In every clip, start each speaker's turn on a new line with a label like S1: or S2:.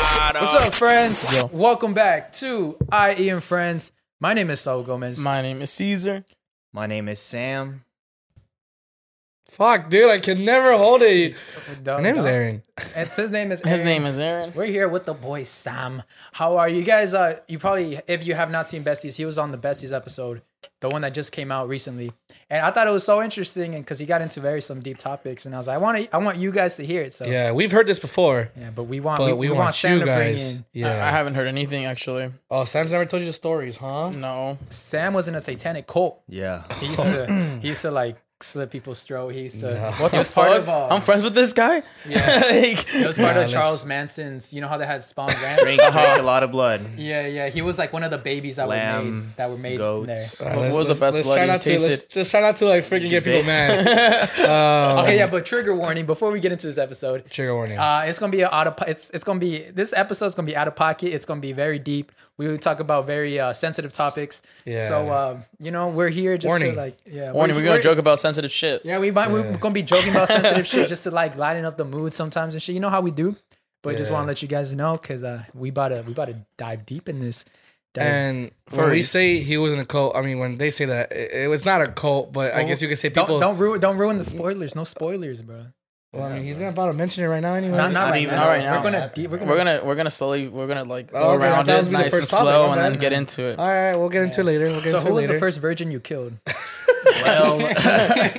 S1: up, friends?
S2: Yo.
S1: Welcome back to IE and Friends. My name is Saul Gomez.
S2: My name is Caesar.
S3: My name is Sam.
S4: Fuck, dude, I can never hold it.
S1: Dum-
S4: My name's
S1: dum.
S4: Aaron.
S1: It's his name is
S2: His
S1: Aaron.
S2: name is Aaron.
S1: We're here with the boy Sam. How are you guys? Uh, you probably, if you have not seen Besties, he was on the Besties episode, the one that just came out recently. And I thought it was so interesting, and because he got into very some deep topics, and I was like, I want to, I want you guys to hear it. So
S4: Yeah, we've heard this before,
S1: Yeah, but we want,
S4: but
S1: we,
S4: we,
S1: we
S4: want,
S1: want, Sam
S4: you
S1: to bring
S4: guys.
S1: in.
S4: Yeah.
S2: I, I haven't heard anything actually.
S4: oh, Sam's never told you the stories, huh?
S2: No.
S1: Sam was in a satanic cult.
S3: Yeah.
S1: He used to, he used to like slip people's throat. He used to.
S4: No.
S1: What the part of? Uh,
S2: I'm friends with this guy.
S1: Yeah.
S2: like,
S1: It was part
S4: Nah,
S1: of
S4: let's-
S1: Charles Manson's. You know how they had Spawn
S3: Drink,
S1: Ranch.
S3: drink a lot of blood.
S1: yeah, yeah. He was like one of the babies that were
S3: Lamb,
S1: made that were made
S3: goats.
S1: there.
S4: All right,
S2: What
S4: let's-
S2: was the
S4: let's-
S2: best
S4: let's
S2: blood
S4: try
S2: you
S4: not to, let's,
S2: tasted?
S4: let's try not to like freaking get people
S3: did.
S4: mad. Um,
S1: Okay, yeah, but trigger warning before we get into this episode.
S4: Trigger warning.
S1: Uh, it's gonna be a out of po- it's it's gonna be this episode's gonna be out of pocket. It's gonna be very deep. We will talk about very uh, sensitive topics.
S4: Yeah.
S1: So uh, you know we're here just
S4: Warning.
S1: to like yeah
S2: Warning, we're gonna joke about sensitive shit.
S1: Yeah, we might,
S4: Yeah.
S1: we're gonna be joking about sensitive shit just to like lighten up the mood sometimes and shit. You know how we do. But I just
S4: Yeah.
S1: want to let you guys know because uh, we about to we about to dive deep in this. Dive-
S4: and when we
S2: furries.
S4: say he was in a cult, I mean when they say that, it, it was not a cult, but I guess you could say
S1: don't
S4: people.
S1: don't ruin don't ruin the spoilers. No spoilers, bro.
S4: well, I mean, he's not about to mention it right now anyway.
S1: Not,
S3: not
S1: not, right
S3: even-
S1: now.
S2: not right now.
S1: We're gonna deep, we're gonna
S2: We're gonna we're gonna slowly we're gonna like go
S4: Oh, okay, I
S2: around
S4: thought it was
S2: it
S4: gonna be the
S2: nice and
S4: first topic,
S2: slow
S4: my
S2: and then
S4: bad.
S2: get into it.
S4: All right, we'll get into it later. We'll get
S1: So
S4: into
S1: who
S4: it
S1: was
S4: later.
S1: the first virgin you killed?
S3: Well,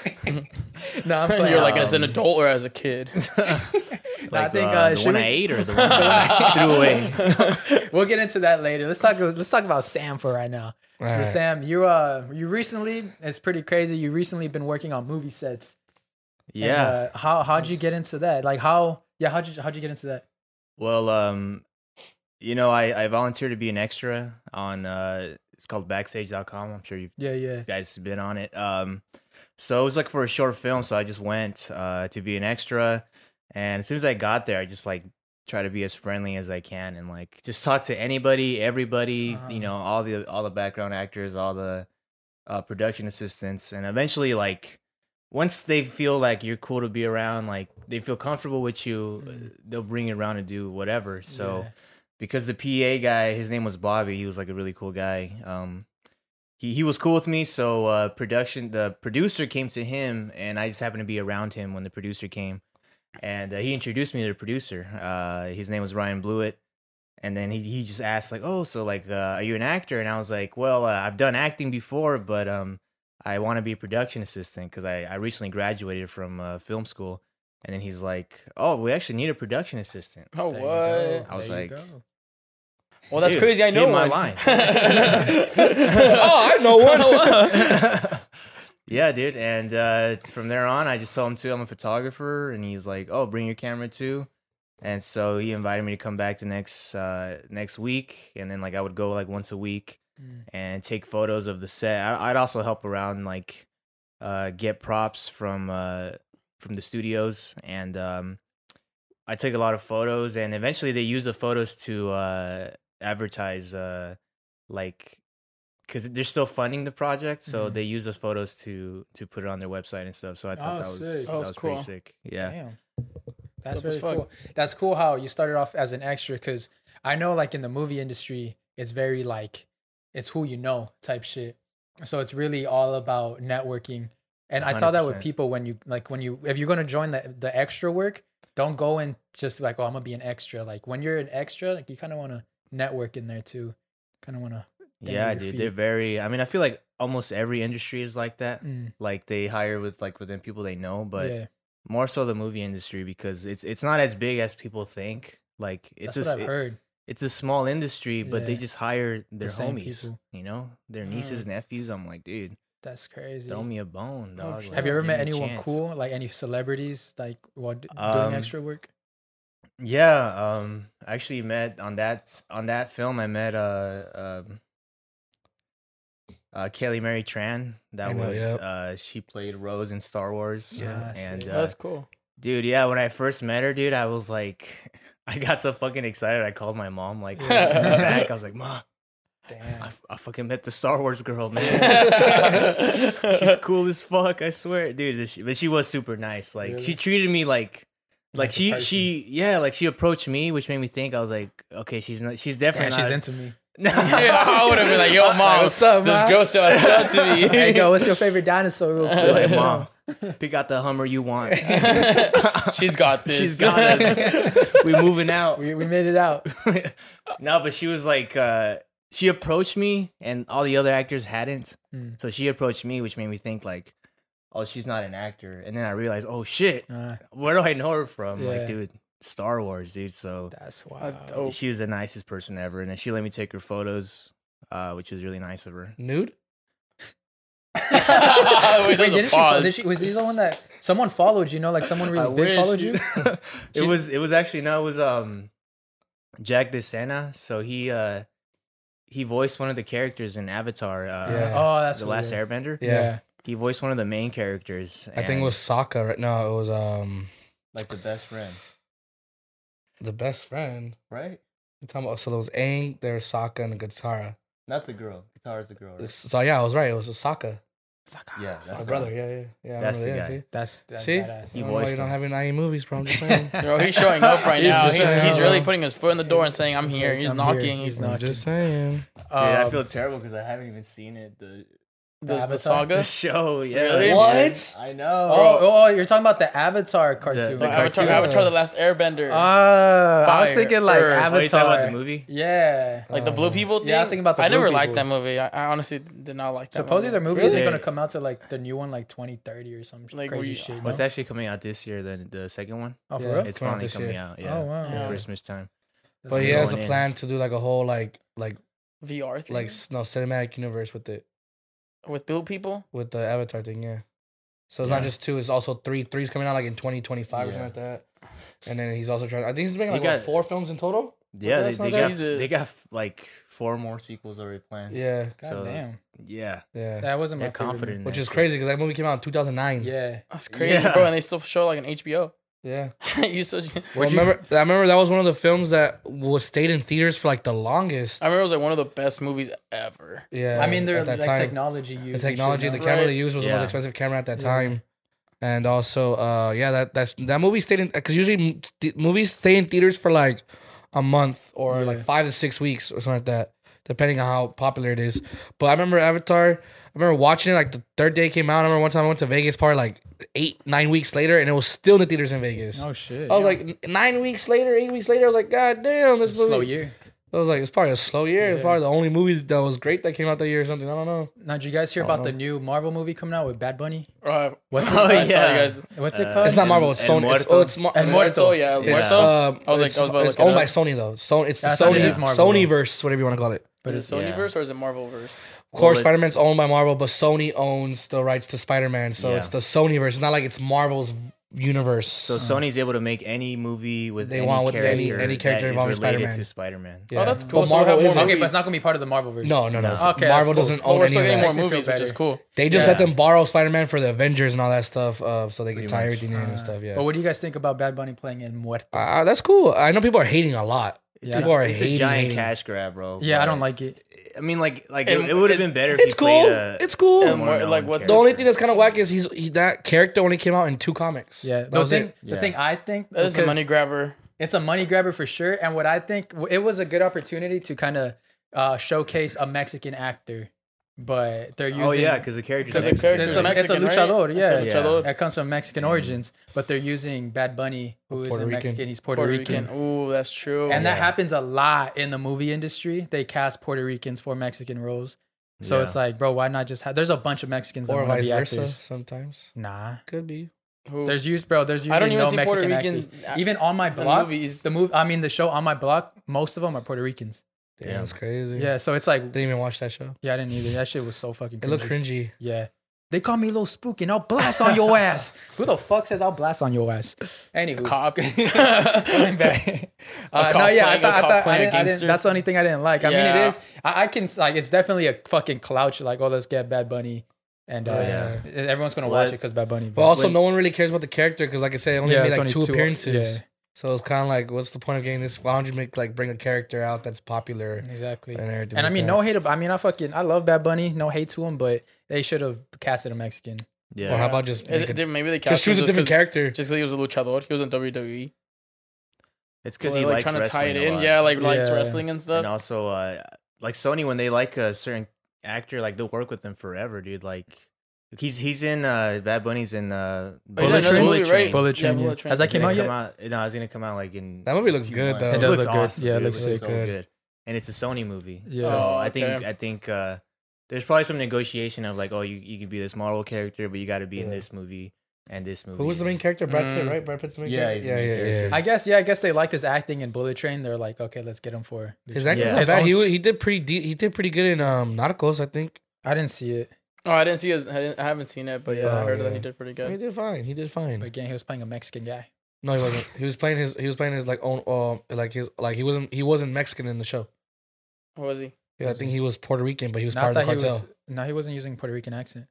S1: no, I'm playing. uh,
S2: You're like as
S3: Um,
S2: an adult or as a kid.
S3: like,
S1: think,
S3: uh,
S1: uh,
S3: the
S1: should
S3: one
S1: we-
S3: I ate or the one I threw away.
S2: Oh,
S1: we'll get into that later. Let's talk. Let's talk about Sam for right now. so
S4: Alright.
S1: Sam, you uh, you recently it's pretty crazy. You recently been working on movie sets. And,
S3: Yeah.
S1: uh, how how'd you get into that? Like how? Yeah. How'd you how'd you get into that?
S3: Well, um, you know, I, I volunteered to be an extra on uh, it's called backstage.com. I'm sure you've
S1: Yeah. Yeah.
S3: guys have been on it. Um, so it was like for a short film, so I just went uh, to be an extra. And as soon as I got there, I just like try to be as friendly as I can and like just talk to anybody, everybody,
S1: Uh-huh.
S3: you know, all the all the background actors, all the uh, production assistants, and eventually like once they feel like you're cool to be around, like they feel comfortable with you,
S1: Mm.
S3: they'll bring you around and do whatever. So
S1: Yeah.
S3: because the PA guy, his name was Bobby. He was like a really cool guy. Um, he he was cool with me. So uh, production, the producer came to him, and I just happened to be around him when the producer came, and uh, he introduced me to the producer. Uh, his name was Ryan Blewett, and then he he just asked like, oh, so like, uh, are you an actor? And I was like, well, uh, I've done acting before, but um, I want to be a production assistant because I I recently graduated from uh, film school. And then he's like, "Oh, we actually need a production assistant."
S2: oh
S1: There you go.
S2: what?
S3: I was
S1: There you
S3: like,
S1: go.
S2: Well, that's
S3: Dude,
S2: crazy. I
S3: hit
S2: know
S3: my
S2: one.
S3: line.
S2: oh,
S4: I know one.
S3: yeah, dude. And uh, from there on, I just told him too. I'm a photographer, and he's like, "Oh, bring your camera too." And so he invited me to come back the next uh, next week, and then like I would go like once a week
S1: Mm.
S3: and take photos of the set. I- I'd also help around like uh, get props from uh, from the studios, and um, I took a lot of photos. And eventually, they used the photos to uh, advertise uh, like because they're still funding the project, so
S1: Mhm.
S3: they use those photos to to put it on their website and stuff. So I thought
S1: Oh,
S3: that was
S1: sick.
S3: that
S2: Oh,
S3: was
S2: it's
S3: pretty
S2: cool.
S3: sick. Yeah,
S1: Damn. That's
S2: Dope as
S1: really
S2: fuck.
S1: cool. That's cool how you started off as an extra because I know like in the movie industry, it's very like it's who you know type shit. So it's really all about networking. And I tell that with
S3: 100%.
S1: people when you like when you if you're gonna join the the extra work, don't go in just like, oh, I'm gonna be an extra. Like when you're an extra, like you kinda wanna network in there too. Kinda wanna Damn,
S3: yeah,
S1: your
S3: dude.
S1: feet.
S3: They're very. I mean, I feel like almost every industry is like that.
S1: mm,
S3: Like they hire with like within people they know, but
S1: yeah.
S3: more so the movie industry because it's it's not as big as people think. Like it's
S1: That's
S3: just
S1: what I've heard.
S3: it's a small industry, but they
S1: Yeah.
S3: just hire their
S1: same
S3: homies.
S1: people.
S3: You know, their nieces, nephews. I'm like, dude,
S1: That's crazy.
S3: throw me a bone,
S2: Oh,
S3: dog.
S2: shit.
S3: like,
S1: Have you ever
S3: give
S1: met
S3: me a
S1: anyone
S3: chance.
S1: cool, like any celebrities, like while d-
S3: Um,
S1: doing extra work?
S3: Yeah, um, I actually met on that on that film. I met uh, um, uh, Kelly Mary Tran.
S4: I
S3: That
S4: know,
S3: was
S4: yep.
S3: uh, she played Rose in Star Wars.
S1: Yeah, I see.
S3: and uh,
S2: That's cool.
S3: dude, yeah, when I first met her, dude, I was like, I got so fucking excited. I called my mom like back. I was like, Ma,
S1: Damn.
S3: I, I fucking met the Star Wars girl, man. She's
S2: She's
S3: cool as fuck, I swear, dude. She, but she was super nice. Like
S1: Really?
S3: she treated me like like
S1: the
S3: she
S1: person.
S3: she yeah like she approached me which made me think i was like okay she's not she's definitely
S1: Damn,
S3: not-
S1: she's into me.
S2: Yeah, I would have been like, "Yo, mom,
S1: what's up,
S2: this
S1: Ma?
S2: girl said said to me."
S1: Hey, go. What's your favorite dinosaur? Real quick.
S3: like, mom pick out the hummer you want
S2: She's got this.
S3: she's got us we moving out
S1: We, we made it out.
S3: no but she was like uh she approached me and all the other actors hadn't
S1: Mm.
S3: so she approached me which made me think like oh she's not an actor and then i realized oh shit
S1: Uh,
S3: where do i know her from
S1: Yeah. Oh.
S3: like dude star wars dude so
S1: that's wild.
S2: That's dope.
S3: she was the nicest person ever and then she let me take her photos uh which was really nice of her
S4: Nude?
S2: Wait,
S1: Wait,
S2: there's a
S1: didn't she, fo-
S2: pause.
S1: did she? Was he the one that someone followed? You know, like someone really
S3: I
S1: big
S3: wish.
S1: followed you.
S3: it was it was actually no, it was um Jack DeSana. So he uh he voiced one of the characters in Avatar, uh
S4: Yeah.
S1: Oh, that's
S3: The
S1: what
S3: Last
S1: it is.
S3: Airbender.
S4: Yeah.
S3: He voiced one of the main characters.
S4: I think it
S3: and-
S4: was Sokka, right? No, it was um
S3: like the best friend,
S4: the best friend.
S3: right?
S4: You're talking about so there was Aang, there was Sokka, and Katara.
S3: Not the girl. Katara's the girl.
S4: So yeah, I was right. It was a Sokka,
S1: Sokka.
S3: Yeah, that's
S4: my
S3: the
S4: brother. Yeah, yeah, yeah. I
S3: That's
S4: remember,
S3: the
S4: yeah,
S1: That's, that's
S4: See?
S1: badass.
S3: He
S4: See, I don't know why
S3: voiced
S4: you don't
S3: him.
S4: have any movies, bro. I'm just saying.
S2: Bro, he's showing up right
S1: He's
S2: now.
S1: just
S2: He's, he's,
S4: showing up,
S2: really
S4: bro.
S2: putting his foot in the door and saying, "I'm here."
S1: like,
S2: He's
S1: "I'm here."
S2: knocking. He's
S1: He's not-
S4: I'm
S2: knocking.
S4: just saying.
S3: Dude, I
S1: Uh,
S2: Um,
S1: oh,
S3: feel terrible because I haven't even seen it. The,
S2: the, the
S1: Avatar?
S2: saga.
S3: the show, yeah.
S2: Really?
S1: What?
S3: I know.
S1: Oh, oh, you're talking about the Avatar cartoon.
S3: the
S2: The Avatar,
S3: cartoon.
S1: uh,
S2: Avatar, the Last Airbender,
S1: Ah, I was
S2: Fire,
S1: thinking like
S2: Earth.
S3: Oh, you talking
S1: Avatar.
S3: about the movie?
S1: Yeah.
S2: like the blue
S4: Um,
S2: people thing.
S1: yeah, I was thinking about the
S2: I
S1: blue
S2: never liked that
S1: people.
S2: movie. I, I honestly did not like that.
S1: Supposedly their
S2: movie.
S1: movie isn't
S3: Really?
S1: gonna come out to like the new one like 2030 or some
S2: Like,
S1: crazy
S2: we-
S1: shit.
S3: What's
S1: no?
S3: actually coming out this year? The the second one.
S1: Oh, for
S4: Yeah.
S1: real?
S3: It's
S4: coming out
S3: finally
S4: this
S3: coming
S4: year.
S3: out. Yeah.
S1: Oh wow.
S3: at
S2: Yeah.
S3: Christmas time.
S1: That's
S4: But he
S1: cool.
S4: has
S3: going
S4: a
S3: in.
S4: plan to do like a whole like like
S2: VR thing,
S4: like s- no cinematic universe with it
S2: with blue people.
S4: with the Avatar thing. Yeah. So it's not
S3: Yeah.
S4: just two. It's also three. Three's coming out like in 2025 or something
S3: Yeah.
S4: like that. And then he's also trying. I think he's making
S3: He
S4: like what,
S3: got-
S4: four films in total.
S3: Yeah, they,
S2: that's
S3: they
S2: not
S3: got
S2: Jesus.
S3: they got like four more sequels already planned.
S4: Yeah.
S1: God
S3: So-
S1: damn.
S3: yeah,
S4: Yeah.
S1: That wasn't my
S3: they're
S1: favorite
S3: confident.
S1: movie.
S3: in
S4: Which
S3: that
S4: is
S3: shit.
S4: crazy because that movie came out in 2009.
S1: Yeah.
S2: That's crazy,
S3: Yeah.
S2: bro. And they still show like an HBO.
S4: Yeah.
S2: you still,
S4: Well, remember, I remember that was one of the films that was stayed in theaters for like the longest.
S2: I remember it was like one of the best movies ever.
S4: Yeah.
S1: I mean, they're
S4: at
S1: like
S4: that time.
S1: technology used.
S4: the
S1: and shit
S4: technology, the
S1: now.
S4: camera
S2: Right.
S4: they used was the most
S3: Yeah.
S4: expensive camera at that
S1: Yeah.
S4: time. And also, uh, yeah, that that's that movie stayed in because usually m- th- movies stay in theaters for like a month or like
S1: Yeah.
S4: five to six weeks or something like that, depending on how popular it is. But I remember Avatar. I remember watching it like the third day it came out. I remember one time I went to Vegas, probably like eight nine weeks later, and it was still in the theaters in Vegas.
S1: Oh shit.
S4: I was like n- nine weeks later, eight weeks later. I was like, God damn, this movie.
S1: slow year.
S4: I was like, it's probably a slow year. It's
S1: Yeah.
S4: probably the only movie that was great that came out that year or something. I don't know.
S1: Now, did you guys hear
S4: Oh,
S1: about
S4: no.
S1: the new Marvel movie coming out with Bad Bunny?
S2: Uh,
S1: What?
S2: I saw you
S3: yeah.
S2: guys.
S1: What's it
S3: Uh,
S1: called?
S4: It's not
S3: El-
S4: Marvel. It's
S3: El
S4: Sony. It's,
S3: Muerto.
S4: oh, it's Mar-
S1: El
S4: it's-
S1: Muerto.
S2: So yeah,
S4: It's,
S2: Muerto?
S4: um,
S2: I was like-
S4: it's,
S2: I was about to
S4: it's
S2: look it
S4: owned
S2: up.
S4: by Sony though. So it's the
S1: That's
S3: not
S4: Sony
S3: his
S1: Marvel, though.
S4: Sonyverse, whatever you want to call it.
S1: but
S2: is
S1: it's
S2: it
S3: yeah.
S2: Sonyverse or is it Marvelverse?
S1: Oh,
S4: Of course,
S3: it's-
S4: Spider Man's owned by Marvel, but Sony owns the rights to Spider Man, so
S3: Yeah.
S4: it's the Sonyverse. It's not like it's Marvel's v- universe.
S3: So Sony's able to make any movie with
S4: Hmm. They
S3: any
S4: want with any-
S3: character
S4: any character
S3: that is related
S4: involving Spider-Man.
S3: to Spider-Man.
S4: Yeah.
S2: Oh, that's cool.
S4: But
S2: So we'll
S4: Marvel
S2: have more
S4: is
S1: okay,
S2: movies.
S1: but it's not gonna be part of the Marvel version.
S4: no, no,
S3: No.
S4: no.
S1: Okay, that's
S4: Marvel
S1: cool.
S4: doesn't
S2: But
S4: own
S2: we're
S4: any
S2: still
S4: of
S2: getting more
S1: Makes
S4: that.
S1: me feel
S2: movies, which is
S1: better.
S2: cool.
S4: They just
S3: Yeah.
S4: let them borrow Spider Man for the Avengers and all that stuff, uh, so they could
S3: Pretty
S4: tie
S3: much.
S4: everything in
S1: Uh,
S4: and stuff. Yeah,
S1: But what do you guys think about Bad Bunny playing in Muerto?
S4: Uh, that's cool. I know people are hating a lot.
S1: Yeah.
S4: people are
S3: It's
S4: hating.
S3: a giant
S4: hating.
S3: cash grab, bro.
S1: yeah, I
S3: but-
S1: don't like it.
S3: I mean, like, like
S2: And
S3: it, would have
S2: it's-
S3: been better. If
S4: It's
S3: he played uh,
S4: cool.
S3: A,
S4: It's cool.
S3: a
S2: And
S3: more
S2: what-
S3: known
S2: like, what's-
S4: The
S2: character.
S4: only thing that's kind of whack is he's he, that character only came out in two comics.
S1: Yeah,
S4: That
S1: the
S4: was
S1: thing,
S4: it.
S1: the
S3: Yeah.
S1: thing I think
S2: That is the
S1: because
S2: money grabber.
S1: it's a money grabber for sure. And what I think it was a good opportunity to kind of uh, showcase a Mexican actor, but they're using
S3: oh yeah, because the character's
S2: Because the
S3: Mexican.
S2: character's
S1: It's a,
S2: Mexican.
S1: it's a
S2: right?
S1: luchador,
S2: It's a
S1: yeah.
S2: luchador.
S1: That comes from Mexican origins, but they're using Bad Bunny, who is
S4: Puerto
S1: a
S4: Rican.
S1: Mexican. He's Puerto,
S2: Puerto
S1: Rican.
S2: Rican. Oh, Ooh, that's true.
S1: And that
S3: Yeah.
S1: happens a lot in the movie industry. They cast Puerto Ricans for Mexican roles. So
S3: Yeah.
S1: it's like, bro, why not just have? There's a bunch of Mexicans that
S4: or
S1: want to
S4: vice
S1: be
S4: versa.
S1: actors.
S4: Sometimes
S1: Nah,
S4: could be.
S2: Who-
S1: there's use, bro. There's usually
S2: I don't even
S1: no
S2: see Puerto
S1: Mexican
S2: Rican
S1: actors. Even on my
S2: the
S1: block,
S2: movies.
S1: the movie, I mean, the show on my block, most of them are Puerto Ricans.
S4: Damn,
S3: Yeah.
S4: that's crazy.
S1: Yeah, so it's like,
S4: didn't even watch that show.
S1: yeah, I didn't either. That shit was so fucking.
S4: It looked
S1: cringy.
S4: cringy.
S1: Yeah. They call me Lil Spook and I'll blast on your ass. Who the fuck says I'll blast on your ass? Anywho.
S2: cop.
S1: Going back. Uh,
S2: cop
S1: no, yeah, I
S2: playing-
S1: thought,
S2: a
S1: I
S2: cop
S1: thought I
S2: playing a
S1: didn't, I didn't-
S2: gangster.
S1: that's the only thing I didn't like. I mean,
S2: Yeah.
S1: it is. I, I can like it's definitely a fucking clout. Like, oh, let's get Bad Bunny,
S4: Oh,
S1: and uh,
S3: yeah.
S1: everyone's gonna
S3: Well,
S1: watch it because Bad Bunny.
S4: But also,
S3: When-
S4: no one really cares about the character because, like I said, it only
S1: Yeah,
S4: made
S1: it's
S4: like
S1: only
S4: two,
S1: two-
S4: appearances.
S1: yeah.
S4: So it's kind of like, what's the point of getting this? Why don't you make like bring a character out that's popular?
S1: exactly.
S4: And, everything
S1: And I
S4: like
S1: mean,
S4: that.
S1: no hate. ab- I mean, I fucking I love Bad Bunny. No hate to him, but they should have casted a Mexican.
S3: Yeah.
S4: Or how about just
S2: Is
S4: make
S2: it,
S4: a-
S2: did- maybe they
S4: just
S2: cast him
S4: choose a different
S2: 'cause-
S4: character?
S2: Just 'cause he was a luchador, he was in WWE.
S3: It's because
S2: Well,
S3: he
S2: they're,
S3: likes
S2: like trying to tie it
S3: wrestling a
S2: in,
S3: lot.
S2: yeah, like likes
S1: Yeah.
S2: wrestling and
S3: and
S2: stuff.
S3: also uh, like Sony when they like a certain actor, like they'll work with them forever, dude. Like he's he's in uh, Bad Bunny's in uh,
S2: But Oh, he's
S1: Bullet
S2: in another
S1: Train?
S2: movie, right?
S1: Bullet
S2: Yeah,
S1: Train, yeah.
S2: Bullet Train.
S1: Has that
S3: It's
S1: came
S3: gonna
S1: out yet?
S3: come out- no, it's gonna come out like in.
S4: That movie looks good,
S3: Q1.
S4: though. It
S3: It,
S1: does
S3: looks
S1: look good.
S3: awesome.
S1: Yeah, it
S3: dude.
S1: looks sick.
S3: so
S4: Good.
S3: good. and it's a Sony movie.
S1: Yeah.
S3: So
S2: Oh,
S3: I think
S2: okay.
S3: I think uh, there's probably some negotiation of like, oh, you you could be this Marvel character, but you got to be in
S4: Yeah.
S3: this movie and this movie.
S4: Who was the
S3: and-
S4: main character? Brad Pitt,
S2: Mm.
S4: right? Brad Pitt's the main
S3: Yeah, he's
S4: character.
S3: the main character.
S1: I guess yeah. I guess they liked his acting in Bullet Train. They're like, okay, let's get him for.
S4: His
S1: Lucha.
S4: acting's
S3: Yeah.
S4: not
S1: His
S4: bad.
S1: own-
S4: He wa- he did pretty de- he did pretty good in um Narcos, I think.
S1: I didn't see it,
S2: Oh, I didn't see his. I, didn't, I haven't seen it, but yeah, I
S4: Oh,
S2: heard that
S4: yeah.
S2: he did pretty
S4: He
S2: good.
S4: did fine. He did fine.
S1: but again, he was playing a Mexican guy.
S4: no, he wasn't. He was playing his he was playing his like own uh like his like he wasn't he wasn't Mexican in the show.
S2: What was he?
S4: Yeah, I think he was Puerto Rican, but he was
S1: Not
S4: part of
S1: that
S4: the cartel.
S1: he was. No, he wasn't using Puerto Rican accent.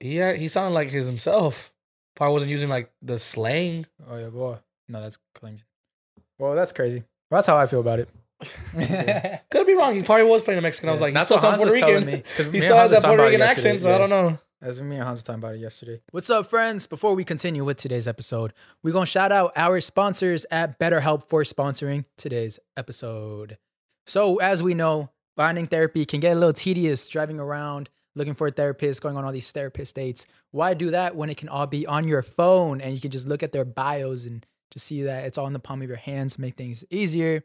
S4: He had, he sounded like his himself. Probably wasn't using like the slang.
S1: Oh yeah, boy. No, that's claims. Well, that's crazy. Well, that's how I feel about it.
S4: Could be wrong. He probably was playing a Mexican. I was like, he still sounds Puerto Rican. He still has that Puerto Rican accent, so I don't know.
S1: As me and Hans were talking about it yesterday. What's up, friends? Before we continue with today's episode, we're gonna shout out our sponsors at BetterHelp for sponsoring today's episode. So, as we know, finding therapy can get a little tedious driving around, looking for a therapist, going on all these therapist dates. Why do that when it can all be on your phone and you can just look at their bios and just see that it's all in the palm of your hands, make things easier.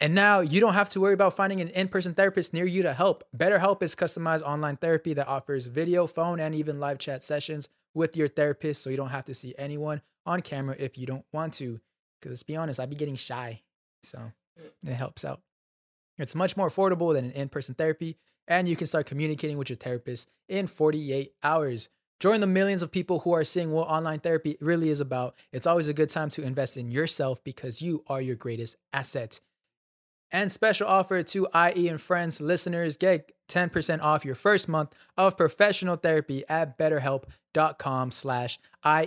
S1: And now you don't have to worry about finding an in person therapist near you to help. BetterHelp is customized online therapy that offers video, phone, and even live chat sessions with your therapist so you don't have to see anyone on camera if you don't want to. Because let's be honest, I'd be getting shy. So it helps out. It's much more affordable than an in person therapy, and you can start communicating with your therapist in 48 hours. Join the millions of people who are seeing what online therapy really is about. It's always a good time to invest in yourself because you are your greatest asset. And special offer to IE and friends listeners get 10% off your first month of professional therapy at betterhelp.com slash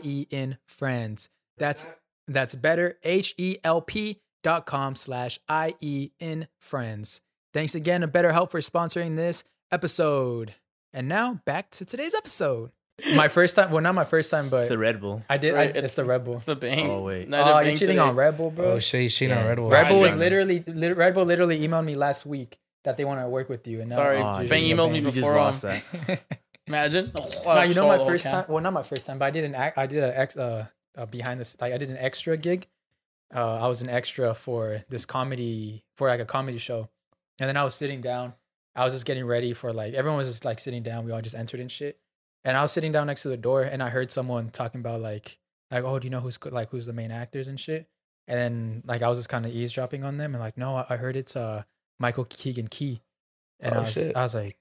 S1: IE in friends. That's that's better H E L P dot com slash IE in friends. Thanks again to BetterHelp for sponsoring this episode. And now back to today's episode. My first time, well, not my first time,
S3: It's
S1: but
S3: the Red Bull.
S1: I did. I,
S2: Right,
S1: it's,
S2: it's-
S1: the Red Bull.
S2: It's the bang.
S3: Oh, wait.
S2: Night of
S1: Oh,
S2: Bang
S1: you're cheating
S2: today.
S1: on Red Bull, bro.
S4: Oh, shit, he's cheating on
S3: Yeah.
S4: Red Bull.
S1: Red Bull
S2: I
S1: was
S3: don't know.
S1: literally lit- Red Bull literally emailed me last week that they want to work with you. And now
S2: Sorry,
S1: Oh,
S2: Bang
S3: dude,
S1: yeah,
S2: emailed me
S1: Bang.
S3: You just
S2: before. Um,
S3: lost that.
S2: imagine.
S1: no, you know my first time. Well, not my first time, but I did an ac- I did a ex uh, uh behind this like I did an extra gig. Uh, I was an extra for this comedy for like a comedy show, and then I was sitting down. I was just getting ready for like everyone was just like sitting down. We all just entered and shit, and I was sitting down next to the door, and I heard someone talking about like like oh do you know who's co- like who's the main actors and shit, and then like I was just kind of eavesdropping on them and like no I, I heard it's uh Michael Keegan Key, and
S4: Oh,
S1: I, was,
S4: shit.
S1: I was like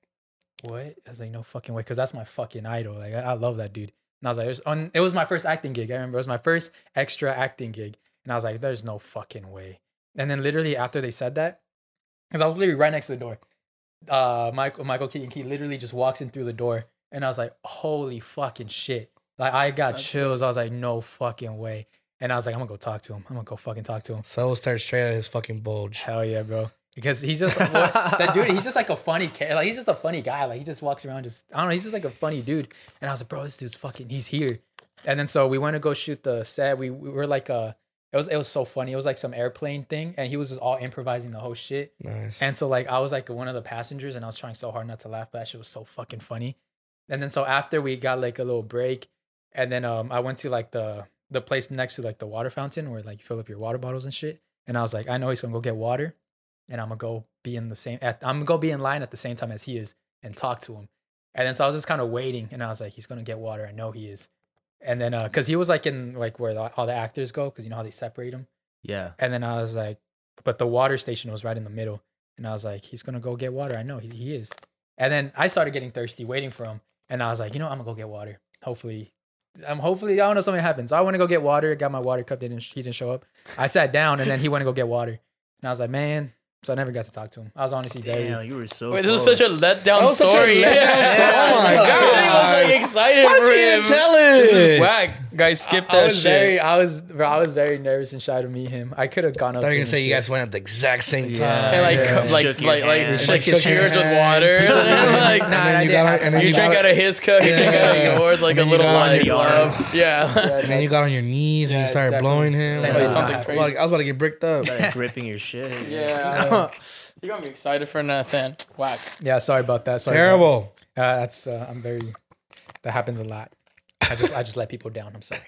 S1: what? I was like, no fucking way, because that's my fucking idol. Like, I, I love that dude. And I was like, it was, on, it was my first acting gig. I remember it was my first extra acting gig. And I was like, there's no fucking way. And then literally after they said that, because I was literally right next to the door, uh, Michael Michael Keaton Key literally just walks in through the door, and I was like, holy fucking shit! Like I got
S2: That's
S1: chills. I was like, no fucking way. And I was like, I'm gonna go talk to him. I'm gonna go fucking talk to him.
S4: So stared straight at his fucking bulge.
S1: Hell yeah, bro. Because he's just what, that dude. He's just like a funny character. Like he's just a funny guy. Like he just walks around. Just I don't know. He's just like a funny dude. And I was like, bro, this dude's fucking. He's here. And then so we went to go shoot the set. We, we were like uh It was it was so funny. It was like some airplane thing, and he was just all improvising the whole shit.
S4: Nice.
S1: And so like I was like one of the passengers, and I was trying so hard not to laugh, but that shit was so fucking funny. And then so after we got like a little break, and then um I went to like the the place next to like the water fountain where like you fill up your water bottles and shit. And I was like, I know he's gonna go get water, and I'm gonna go be in the same. At, I'm gonna go be in line at the same time as he is and talk to him. And then so I was just kind of waiting, and I was like, he's gonna get water. I know he is. And then uh, cause he was like in like where the, all the actors go, cause you know how they separate them.
S3: Yeah.
S1: And then I was like, but the water station was right in the middle. And I was like, he's gonna go get water. I know he, he is. And then I started getting thirsty waiting for him. And I was like, you know, I'm gonna go get water. Hopefully I'm hopefully I don't know something happens. So I want to go get water. Got my water cup. They didn't. He didn't show up. I sat down and then he went to go get water, and I was like, man. So I never got to talk to him. I was honestly
S3: Damn,
S1: very.
S3: you were so.
S2: Wait, this was such a
S3: close.
S2: letdown
S4: That was such a
S2: story.
S4: letdown
S3: story. Oh my
S2: Everything was like excited
S4: Why
S2: for
S4: don't you
S2: him.
S4: even tell it?
S2: This is whack. Guys, skip
S4: Oh,
S1: I
S2: that
S1: was
S2: shit.
S1: very, I was, bro, I was very nervous and shy to meet him. I could have gone up.
S4: I thought
S1: to
S4: you
S1: him
S4: were gonna say
S1: and
S4: you
S1: shit.
S4: guys went at the exact same time.
S2: and like,
S1: Yeah.
S2: like,
S3: Shook your
S2: like, like,
S3: hand.
S2: shake his
S4: Shook your
S2: ears with
S4: hand.
S2: water. like,
S1: nah,
S4: and
S1: I
S4: then you
S1: didn't
S4: got
S1: have
S4: on, and
S1: that.
S4: then
S2: you
S4: you
S2: drank
S4: got,
S2: out of his cup, you drank out
S4: Yeah.
S2: of yours, like
S4: And
S2: a
S4: then you
S2: little
S4: got on
S2: light
S3: your
S2: glove. Yeah.
S4: and then you got on your knees and
S1: Yeah,
S4: you started
S1: definitely.
S4: blowing him.
S1: Like,
S4: Like,
S2: something
S4: I'm
S2: crazy.
S4: like, I was about to get bricked up.
S3: Started gripping your shit.
S2: Yeah. You got me excited for nothing. Whack.
S1: Yeah, sorry about that. Sorry about
S4: Terrible.
S1: that. Uh, that's uh, I'm very. That happens a lot. I just I just let people down. I'm sorey.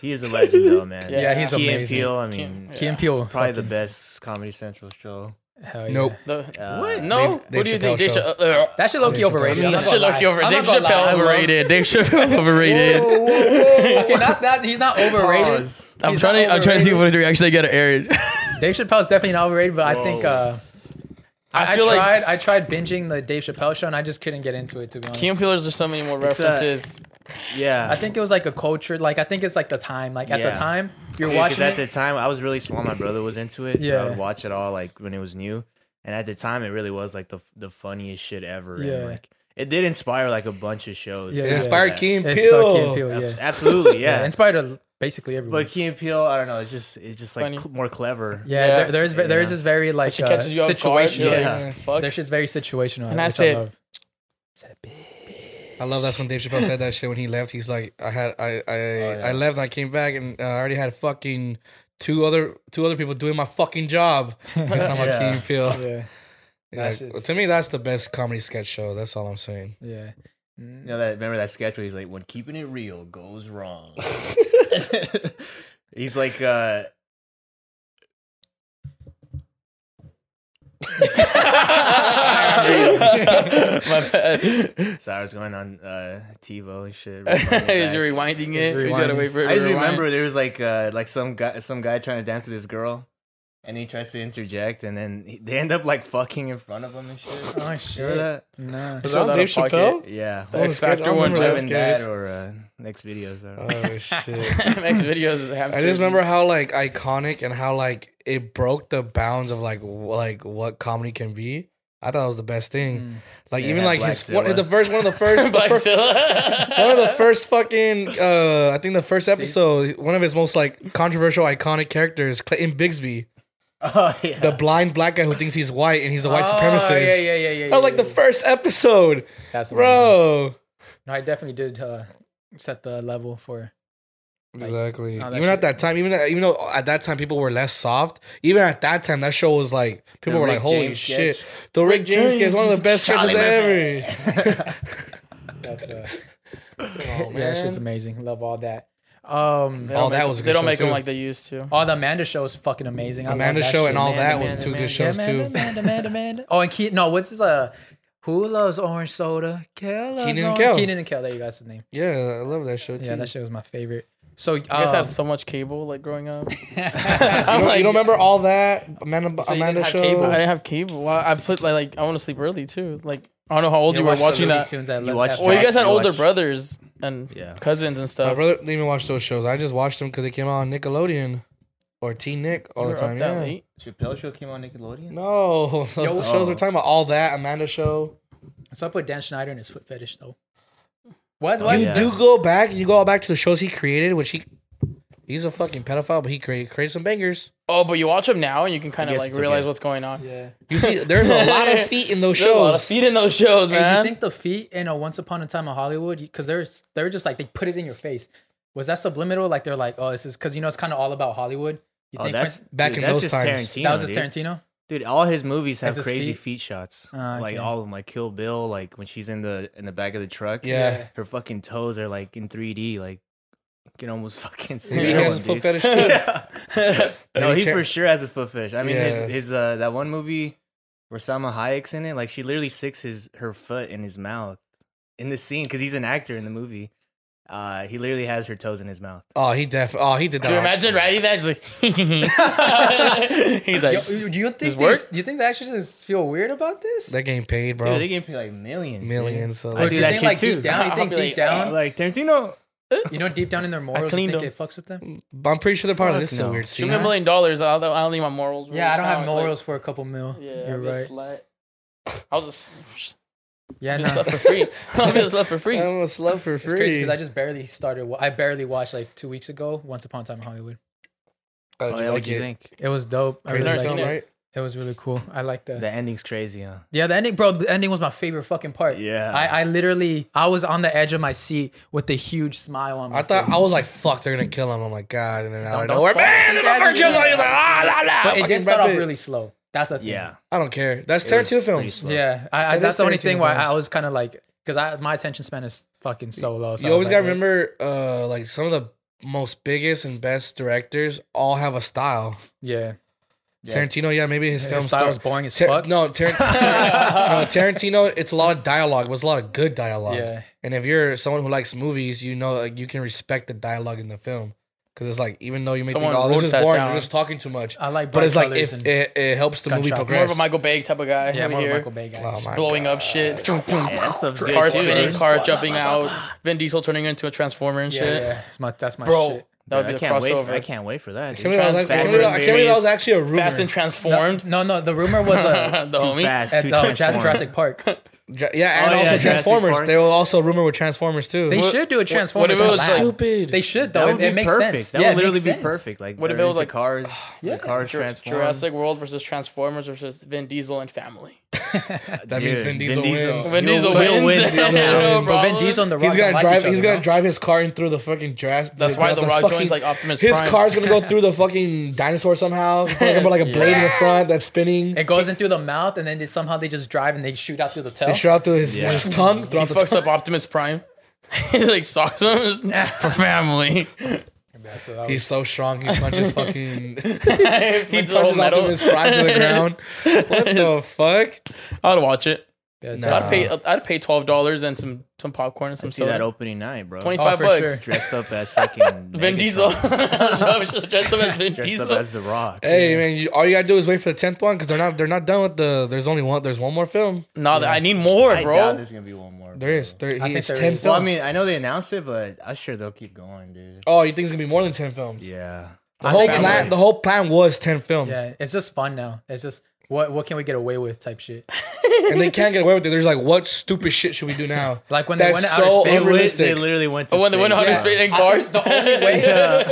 S3: He is a legend, though, man.
S2: Yeah,
S1: he's
S3: Key and
S1: amazing.
S3: Peele, I
S2: Yeah.
S3: mean,
S1: Key and Peele,
S3: probably the best Comedy Central show.
S1: Hell yeah.
S4: Nope.
S2: The-
S3: Uh,
S2: what? No.
S4: Dave-
S2: Who do you
S4: Dave
S2: think? Dave
S4: Chappelle
S2: Chappelle. Uh,
S1: That shit low-key
S4: Dave Chappelle.
S1: overrated.
S4: Yeah,
S1: I'm
S2: that
S1: not
S2: shit
S1: gonna
S2: looked
S1: lie.
S2: over.
S1: I'm
S2: Dave
S1: not gonna lie. I
S2: Chappelle
S1: love-
S2: overrated. Dave Chappelle overrated.
S1: Whoa, whoa, whoa. Okay, not that. He's not overrated.
S3: Pause.
S2: I'm
S1: He's
S2: trying to.
S1: not
S2: I'm trying to see
S1: overrated.
S2: what we actually got aired.
S1: Dave Chappelle's definitely not overrated, but I think
S3: Whoa.
S1: uh, I, I,
S2: I feel like-
S1: tried. I tried binging the Dave Chappelle show, and I just couldn't get into it. To be honest,
S2: Key and Peele's there's so many more
S3: It's, uh,
S2: references.
S3: Yeah.
S1: I think it was like a culture. Like I think it's like the time. Like at
S3: Yeah.
S1: the time you're
S3: Yeah, 'cause
S1: watching
S3: at the
S1: it.
S3: time I was really small. My brother was into it, so I
S1: Yeah.
S3: would watch it all like when it was new. And at the time, it really was like the the funniest shit ever.
S1: Yeah.
S3: And, like it did inspire like a bunch of shows.
S1: Yeah,
S4: It
S1: yeah.
S4: inspired Key and
S1: It's about Key and
S4: Peele.
S1: Peele,
S3: Ab-
S1: yeah.
S3: Absolutely, yeah.
S1: yeah, inspired a- basically everyone.
S3: but Key and Peele, I don't know. It's just it's just like
S2: Funny.
S3: cl- more clever.
S1: yeah,
S2: Yeah.
S1: there, there is there is
S3: Yeah.
S1: this very like
S2: She
S1: uh,
S2: catches you off guard.
S1: situation.
S2: You're like,
S3: Yeah.
S2: Fuck.
S1: Their shit's very situational.
S2: And I
S1: which
S2: said-
S1: love.
S4: I love that's when Dave Chappelle said that shit when he left. He's like, I had I I,
S3: yeah.
S4: I left and I came back and uh, I already had fucking two other two other people doing my fucking job. Next time I
S3: Yeah.
S4: came feel.
S1: yeah,
S4: Yeah,
S1: That shit's-
S4: to me, that's the best comedy sketch show. That's all I'm saying.
S1: yeah. Mm,
S3: You know that remember that sketch where he's like, "When keeping it real goes wrong." he's like, uh,
S2: My bad.
S3: "Sorry, I was going on uh, TiVo and shit." rewind
S2: Is
S3: back.
S2: you rewinding
S1: He's
S2: it? You gotta
S1: rewinding.
S2: wait for it.
S3: I
S2: to
S3: just
S2: rewind.
S3: remember there was like uh, like some guy some guy trying to dance with this girl, and he tries to interject, and then he- they end up like fucking in front of him and shit.
S1: Oh
S3: Remember
S1: shit.
S3: that?
S1: Nah.
S2: It's all out of pocket.
S3: Yeah.
S2: The X Factor one
S4: remember
S3: Having
S2: time.
S4: that
S3: that
S4: sketch.
S3: or uh, next videos. I don't know.
S4: Oh shit.
S2: Next videos is
S4: I just remember how like iconic and how like it broke the bounds of like w- like what comedy can be. I thought it was the best thing.
S1: Mm.
S4: Like
S3: Yeah,
S4: even like his
S3: Blackzilla.
S4: one, the first one of the first, the
S2: Black
S4: first one of the first fucking uh I think the first episode one of his most like controversial iconic characters Clayton Bigsby
S3: Oh yeah.
S4: the blind black guy who thinks he's white and he's a white supremacist.
S1: Oh, yeah, yeah, yeah, yeah.
S4: That was like the first episode,
S1: That's amazing.
S4: bro.
S1: No, I definitely did uh, set the level for.
S4: Exactly.
S1: oh, that
S4: even at
S1: shit-
S4: that time, even even though at that time people were less soft, even at that time that show was like
S3: The
S4: people were
S3: Rick
S4: like, "Holy
S3: James
S4: shit!"
S3: sketch.
S4: The Rick, James,
S2: James.
S4: is one of the best
S3: Charlie
S4: sketches ever.
S1: That's uh,
S4: Oh,
S1: yeah, that shit's amazing. Love all that. Um,
S4: Oh, that was a
S2: They
S4: good
S2: don't
S4: show,
S2: make them
S4: too.
S2: like they used to.
S1: all the Amanda show is fucking amazing. I love
S4: Amanda
S1: that
S4: Show
S1: shit.
S4: and all
S1: Amanda,
S4: that
S1: Amanda,
S4: was two
S1: Amanda,
S4: good shows
S1: Amanda,
S4: too.
S1: Amanda, Amanda, Amanda. Oh, and Keaton. No, what's his uh? Who loves orange soda? Kel loves
S4: Keenan and
S1: orange-
S4: Kel.
S1: Keenan and Kel. There you go. That's his name.
S4: Yeah, I love that show too.
S1: Yeah, that shit was my favorite. So um,
S2: I guess I
S4: Oh.
S2: had so much cable like growing up.
S4: you,
S2: I'm
S4: don't,
S2: like-
S4: you don't remember all that Amanda
S1: So you didn't
S4: Amanda
S1: have
S4: Show?
S1: cable?
S2: I didn't have cable. Well, I put like, like I want to sleep early too. Like I don't know how old you, were
S1: watched the
S2: watching
S1: Looney
S2: that.
S1: Tunes at
S3: You
S1: le-
S3: watched
S1: after-
S2: Well, you guys had
S3: You
S2: older
S3: watched-
S2: brothers and
S3: Yeah.
S2: cousins and
S4: My
S2: stuff.
S4: brother didn't even watch those shows. I just watched them because they came out on Nickelodeon or T Nick all
S2: You
S4: the
S2: were
S4: time.
S2: up that
S4: Yeah.
S2: late?
S3: Chappelle show came on Nickelodeon.
S4: No, those
S1: Yo,
S4: the shows we're talking about. All that Amanda Show.
S1: So I put Dan Schneider and his foot fetish though. What?
S3: Oh,
S1: What?
S4: you
S3: yeah.
S4: do go back and you go all back to the shows he created, which he he's a fucking pedophile, but he created created some bangers.
S2: Oh, but you watch them now and you can kind
S3: I
S2: of
S3: guess
S2: like
S3: it's okay.
S2: realize what's going on.
S1: Yeah.
S4: You see, there's a lot of feet in those
S2: There's a lot of
S4: shows.
S2: feet in those shows,
S1: Hey, you
S2: man.
S1: think the feet in a Once Upon a Time in Hollywood because they're they're just like they put it in your face. Was that subliminal? Like they're like, oh, this is because you know it's kind of all about Hollywood. You
S3: Oh,
S1: think
S3: that's
S4: back
S3: dude,
S4: in
S3: that's
S4: those
S3: just
S4: times.
S1: Quentin-
S3: Tarantino,
S1: that was
S3: dude.
S1: just Tarantino?
S3: Dude, all his movies have
S1: Has his
S3: crazy
S1: feet?
S3: feet, shots.
S1: Ah,
S3: Like
S1: okay.
S3: all of them, like Kill Bill, like when she's in the in the back of the truck.
S4: Yeah.
S3: her fucking toes are like in 3D. Like you can almost fucking see.
S4: Maybe he
S3: that
S4: has a
S3: one,
S4: foot
S3: dude.
S4: fetish too.
S3: No,
S4: Maybe
S3: he
S4: Tar-
S3: for sure has a foot fetish. I mean,
S4: Yeah.
S3: his his uh, that one movie where Salma Hayek's in it, like she literally sticks his her foot in his mouth in the scene because he's an actor in the movie. Uh, he literally has her toes in his mouth.
S4: Oh, he def. Oh, he did that.
S2: Do you
S4: on-
S2: imagine writing that? She's like, he's like,
S1: Yo, do you think
S2: this
S1: these,
S2: work?
S1: do you think the actresses feel weird about this?
S4: They're getting paid, bro.
S3: Dude, they get paid like millions. dude.
S4: Millions, so
S3: I
S1: Or
S4: like-
S1: do
S3: do
S1: you
S3: that
S1: think
S3: shit
S1: like
S3: too.
S1: deep down? You
S2: I'll
S1: think
S2: be
S1: deep
S2: like,
S1: down?
S3: Like Tarantino,
S1: You know, deep down in their morals, you
S2: cleaned
S1: think
S2: them.
S1: it fucks with
S3: Mm,
S1: them.
S4: But I'm pretty sure they're probably like,
S3: Fuck
S4: this is a
S3: no.
S4: weird
S2: Shoot
S4: scene.
S2: me a million dollars. I don't, I don't need my morals. really
S1: Yeah, I don't have
S2: count, like,
S1: morals for a couple mil.
S2: yeah,
S1: you're
S2: I'm just
S1: right.
S2: right. I was just,
S1: Yeah,
S2: I'm
S1: no.
S2: just left for free. I'm just left for
S1: Um,
S2: free.
S4: I'm a slut for
S1: It's crazy
S4: free.
S1: because I just barely started. wa- I barely watched like two weeks ago. Once upon a time in Hollywood.
S4: How did
S3: Oh,
S4: you
S3: yeah,
S4: like
S3: what do you
S4: it?
S3: think?
S1: It was dope. I
S4: Crazy
S1: really
S2: Never
S4: or
S1: liked
S2: seen
S1: it.
S4: something,
S2: it.
S4: right?
S1: It was really cool. I liked that.
S3: The ending's crazy, huh?
S1: Yeah, the ending, bro. The ending was my favorite fucking part.
S3: Yeah.
S1: I, I literally, I was on the edge of my seat with a huge smile on my
S4: I thought
S1: face.
S4: I was like, "Fuck, they're gonna kill him." I'm like, "God!" And then out of
S2: don't
S4: nowhere,
S2: spoil
S4: man, the
S1: it. Yeah,
S4: fucker
S1: just-
S4: kills him. He's like, ah, la, la.
S1: but it
S4: Fucking
S1: did start off
S4: rapid.
S1: really slow. That's the thing.
S3: Yeah.
S4: I don't care. That's
S3: It was
S4: Tarantino
S3: pretty
S4: films.
S3: slow.
S1: Yeah, I, I,
S4: It
S1: that's
S4: is
S1: the only thing where
S4: Tarantino
S1: I
S4: films.
S1: was kind of like, because I my attention span is fucking so low. So
S4: you
S1: I was
S4: always
S1: like,
S4: gotta remember, uh, like some of the most biggest and best directors all have a style.
S1: Yeah,
S4: Tarantino, yeah, maybe his
S1: His
S4: films
S1: style
S4: start-
S1: was boring as
S4: Tar-
S1: fuck.
S4: No, Tar- no, Tarantino. It's a lot of dialogue, but it's a lot of good dialogue.
S1: Yeah.
S4: And if you're someone who likes movies, you know like, you can respect the dialogue in the film because it's like even though you may
S2: Someone
S4: think, "Oh,
S2: wrote
S4: this is
S2: that
S4: boring.
S2: down.
S4: You're just talking too much,"
S1: I like.
S4: but
S1: bright
S4: it's like
S1: colors
S4: if
S1: and-
S4: it, it helps the movie
S1: gunshots.
S2: More of
S4: progress.
S2: a Michael Bay type of guy
S1: yeah,
S2: over
S1: more of a
S2: here.
S1: Michael Bay guy.
S4: Oh my
S2: blowing
S4: God.
S2: up shit,
S3: Yeah, that stuff's good.
S2: car
S3: too,
S2: spinning,
S3: bro.
S2: car jumping out, Vin Diesel turning into a transformer and
S1: yeah,
S2: shit.
S1: yeah, it's my, that's my
S2: Bro,
S1: shit.
S2: that would be
S3: I
S2: a
S3: can't wait. For, I
S2: crossover.
S3: can't wait for that.
S4: Can
S3: Dude.
S4: we- I was like-
S3: Fast
S4: can we-
S3: and
S4: I can't believe that was
S2: Furious,
S4: actually a rumor.
S2: Fast and transformed.
S1: No, no, the rumor was uh,
S2: the
S3: Too
S2: homie.
S3: fast.
S1: at
S3: too
S1: the
S3: transformed.
S1: Jurassic Park.
S4: Dra- yeah,
S3: Oh,
S4: and
S3: yeah,
S4: also
S3: Jurassic
S4: Transformers.
S3: Park.
S4: They were also rumor with Transformers too.
S1: They
S4: What-
S1: should do a Transformers.
S2: if it was
S1: collab.
S2: like-
S4: stupid.
S1: They should though.
S3: That
S1: It-
S3: would
S1: it,
S3: be
S1: makes
S3: perfect.
S1: sense.
S3: That
S1: yeah, it
S3: would literally
S1: makes
S3: be
S1: sense.
S3: perfect. Like
S2: What if
S3: they're
S2: it was
S3: into
S2: like-
S3: cars?
S1: Yeah.
S3: The cars
S2: Jur-
S3: transform.
S2: Jurassic World versus Transformers versus Vin Diesel and family.
S4: That means Vin Diesel wins.
S2: Vin Diesel
S3: Will
S2: wins.
S3: wins.
S2: Yeah, no
S4: wins.
S1: But Vin
S2: problem.
S1: Diesel and the Rock.
S4: He's gonna
S1: don't like
S4: drive.
S1: each other,
S4: He's gonna
S1: no?
S4: drive his car in through the fucking Jurassic.
S2: That's why The Rock
S4: fucking-
S2: joins like Optimus
S4: His
S2: Prime.
S4: car's gonna go through the fucking dinosaur somehow. It's gonna go like a blade in the front that's spinning.
S1: It goes in through the mouth, and then they, somehow they just drive and they shoot out through the tail.
S4: They shot through his,
S3: Yeah.
S4: his tongue.
S2: He
S4: Throughout the
S2: fucks
S4: tongue.
S2: up Optimus Prime. He's like socks him It's for family.
S1: So that was-
S4: He's so strong. He punches fucking. he
S2: he
S4: punches Optimus Prime to the ground. What the fuck?
S2: I'd watch it.
S1: yeah,
S4: Nah.
S1: that-
S2: I'd pay. I'd pay twelve dollars and some some popcorn and some
S3: Let's see that
S2: soda.
S4: Oh,
S3: opening night, bro.
S2: Twenty five
S1: for
S2: bucks.
S1: sure.
S3: Dressed up as fucking
S2: Vin
S3: Megatron.
S2: Diesel. Dressed up as Vin
S3: Dressed up
S2: Diesel.
S3: as the Rock.
S4: Hey man, you, all you gotta do is wait for the tenth one because they're not they're not done with the. There's only one. There's one more film.
S2: No, I need more,
S3: I doubt
S2: bro.
S3: there's gonna be one more.
S4: There is. There,
S1: I
S4: he,
S1: think
S4: it's
S1: there
S4: ten
S1: is.
S4: films.
S3: Well, I mean, I know they announced it, but I'm sure they'll keep going, dude.
S4: oh, you think it's gonna be more than ten films?
S3: Yeah.
S4: The whole
S1: think it's
S4: plan.
S1: like-
S4: The whole plan was ten films,
S1: yeah, it's just fun now. It's just what what can we get away with type shit.
S4: and they can't get away with it. There's like, what stupid shit should we do now?
S1: Like when they
S4: That's
S1: went to outer
S4: so
S1: space.
S3: They, li-
S4: Unrealistic.
S3: they literally went to
S2: When the
S3: space.
S2: went on
S1: Yeah.
S2: space and
S1: I think
S2: cars.
S1: the only way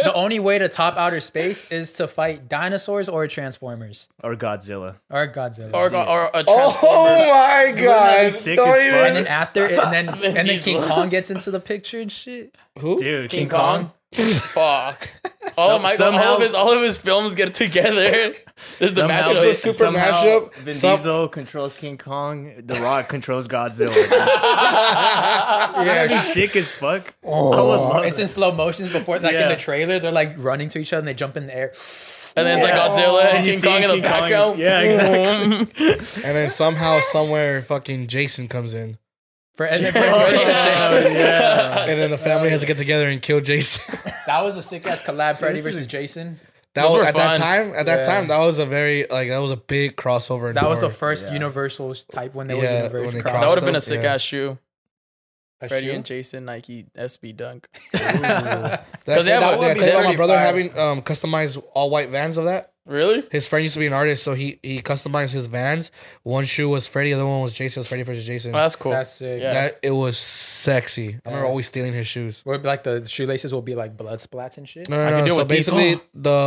S1: the only way to top outer space is to fight dinosaurs or Transformers
S3: or Godzilla.
S1: or Godzilla.
S2: or, or a
S4: Oh
S2: transformer.
S4: my god!
S3: sick
S4: Don't
S3: as
S1: and
S4: even.
S1: then after and then and then
S2: Diesel.
S1: King Kong gets into the picture and shit.
S4: Who?
S3: Dude, King,
S2: King
S3: Kong.
S2: Kong. Fuck. All of my all
S3: somehow-
S2: of his all of his films get together. This is the
S3: Somehow
S2: mashup.
S3: Vin-
S4: super
S3: somehow
S4: mashup.
S3: Vin
S4: Some-
S3: Diesel controls King Kong. The Rock controls Godzilla. That'd be
S1: Yeah.
S3: sick as fuck. I would love
S1: It's
S3: that.
S1: in slow motions before, like in
S3: Yeah.
S1: the trailer, they're like running to each other and they jump in the air.
S2: and then it's like Godzilla and
S3: you
S2: King
S3: see
S2: Kong in the
S3: King Kong.
S2: background.
S3: Yeah, exactly.
S4: And then somehow, somewhere, fucking Jason comes in,
S1: For, and then Freddy versus Jason.
S3: Oh, yeah.
S4: and then the family has to get together and kill Jason.
S1: That was a sick ass collab, Freddy versus Jason.
S4: That
S2: Those
S4: was
S2: were
S4: at that
S2: fun.
S4: time. At that
S1: Yeah.
S4: time, that was a very like that was a big crossover.
S1: That was the
S4: door.
S1: first Universal type when they
S4: Yeah,
S1: were Universe
S4: when they
S1: cross.
S2: That would have been a
S4: Awesome,
S2: sick
S4: yeah.
S2: ass shoe.
S1: A
S2: Freddie
S1: shoe?
S2: and Jason Nike SB Dunk.
S4: That,
S2: 'Cause
S4: that,
S2: yeah,
S4: that,
S2: what would
S4: yeah,
S2: be
S4: tell you about my
S1: dirty
S4: brother
S1: fire?
S4: having um, customized all white vans of that.
S2: Really?
S4: His friend used to be an artist, so he he customized his vans. One shoe was Freddy, the other one was Jason. It was Freddy versus Jason.
S2: Oh, that's cool.
S1: That's sick.
S2: Yeah.
S4: that it was sexy. I remember
S1: Yes.
S4: always stealing his shoes.
S1: Where like the shoelaces will be like blood splats and shit.
S4: No, no,
S2: I can
S4: no.
S2: deal
S4: so
S2: with these.
S4: basically,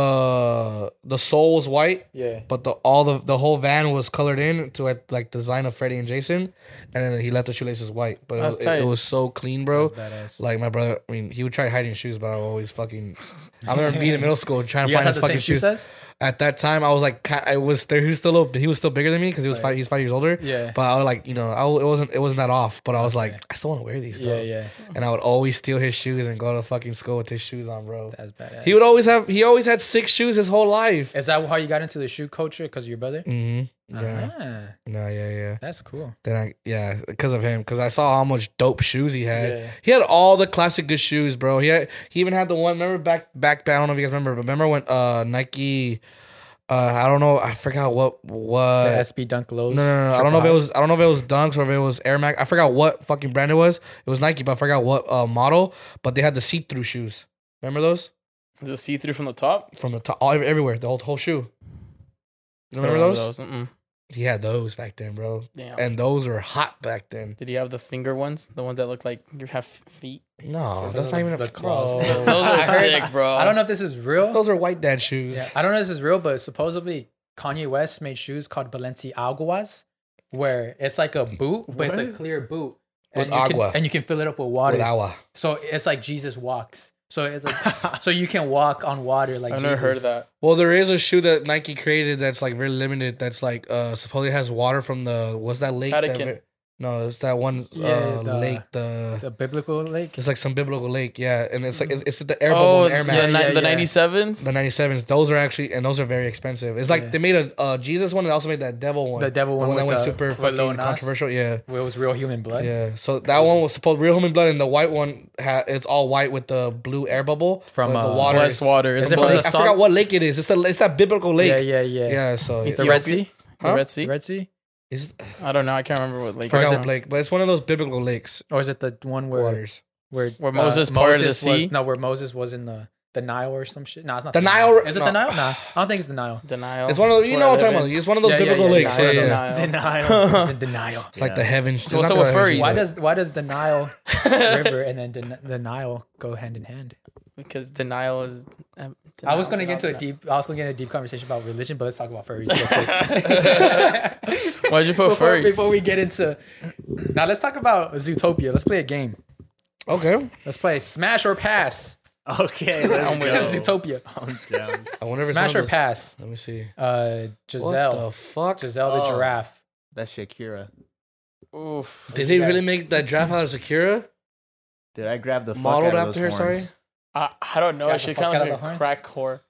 S4: the the sole was white,
S1: Yeah.
S4: but the all the the whole van was colored in to like, like the design of Freddy and Jason, and then he left the shoelaces white. But it,
S2: That's
S4: was- it-
S2: tight.
S4: it was so clean, bro.
S1: Badass.
S4: Like my brother, I mean, he would try hiding shoes, but I would always fucking. I remember being in middle school trying to
S1: You guys
S4: find
S1: have
S4: his
S1: the
S4: fucking
S1: same shoe
S4: shoes.
S1: size?
S4: At that time, I was like, ki- I was there. He was still, a- he was still bigger than me because he was five. He's five years older.
S1: Yeah.
S4: But I was like, you know, I, w- it wasn't, it wasn't that off. But I was like, I still want to wear these.
S1: Yeah,
S4: Though.
S1: yeah.
S4: And I would always steal his shoes and go to fucking school with his shoes on, bro.
S1: That's badass.
S4: He would always have. He always had six shoes his whole life.
S1: Is that how you got into the shoe culture? Because of your brother?
S4: Mm-hmm. Yeah.
S1: Ah,
S4: No. Yeah. Yeah.
S1: that's cool.
S4: Then I yeah, because of him, because I saw how much dope shoes he had.
S1: Yeah.
S4: He had all the classic good shoes, bro. He had, he even had the one. Remember back back. I don't know if you guys remember, but remember when uh Nike. Uh, I don't know. I forgot what what.
S1: the SB Dunk Lows.
S4: Uh, no, no, no. no. I don't know if it was. I don't know if it was Dunks or if it was Air Max. I forgot what fucking brand it was. It was Nike, but I forgot what uh, model. But they had the see-through shoes. Remember those
S2: Is it see through from the top?
S4: from the top, all, everywhere, the whole whole shoe. You remember,
S2: I don't
S4: those?
S2: Mm-mm.
S4: He had those back then, bro,
S2: Damn.
S4: and those were hot back then.
S2: Did you have the finger ones? The ones that look like you have feet?
S4: No,
S1: Those
S4: that's
S1: are
S4: not even
S1: the
S4: a claws.
S1: claws.
S4: bro.
S2: Those are
S1: I heard-
S2: sick,
S4: uh,
S2: bro.
S1: I don't know if this is real.
S4: Those are white dad shoes.
S1: Yeah, I don't know if this is real, but supposedly Kanye West made shoes called Balenciagas, where it's like a boot, but it's a
S3: What?
S1: clear boot.
S4: With
S1: and you can-
S4: agua.
S1: and you can fill it up with water.
S4: With agua.
S1: So it's like Jesus walks. So it's like, so you can walk on water like
S2: I've never heard of
S1: Jesus.
S2: that.
S4: Well, there is a shoe that Nike created that's like very limited. That's like uh supposedly has water from the what's that lake? that
S2: Vatican.
S4: ve- no, it's that one uh,
S1: Yeah, the-
S4: lake. The,
S1: The biblical lake.
S4: it's like some biblical lake. Yeah, and it's like it's, it's the air bubble,
S2: Oh,
S4: and air
S2: the,
S4: max.
S1: yeah,
S2: ni- the
S1: yeah.
S2: 97s?
S4: The ninety sevens, those are actually, and those are very expensive. It's like
S1: Yeah.
S4: they made a uh, Jesus one, and they also mid that devil one.
S1: The devil one
S4: the one that
S1: with
S4: went
S1: the-
S4: super
S1: with Lil
S4: fucking
S1: Nas.
S4: controversial. Yeah,
S1: Where it was real human blood.
S4: yeah. So that one was supposed real human blood, and the white one, ha- it's all white with the blue air bubble
S1: From,
S4: but the
S1: uh,
S4: water.
S2: Blessed
S4: is-
S2: water.
S1: Is
S2: It's
S1: it from
S2: blood.
S1: the
S4: I forgot what lake it is. It's the it's that biblical lake.
S1: yeah, yeah, yeah.
S4: Yeah, so
S1: The Red
S4: Ethiopia-
S1: Sea.
S2: The
S4: Huh?
S2: Red
S1: The
S2: Sea?
S1: Red Sea,
S4: Is it,
S2: I don't know. I can't remember what
S4: I
S2: lake.
S4: forgot
S2: it's
S4: what
S2: from.
S4: lake, but it's one of those biblical lakes
S1: or is it the one where
S4: waters.
S1: where
S2: Where
S1: uh,
S2: Moses parted the
S1: Moses
S2: sea?
S1: Was, no, where Moses was in the the Nile or some shit. No, it's not
S4: The Nile-
S1: Is it
S4: no.
S1: the Nile? Nah, I don't think it's the Nile.
S2: Denial.
S4: It's one of those. You
S2: where
S4: know
S2: I
S4: what
S2: live
S4: I'm talking
S2: in.
S4: about. It's one of those
S1: Yeah, yeah,
S4: biblical
S1: yeah,
S4: lakes.
S1: yeah,
S4: Yeah,
S1: yeah,
S4: yeah.
S1: yeah.
S3: Denial.
S1: It's in denial.
S4: It's like the heaven. It's
S2: also
S4: the
S2: with
S4: heaven,
S2: furries.
S1: Why
S4: it's-
S1: does why does the Nile river and then den- the Nile go hand in hand?
S2: because denial is. Um,
S1: I was gonna
S2: denial,
S1: get into a
S2: denial.
S1: deep I was gonna get into a deep conversation about religion, but let's talk about furries. Real quick.
S2: Why'd you put
S1: before,
S2: furries?
S1: before we get into now, let's talk about Zootopia. Let's play a game.
S4: Okay.
S1: Let's play Smash or Pass.
S3: okay, let's
S2: I'm with
S3: go.
S1: Zootopia.
S3: I'm down.
S4: I wonder if it's
S1: Smash
S4: one
S1: or
S4: of those-
S1: Pass.
S4: Let me see.
S1: Uh,
S4: What the
S1: Giselle.
S4: fuck?
S1: Giselle the
S3: Oh.
S1: giraffe.
S3: That's Shakira.
S2: Oof.
S4: Did they
S1: you
S4: really
S1: guys-
S4: make that draft out of Sakura?
S3: Did I grab the fuck
S4: Modeled
S3: out of
S4: after
S3: those
S4: her,
S3: horns?
S4: sorry?
S2: I, I don't know.
S1: Got
S2: she
S1: the fuck
S2: kind
S1: out
S2: of
S1: of the
S2: like a
S1: horns.
S2: crack whore.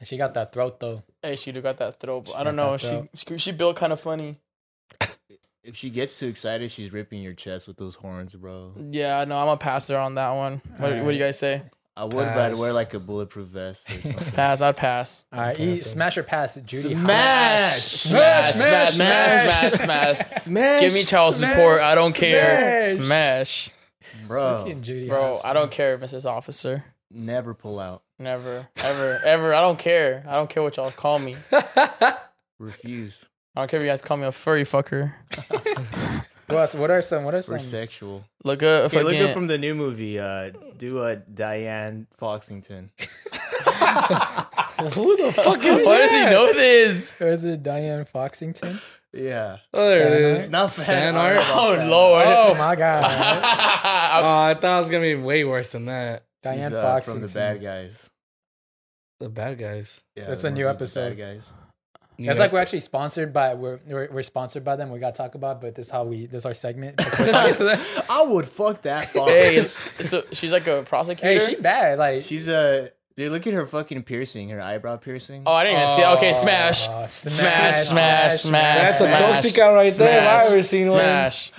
S1: And she got that throat though.
S2: Hey, she do got that throw, but I
S1: She
S2: don't
S1: got
S2: know.
S1: that
S2: She, she she built kind of funny.
S3: If she gets too excited, she's ripping your chest with those horns, bro.
S2: Yeah, no, I'm gonna pass her on that one. What, what do
S1: Alright.
S2: you guys say?
S3: I would, but I'd
S4: Pass.
S3: wear like a bulletproof vest. Or something.
S2: Pass. I'd pass.
S1: All right, e-
S4: Impressive.
S1: smash or pass, Judy.
S2: Smash! Smash! Smash! Smash! Smash!
S3: smash,
S2: Give me child support. I don't care.
S3: smash.
S2: Smash,
S3: Oh. bro.
S1: Fucking Judy
S2: bro.
S1: Hopps,
S2: I don't care, Mrs. Officer.
S3: Never pull out.
S2: Never, ever, ever. I don't care. I don't care what y'all call me.
S3: Refuse.
S2: I don't care if you guys call me a furry fucker.
S1: What, else- what are some? What are some?
S3: We're sexual.
S2: Look up.
S3: Okay,
S2: fucking,
S3: look up from the new movie. Uh, do a Diane Foxington.
S4: Who the fuck is
S2: Why
S4: that?
S2: does he know this?
S1: Or is it Diane Foxington?
S3: Yeah,
S4: Oh, there it
S1: Fan
S4: is.
S1: art?
S3: not fan,
S4: Fan
S3: art.
S4: art?
S3: about
S2: Oh uh,
S3: fan
S2: lord.
S1: Oh my god,
S4: Oh, I thought it was gonna be way worse than that.
S3: art. She's,
S1: Diane
S3: uh,
S1: Foxington.
S3: from the bad guys.
S4: The bad guys.
S3: Yeah,
S1: That's
S3: the
S1: a new
S3: movie, The
S1: episode.
S3: Bad guys.
S4: You
S1: It's
S4: know-
S1: like we're actually sponsored by we're, we're we're sponsored by them. We gotta talk about, but this is how we this is our segment. We're talking to them.
S3: I would fuck that fox.
S2: Hey, so she's like a
S1: Hey,
S2: prosecutor.
S1: she bad. Like
S3: She's a. Dude, look at her fucking piercing, her eyebrow piercing.
S2: oh, I didn't even see. It. Okay,
S1: Oh,
S2: smash,
S1: smash,
S2: smash, smash, smash.
S4: That's a
S2: smash,
S4: toxica right there. Have I
S2: smash,
S4: ever seen one?
S2: Smash.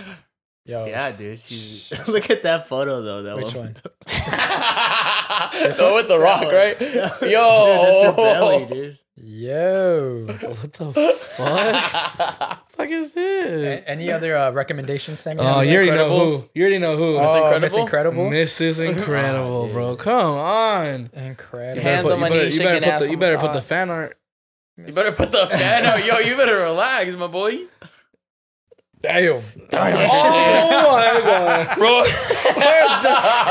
S1: yo,
S3: Yeah, dude. She's look at that photo though. That
S1: Which
S3: one.
S1: one?
S2: so Oh, with the rock,
S3: one.
S2: right?
S3: Yeah. Dude, that's her belly,
S2: Yo.
S3: dude.
S1: yo.
S4: What the fuck? fuck is this?
S1: A- Any other uh, recommendations, Sammy?
S4: Oh,
S1: Miss
S4: you already know
S1: Incredibles?
S4: who. You already know who.
S1: Oh, Miss
S2: Incredible?
S1: Incredible.
S4: This is incredible, bro. Come on.
S1: Incredible.
S2: Hands
S4: Put-
S2: on my
S4: you better,
S2: knees,
S4: you better
S2: shaking
S4: put the
S2: ass
S4: you
S2: on
S4: better
S2: my
S4: put the
S2: thigh.
S4: fan art.
S2: You better put the fan out, yo. You better relax, my boy.
S1: Damn.
S4: Oh my
S2: Bro,
S4: god!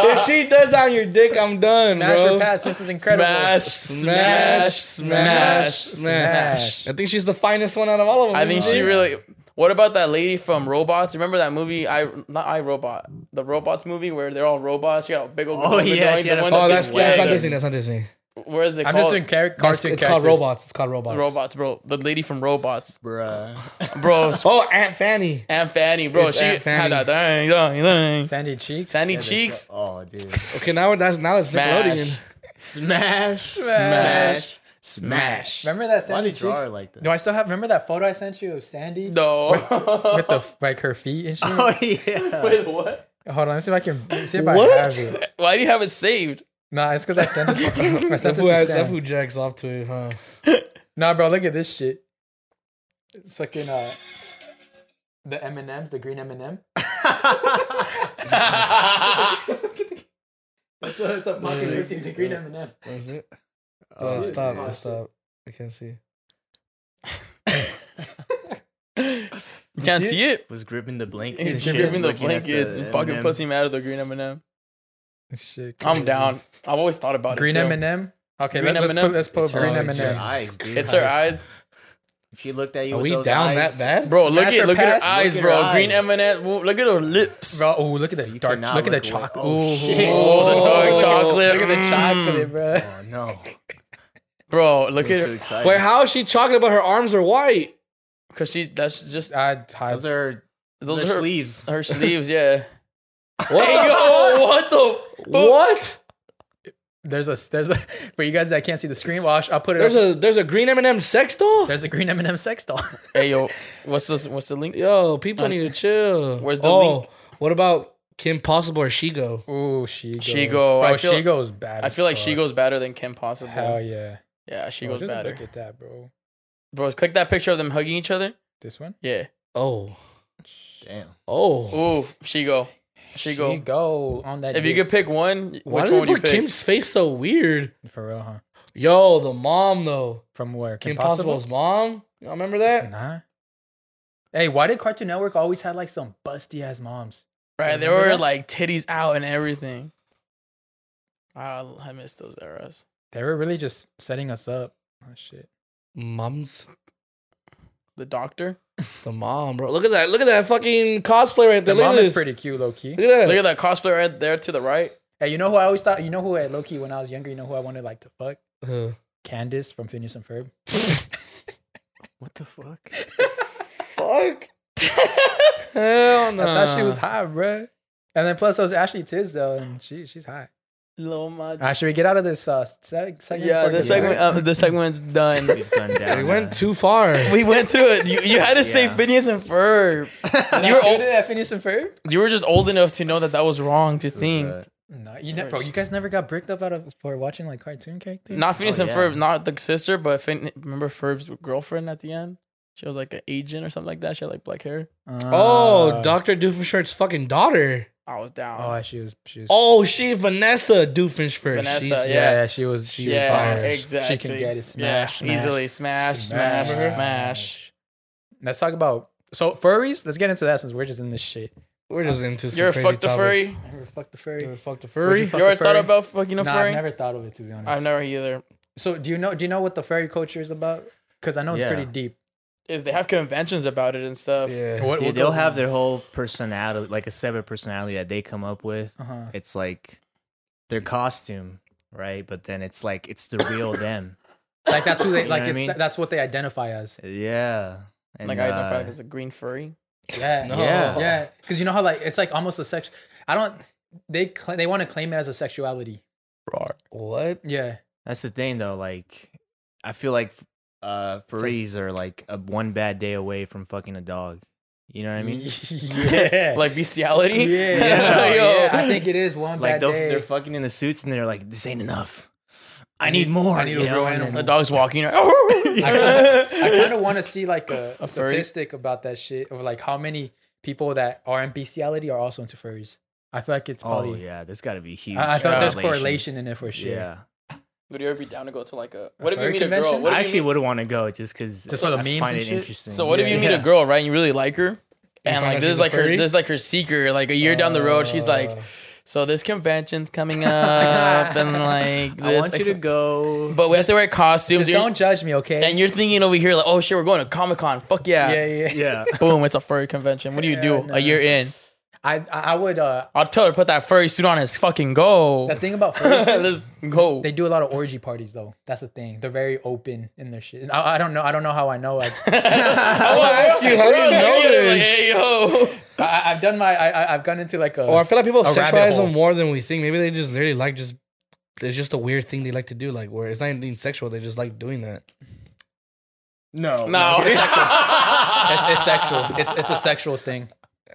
S4: if she does that on your dick, I'm done,
S1: Smash
S4: bro.
S1: or pass, Mrs. Incredible.
S2: smash,
S4: Smash,
S2: smash,
S4: smash,
S2: smash,
S4: smash.
S1: smash.
S4: I think she's the finest one out of all of them.
S2: I think
S4: isn't
S2: she really. What about that lady from Robots? Remember that movie? I not I Robot, the Robots movie where they're all robots. She got a big old.
S3: Oh, yeah,
S2: going,
S3: she
S2: the
S3: had a-
S2: one
S4: Oh,
S2: that's
S4: that's
S2: in
S4: that's not
S2: red.
S4: Disney. That's not Disney.
S2: Where is it
S1: I'm
S2: called?
S1: just doing char- cartoon
S4: That's,
S1: characters.
S4: it's called robots. It's called robots.
S2: Robots, bro. The lady from Robots,
S3: Bruh.
S2: bro.
S4: Oh, Aunt Fanny.
S2: Aunt Fanny, bro.
S4: It's
S2: she
S4: Aunt
S2: had
S4: Fanny.
S2: that thing, thing, thing.
S1: Sandy Cheeks.
S2: Sandy
S3: Yeah, they
S2: Cheeks.
S3: show- Oh, dude.
S4: Okay, now that's now it's Nickelodeon.
S2: Smash,
S3: Smash,
S1: Smash,
S3: smash, smash.
S1: Remember that
S3: Why
S1: Sandy
S3: did you draw
S1: Cheeks?
S3: her like that?
S1: Do I still have? Remember that photo I sent you of Sandy
S2: no.
S1: with the f- like her feet and shit.
S3: Oh yeah.
S2: Wait, what?
S1: Hold on, let me see if I can see if I have it.
S2: Why do you have it saved?
S1: Nah, it's because I sent it. I
S4: That
S1: sent it
S4: food,
S1: to
S4: has, that
S1: Sam.
S4: food jacks off to it, huh?
S1: Nah, bro, look at this shit. It's fucking uh, the M and M's, the green M&M? M and M. It's a, it's a pocket
S4: Yeah.
S1: pussy, the green M&M. M and M.
S4: What is it?
S3: Oh,
S4: Oh,
S1: shit.
S4: stop!
S1: Oh,
S4: just
S1: shit.
S4: stop! I can't see.
S2: You can't
S4: see
S2: see it.
S3: was gripping the blanket.
S2: He's
S3: and shit,
S2: giving the
S3: looking at
S2: blankets.
S3: the
S2: fucking
S3: M&M.
S2: pussy mad at the green M&M.
S1: Shit,
S2: I'm down. I've always thought about
S1: Green
S2: it.
S1: M
S2: too.
S1: and M. Okay,
S2: Green
S1: let, us
S2: M&M?
S1: put, let's put
S4: It's
S1: green
S4: all-
S1: M
S4: it's
S1: and
S4: your
S1: M.
S3: Oh, Eyes, dude.
S2: It's her eyes,
S3: If she looked at you,
S4: Are
S3: with
S4: we
S3: those
S4: down
S3: eyes,
S4: that bad,
S2: bro. Look
S1: Smash
S2: at
S1: or
S2: look
S1: pass?
S2: at her eyes,
S3: Look at
S2: bro.
S3: her
S2: Green
S3: eyes.
S2: M and M. Look at her lips.
S1: Bro, oh look at the
S3: You
S1: dark.
S3: cannot
S1: Look at the
S3: look away.
S1: chocolate.
S3: Oh, shit.
S2: Oh, the dark
S1: Ooh.
S2: chocolate.
S1: Look at the chocolate, Mm. bro.
S3: Oh no!
S2: Bro, look
S3: I'm
S2: at
S3: too
S2: her.
S3: excited.
S4: Wait, how is she chocolate but her arms are white?
S2: Cause she that's just
S1: I, I,
S3: Those are
S2: those
S3: those
S2: her,
S3: sleeves.
S2: her sleeves. Yeah.
S4: What
S2: Hey,
S4: the
S2: yo, what the?
S4: What?
S1: there's a there's a for you guys that can't see the screen wash. I'll put it.
S4: There's
S1: up.
S4: a there's a green M and M sex doll.
S1: there's a green M and M sex doll.
S2: Hey yo, what's this? What's the link?
S4: Yo, people
S2: Um,
S4: need to chill. Oh,
S2: where's the link?
S4: What about Kim Possible or Shigo?
S1: Ooh, she
S2: She
S1: go.
S2: go.
S1: Bro,
S2: I feel-
S1: she goes bad.
S2: I
S1: as
S2: feel like
S1: fuck.
S2: she goes better than Kim possible.
S1: Hell yeah.
S2: yeah, she
S1: Bro,
S2: goes better.
S1: Look at that, bro.
S2: Bro, click that picture of them hugging each other.
S1: This one.
S2: Yeah.
S4: Oh,
S3: Damn.
S4: oh.
S2: Ooh, she go. She
S1: She
S2: go.
S1: go on that.
S2: If you
S1: dick.
S2: could pick one,
S4: Why
S2: which one
S4: did they
S2: would you
S4: put
S2: pick?
S4: Kim's face so weird?
S1: for real, huh?
S4: Yo, the mom though.
S1: From where?
S4: Kim Possible's mom. Y'all remember that?
S1: Nah. Hey, why did Cartoon Network always have like some busty ass moms?
S2: right, there
S1: Remember
S2: were
S1: that?
S2: like titties out and everything. I I miss those eras.
S1: They were really just setting us up. Oh shit.
S4: Mom's
S2: The doctor.
S4: the mom, bro. Look at that. Look at that fucking cosplay right
S1: The
S4: there. Look
S1: mom
S4: at this.
S1: is pretty cute, low key.
S4: Look at that.
S2: Look at that cosplay right there to the right.
S1: Hey, you know who I always thought? You know who at low key when I was younger? You know who I wanted like to fuck?
S4: Uh,
S1: Candace from Phineas and Ferb.
S3: What the fuck?
S4: fuck. Hell no.
S1: I thought she was hot, bruh. And then plus those Ashley Tisdale, and she she's hot.
S2: Low
S1: All right, should we get out of this uh, seg- segment?
S2: Yeah,
S1: before it
S2: the
S1: gets
S2: segment.
S1: worse?
S2: Uh, the segment's done.
S3: We've gone down.
S4: We
S3: uh,
S4: went too far.
S2: we went through it. You, you had to say
S3: Yeah.
S2: Phineas and Ferb.
S1: Did
S2: You were
S1: I do
S2: old-
S1: that at Phineas and Ferb?
S2: You were just old enough to know that that was wrong to
S3: It was,
S2: think.
S3: uh,
S1: No, you never. Bro, you guys never got bricked up out of for watching like cartoon characters.
S2: Not Phineas
S3: Oh,
S2: and
S3: yeah.
S2: Ferb, not the sister, but Fin- remember Ferb's girlfriend at the end? She was like an agent or something like that. She had like black hair.
S4: Oh,
S1: Uh,
S4: Dr. Doofenshmirtz' fucking daughter.
S2: I was down.
S1: Oh, she was. She was.
S4: Oh, she Vanessa Doofenshmirtz.
S2: Vanessa,
S4: She's-
S1: yeah,
S2: yeah.
S1: yeah, she was. She was
S2: yeah,
S1: fire.
S4: fire.
S2: exactly.
S1: She can get it.
S2: Yeah,
S1: Smash,
S2: easily. Smash, smash,
S1: Smash.
S2: smash.
S1: Let's talk about so furries. Let's get into that since we're just in this shit.
S4: We're just into some
S2: You're a
S4: crazy
S2: fuck the furry.
S1: I never fucked the
S4: topics.
S1: furry.
S4: You're a fuck the
S1: Would
S4: furry.
S2: You
S1: fuck
S2: ever
S1: a
S2: thought
S1: furry?
S2: about fucking a
S1: Nah,
S2: furry?
S1: I've never thought of it to be honest.
S2: I've never either.
S1: So do you know? Do you know what the furry culture is about? Because I know it's
S3: Yeah.
S1: pretty deep.
S2: Is they have conventions about it and stuff.
S4: Yeah.
S1: What,
S3: Yeah,
S1: what
S3: they'll
S1: goes
S3: have
S1: on?
S3: their whole personality, like a separate personality that they come up with.
S1: Uh-huh.
S3: It's like their costume, right? But then it's like it's the real them.
S1: Like that's who they
S3: You know
S1: like.
S3: what I
S1: It's,
S3: mean?
S1: that's what they identify as.
S3: Yeah. And,
S2: Like I identify
S3: uh,
S2: as a green furry.
S1: Yeah,
S4: No.
S3: Yeah.
S1: yeah. Because you know how like it's like almost a sex. I don't. They cla they want to claim it as a sexuality.
S4: What?
S1: Yeah.
S3: That's the thing, though. Like, I feel like uh, furries are like a one bad day away from fucking a dog. You know what I
S1: Mm,
S3: mean?
S1: yeah.
S2: Like bestiality.
S1: yeah,
S3: Yeah.
S2: Yo.
S1: yeah, I think it is one
S3: Like
S1: bad
S3: they'll,
S1: day.
S3: they're fucking in the suits and they're like, "This ain't enough. I need more."
S1: I need a
S3: you know?
S1: real
S3: And then-
S1: animal.
S2: The dog's walking.
S1: I kind of want to see like a,
S2: A furry?
S1: statistic about that shit of like how many people that are in bestiality are also into furries. I feel like it's
S3: Oh
S1: probably.
S3: yeah, that's got to be huge.
S1: I, I thought there's
S3: correlation.
S1: correlation in it for sure.
S3: Yeah,
S2: Would you ever be down to go to like a? What if you
S1: furry
S2: meet a girl?
S1: convention?
S2: What
S3: I
S2: if you
S3: actually would want to go just because
S1: Just for the memes
S3: find
S1: and
S3: it
S1: shit?
S3: interesting.
S2: So what if
S3: Yeah,
S2: you meet
S3: yeah.
S2: a girl, right? And you really like her, and
S4: find out
S2: like this
S4: she's
S2: is
S4: a
S2: like her,
S4: furry?
S2: this is like her secret. Like a year down the road, she's
S1: Oh.
S2: like,
S4: Uh,
S2: so this convention's coming up, and like
S3: I
S2: this.
S3: want you to go.
S2: but we have to wear costumes.
S1: Just
S2: You're,
S1: don't judge me, okay?
S2: and you're thinking over here like, oh shit, we're going to Comic Con. Fuck yeah.
S1: yeah, yeah. yeah.
S3: yeah,
S2: Boom! It's a furry convention. What do you
S1: Yeah,
S2: do
S1: no.
S2: a year in?
S1: I I I would. uh
S2: I'll tell her to put that furry suit on. and fucking go.
S1: The thing about furries, though,
S2: Let's go.
S1: they do a lot of orgy parties though. That's the thing. They're very open in their shit. And I, I don't know. I don't know how I know. I,
S2: I
S4: wanna ask you, how do you know this?
S2: Hey yo.
S1: I I've done my. I, I I've gone into like Uh, a.
S4: or I feel like people
S1: rabbit
S4: sexualize
S1: hole.
S4: them more than we think. Maybe they just literally like just. It's just a weird thing they like to do, like where it's not even sexual. They just like doing that.
S3: no,
S2: No.
S1: it's, it's sexual. It's it's a sexual thing.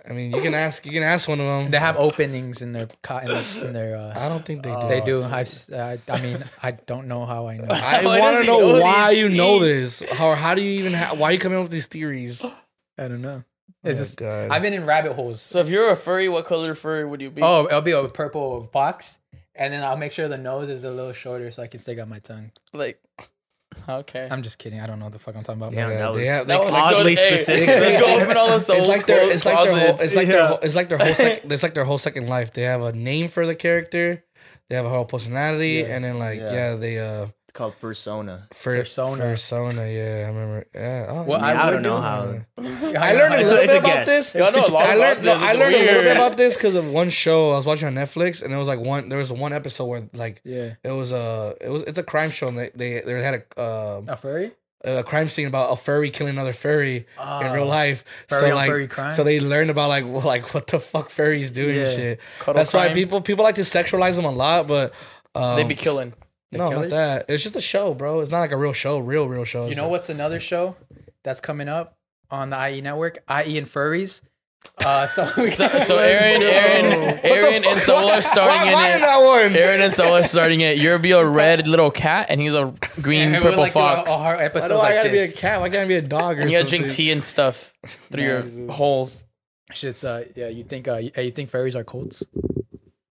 S4: I mean, you can ask. You can ask one of them.
S1: They have openings in their co- in their. In their uh,
S4: I don't think they do.
S2: Oh.
S1: they do. I've, s- I, I mean, I don't know how I know.
S4: I
S2: Why
S4: want
S2: does
S4: to
S2: he know
S4: know why
S2: these
S4: you know
S2: things?
S4: this. How how do you even? Ha- why you coming up with these theories? Oh
S1: I don't know. It's just
S4: God.
S1: I've been in rabbit holes.
S2: So if you're a furry, what color furry would you be?
S1: Oh, it'll be a purple box, and then I'll make sure the nose is a little shorter so I can stick out my tongue.
S2: like okay.
S1: I'm just kidding. I don't know what the fuck I'm talking about.
S3: Damn,
S4: Yeah,
S3: that
S4: they
S3: was,
S4: have-
S2: That
S4: Like,
S2: was let's go
S3: oddly
S2: to- hey,
S3: specific.
S2: let's go open all the souls.
S4: it's like their it's like their whole, it's like their
S3: yeah.
S4: whole, it's like their whole sec- it's like their whole second life. They have a name for the character, they have a whole personality, and then like
S3: Yeah.
S4: yeah, they uh
S3: It's called persona.
S4: for,
S1: Persona.
S4: persona yeah I remember yeah oh,
S1: Well,
S4: yeah.
S1: I
S3: I,
S1: would
S3: don't know
S1: do-
S3: how.
S4: I learned a
S3: It's
S1: It's a-
S4: little
S3: it's
S4: bit
S3: a
S4: about
S3: guess.
S4: this.
S2: Y'all know a lot
S4: I
S2: about
S4: learned, no,
S2: this.
S4: I
S2: It's
S4: learned a little
S2: weird.
S4: bit about this because of one show I was watching on Netflix, and it was like one. There was one episode where like
S1: Yeah.
S4: it was a it was it's a crime show, and they they, they had a uh,
S1: A Oh, furry?
S4: a crime scene about a furry killing another furry in real life.
S1: Oh. Furry
S4: so
S1: on
S4: like,
S1: furry crime?
S4: so they learned about like, well, like what the fuck furries do
S1: Yeah.
S4: and shit.
S2: Cuddle
S4: That's why
S2: crime.
S4: people people like to sexualize them a lot, but um,
S2: they be killing.
S4: No,
S1: killers?
S4: not that. It's just a show, bro. It's not like a real show, real real show.
S1: You
S4: It's
S1: know
S4: like-
S1: what's another show that's coming up on the IE network? IE and furries. Uh, so,
S2: So, so Aaron, Aaron, Aaron, and Soul are starting
S4: Why, why
S2: in
S4: did
S2: it.
S4: that one?
S2: Aaron and Soul are starting it. You're be a red little cat, and he's a green
S1: And we
S2: purple
S1: like do
S2: fox.
S1: All, all our
S4: Why
S1: episodes
S4: do I
S1: like
S4: gotta
S1: this.
S4: be a cat? Why can't I be a dog or
S2: And you gotta drink
S4: something?
S2: tea and stuff through your
S4: Jesus.
S2: holes.
S1: Shit's uh, yeah. You think uh, you, you think furries are cults?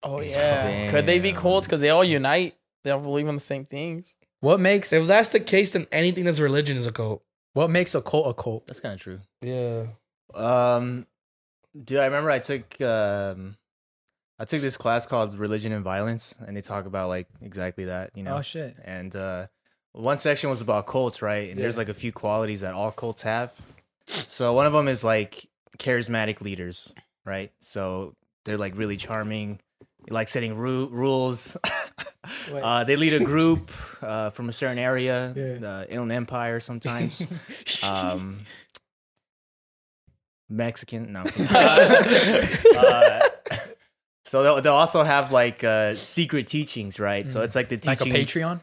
S2: Oh yeah.
S3: Damn.
S2: Could they be cults? Because they all unite. They all believe in the same things.
S1: What makes
S4: If that's the case, then anything that's religion is a cult.
S1: what makes a cult a cult?
S3: That's kind of true.
S4: Yeah.
S3: Um, dude, I remember I took um, I took this class called Religion and Violence, and they talk about like exactly that, you know.
S1: Oh shit.
S3: and uh, one section was about cults, right? And there's
S1: Yeah.
S3: like a few qualities that all cults have. So one of them is like charismatic leaders, right? So they're like really charming, like setting ru- rules. uh, they lead a group uh, from a certain area,
S1: Yeah.
S3: the Inland Empire sometimes. um, Mexican, no. Uh, so they'll, they'll also have like uh, secret teachings, right? So it's like the
S1: Mm. Like a
S3: teachings.
S1: Patreon?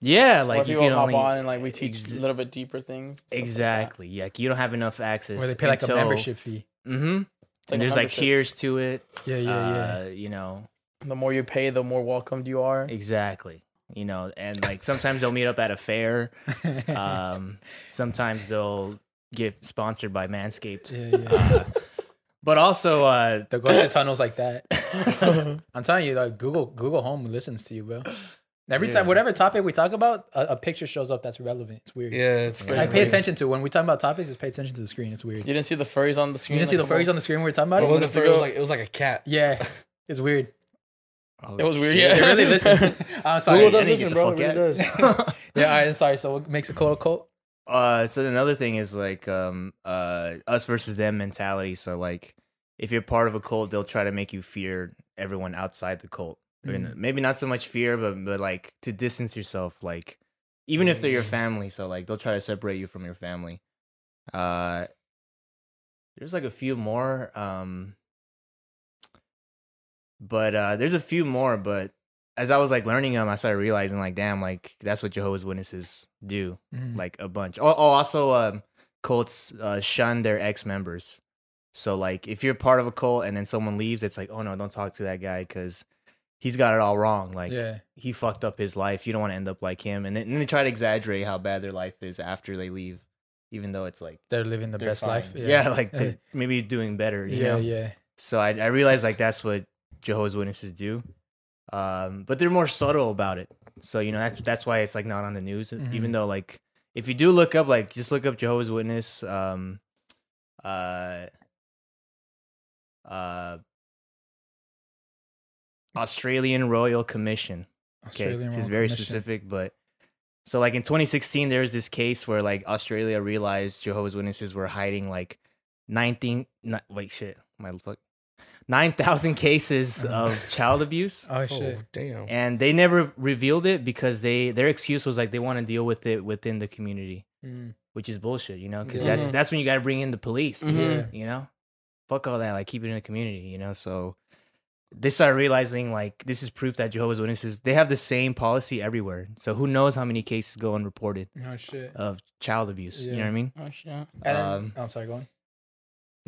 S3: Yeah,
S2: Like
S3: like you
S2: people
S3: can
S2: hop
S3: only,
S2: on and like we teach
S3: ex-
S2: a little bit deeper things. stuff like that.
S3: exactly. yeah, like, you don't have enough access.
S1: Where they pay like a
S3: until-
S1: membership fee.
S3: Mhm.
S2: It's
S3: and
S2: a
S3: there's like
S2: membership.
S3: tiers to it.
S1: Yeah, yeah,
S3: Uh, you know
S2: The more you pay, the more welcomed you are.
S3: exactly. You know, and like sometimes they'll meet up at a fair.
S1: yeah.
S3: Um, sometimes they'll get sponsored by Manscaped. Uh,
S1: yeah, yeah.
S3: But also, uh,
S1: They'll go into tunnels like that. I'm telling you, like Google Google Home listens to you, bro. Every time,
S3: Yeah.
S1: whatever topic we talk about, a, a picture shows up that's relevant. It's weird.
S4: Yeah, it's
S1: I
S4: crazy.
S1: pay attention to when we talk about topics. Just pay attention to the screen. It's weird.
S2: You didn't see the furries on the
S1: You
S2: screen.
S1: didn't see the
S2: like,
S1: furries on the screen when we were talking about
S4: It
S1: it.
S2: Minutes
S4: wasn't fair. It was
S2: ago.
S4: like it was like a cat.
S1: Yeah, it's weird.
S3: oh,
S2: It was weird.
S3: shit.
S2: Yeah,
S1: It really listens. I'm sorry.
S4: Google does
S3: I need to get
S4: listen, bro.
S3: the
S4: It really
S3: fuck
S4: does.
S1: Yeah, all right, sorry. So what makes a cult a cult?
S3: uh so another thing is like um uh us versus them mentality so like if you're part of a cult they'll try to make you fear everyone outside the cult And maybe not so much fear but but like to distance yourself like even if they're your family so like they'll try to separate you from your family uh there's like a few more um but uh there's a few more but as i was like learning them i started realizing like damn like that's what jehovah's witnesses do
S1: Mhm.
S3: like a bunch. Oh, oh also, um, cults uh, shun their ex members. So, like, if you're part of a cult and then someone leaves, it's like, oh no, don't talk to that guy because he's got it all wrong. Like,
S1: yeah,
S3: he fucked up his life. You don't want to end up like him. And then, and they try to exaggerate how bad their life is after they leave, even though it's like,
S1: they're living the
S2: They're
S1: best
S2: fine.
S1: life.
S3: yeah, like they're maybe doing better. You
S1: yeah,
S3: know?
S1: yeah.
S3: So I, I realized like that's what Jehovah's Witnesses do, um, but they're more subtle about it. So you know that's that's why it's like not on the news. e-,
S1: Mhm.
S3: Even though like if you do look up like just look up Jehovah's Witness, um, uh, uh, Australian Royal Commission. Okay,
S1: Australian
S3: this is
S1: Royal
S3: very
S1: Commission.
S3: specific, but so like in 2016, there was this case where like Australia realized Jehovah's Witnesses were hiding like 19, ni- wait, shit, my fuck, 9,000 cases of child abuse,
S1: Oh
S4: Oh,
S1: shit.
S4: damn.
S3: and they never revealed it because they their excuse was like they want to deal with it within the community,
S1: Mm.
S3: which is bullshit, you know, because
S1: Yeah. Mm-hmm.
S3: that's that's when you got to bring in the police,
S2: Mhm.
S1: Yeah.
S3: you know fuck all that like keep it in the community you know so they start realizing like this is proof that jehovah's witnesses they have the same policy everywhere so who knows how many cases go unreported
S1: Oh shit.
S3: of child abuse you know
S1: Yeah.
S3: what i mean
S2: Oh, shit.
S1: And then-
S3: um,
S1: oh, I'm sorry. Go on.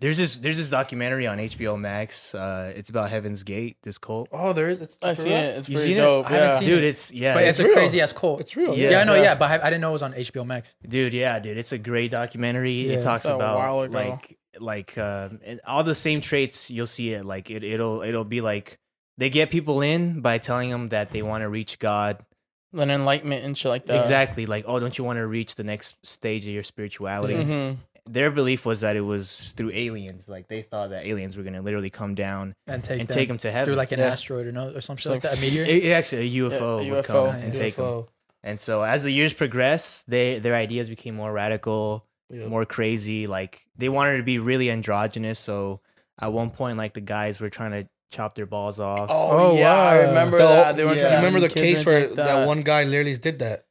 S3: There's this there's this documentary on HBO Max. Uh, it's about Heaven's Gate, this cult.
S4: Oh, there is. It's
S2: I seen it. It's
S3: You
S2: pretty
S3: seen it?
S2: dope.
S1: I haven't
S2: Yeah.
S1: seen
S3: Dude, it's yeah,
S1: Oh, but
S3: it's,
S1: it's, a
S4: real.
S1: crazy ass cult.
S4: It's real.
S1: yeah,
S3: Yeah.
S1: I know.
S2: Yeah.
S1: Yeah. but I, I didn't know it was on HBO Max.
S3: dude, yeah, dude, it's a great documentary.
S1: Yeah.
S3: it talks
S2: Saw it a
S3: about
S2: while ago.
S3: like like uh, and all the same traits. You'll see it like it it'll it'll be like they get people in by telling them that they want to reach God.
S2: An enlightenment and shit like that.
S3: Exactly, like oh, don't you want to reach the next stage of your spirituality?
S2: hmm
S3: Their belief was that it was through aliens. Like they thought that aliens were gonna literally come down
S1: And take
S3: and
S1: them
S3: take them to heaven
S1: through like an
S2: Yeah.
S1: asteroid or no or some shit
S2: So-
S1: like that. A meteor.
S3: It- it actually, a UFO
S2: a
S3: would
S2: UFO.
S3: come and
S1: Yeah.
S3: take them. And so as the years progressed, they their ideas became more radical, more crazy. Like they wanted to be really androgynous. So at one point, like the guys were trying to chop their balls off.
S2: Oh,
S1: Oh,
S2: yeah, I
S1: wow.
S2: remember
S4: The-
S2: that. They were
S1: yeah.
S2: trying to
S4: remember the
S2: have kids
S4: case
S2: or
S4: where
S2: anything
S4: that,
S2: like
S4: one guy literally did that.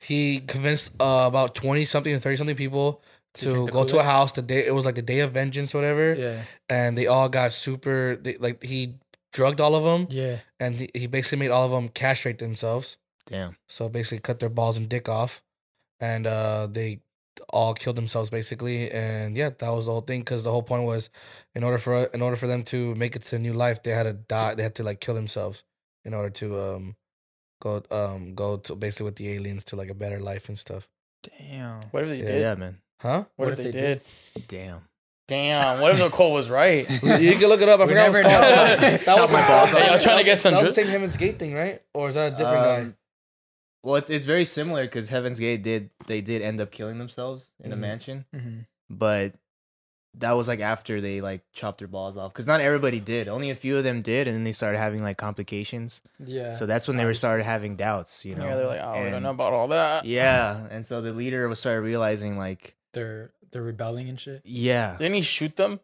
S4: He convinced uh, about twenty something or thirty something people
S1: To
S4: to,
S1: drink the
S4: go to a
S1: Kool-Aid?
S4: house. The day it was like the day of vengeance, or whatever,
S1: yeah.
S4: and they all got super. They, like he drugged all of them,
S1: Yeah.
S4: and he, he basically made all of them castrate themselves.
S3: Damn.
S4: So basically, cut their balls and dick off, and uh, they all killed themselves basically. And yeah, that was the whole thing. Because the whole point was, in order for in order for them to make it to new life, they had to die. They had to like kill themselves in order to um go um go to basically with the aliens to like a better life and stuff.
S1: Damn.
S2: What if they
S4: Yeah.
S2: did?
S3: Yeah, man.
S4: Huh?
S2: What, if, they, did?
S3: Damn.
S2: Damn. What if Nicole was right?
S4: you can look it up. I
S1: We
S4: forgot.
S1: never
S4: what it's
S2: know.
S4: called. That was-
S3: Chop my balls
S2: off.
S4: that was-
S2: Y'all trying to get some
S4: That was
S2: dri-
S4: the same Heaven's Gate thing, right? Or is that a different guy?
S3: Um, Well, it's, it's very similar because Heaven's Gate did they did end up killing themselves in a
S4: Mhm.
S3: mansion,
S1: hmm
S3: but that was like after they like chopped their balls off because not everybody did. Only a few of them did, and then they started having like complications.
S1: Yeah.
S3: So that's when they were started having doubts. You know.
S2: yeah, they're like, oh, we don't
S3: And-
S2: know about all that.
S3: Yeah, and so the leader was started realizing like,
S1: they're they're rebelling and shit.
S3: yeah,
S2: Didn't he shoot them?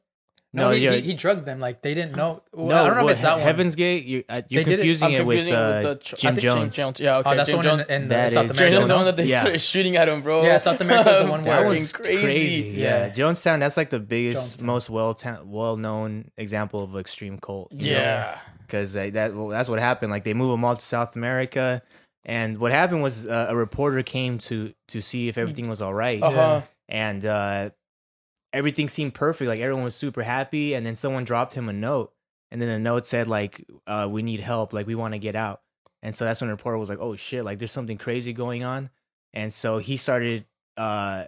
S1: No, he,
S3: yeah,
S1: he, he drugged them. Like they didn't know. Well,
S3: no,
S1: I don't know
S3: well,
S1: if it's that
S3: He-
S1: one.
S3: Heaven's Gate. You're, uh, you're
S1: They did it-
S3: confusing
S2: I'm
S3: it with,
S2: confusing
S3: uh,
S2: it with the Ch- I
S3: Jim
S2: think
S3: Jones.
S2: Jim Jones. Yeah, okay.
S1: Oh, that's
S2: Jim
S1: the one
S2: Jones.
S1: in, in the
S3: That
S1: South
S3: is-
S2: Jim
S1: America.
S2: Jones is the
S1: one.
S2: one that they
S3: Yeah.
S2: started shooting at him, bro.
S1: Yeah, South America was the one where-
S3: That
S2: Fucking
S1: was
S3: one's crazy. Yeah.
S1: Yeah.
S3: Jonestown. That's like the biggest,
S1: Jonestown.
S3: most well ta- well known example of extreme cult.
S2: Yeah.
S3: because that well, that's what happened. Like they move them all to South America, and what happened was uh, a reporter came to to see if everything was all right.
S2: Uh huh.
S3: and uh, everything seemed perfect. Like everyone was super happy, and then someone dropped him a note, and then the note said like, uh, "We need help. Like we want to get out." And so that's when the reporter was like, "Oh shit! Like there's something crazy going on," and so he started. Uh,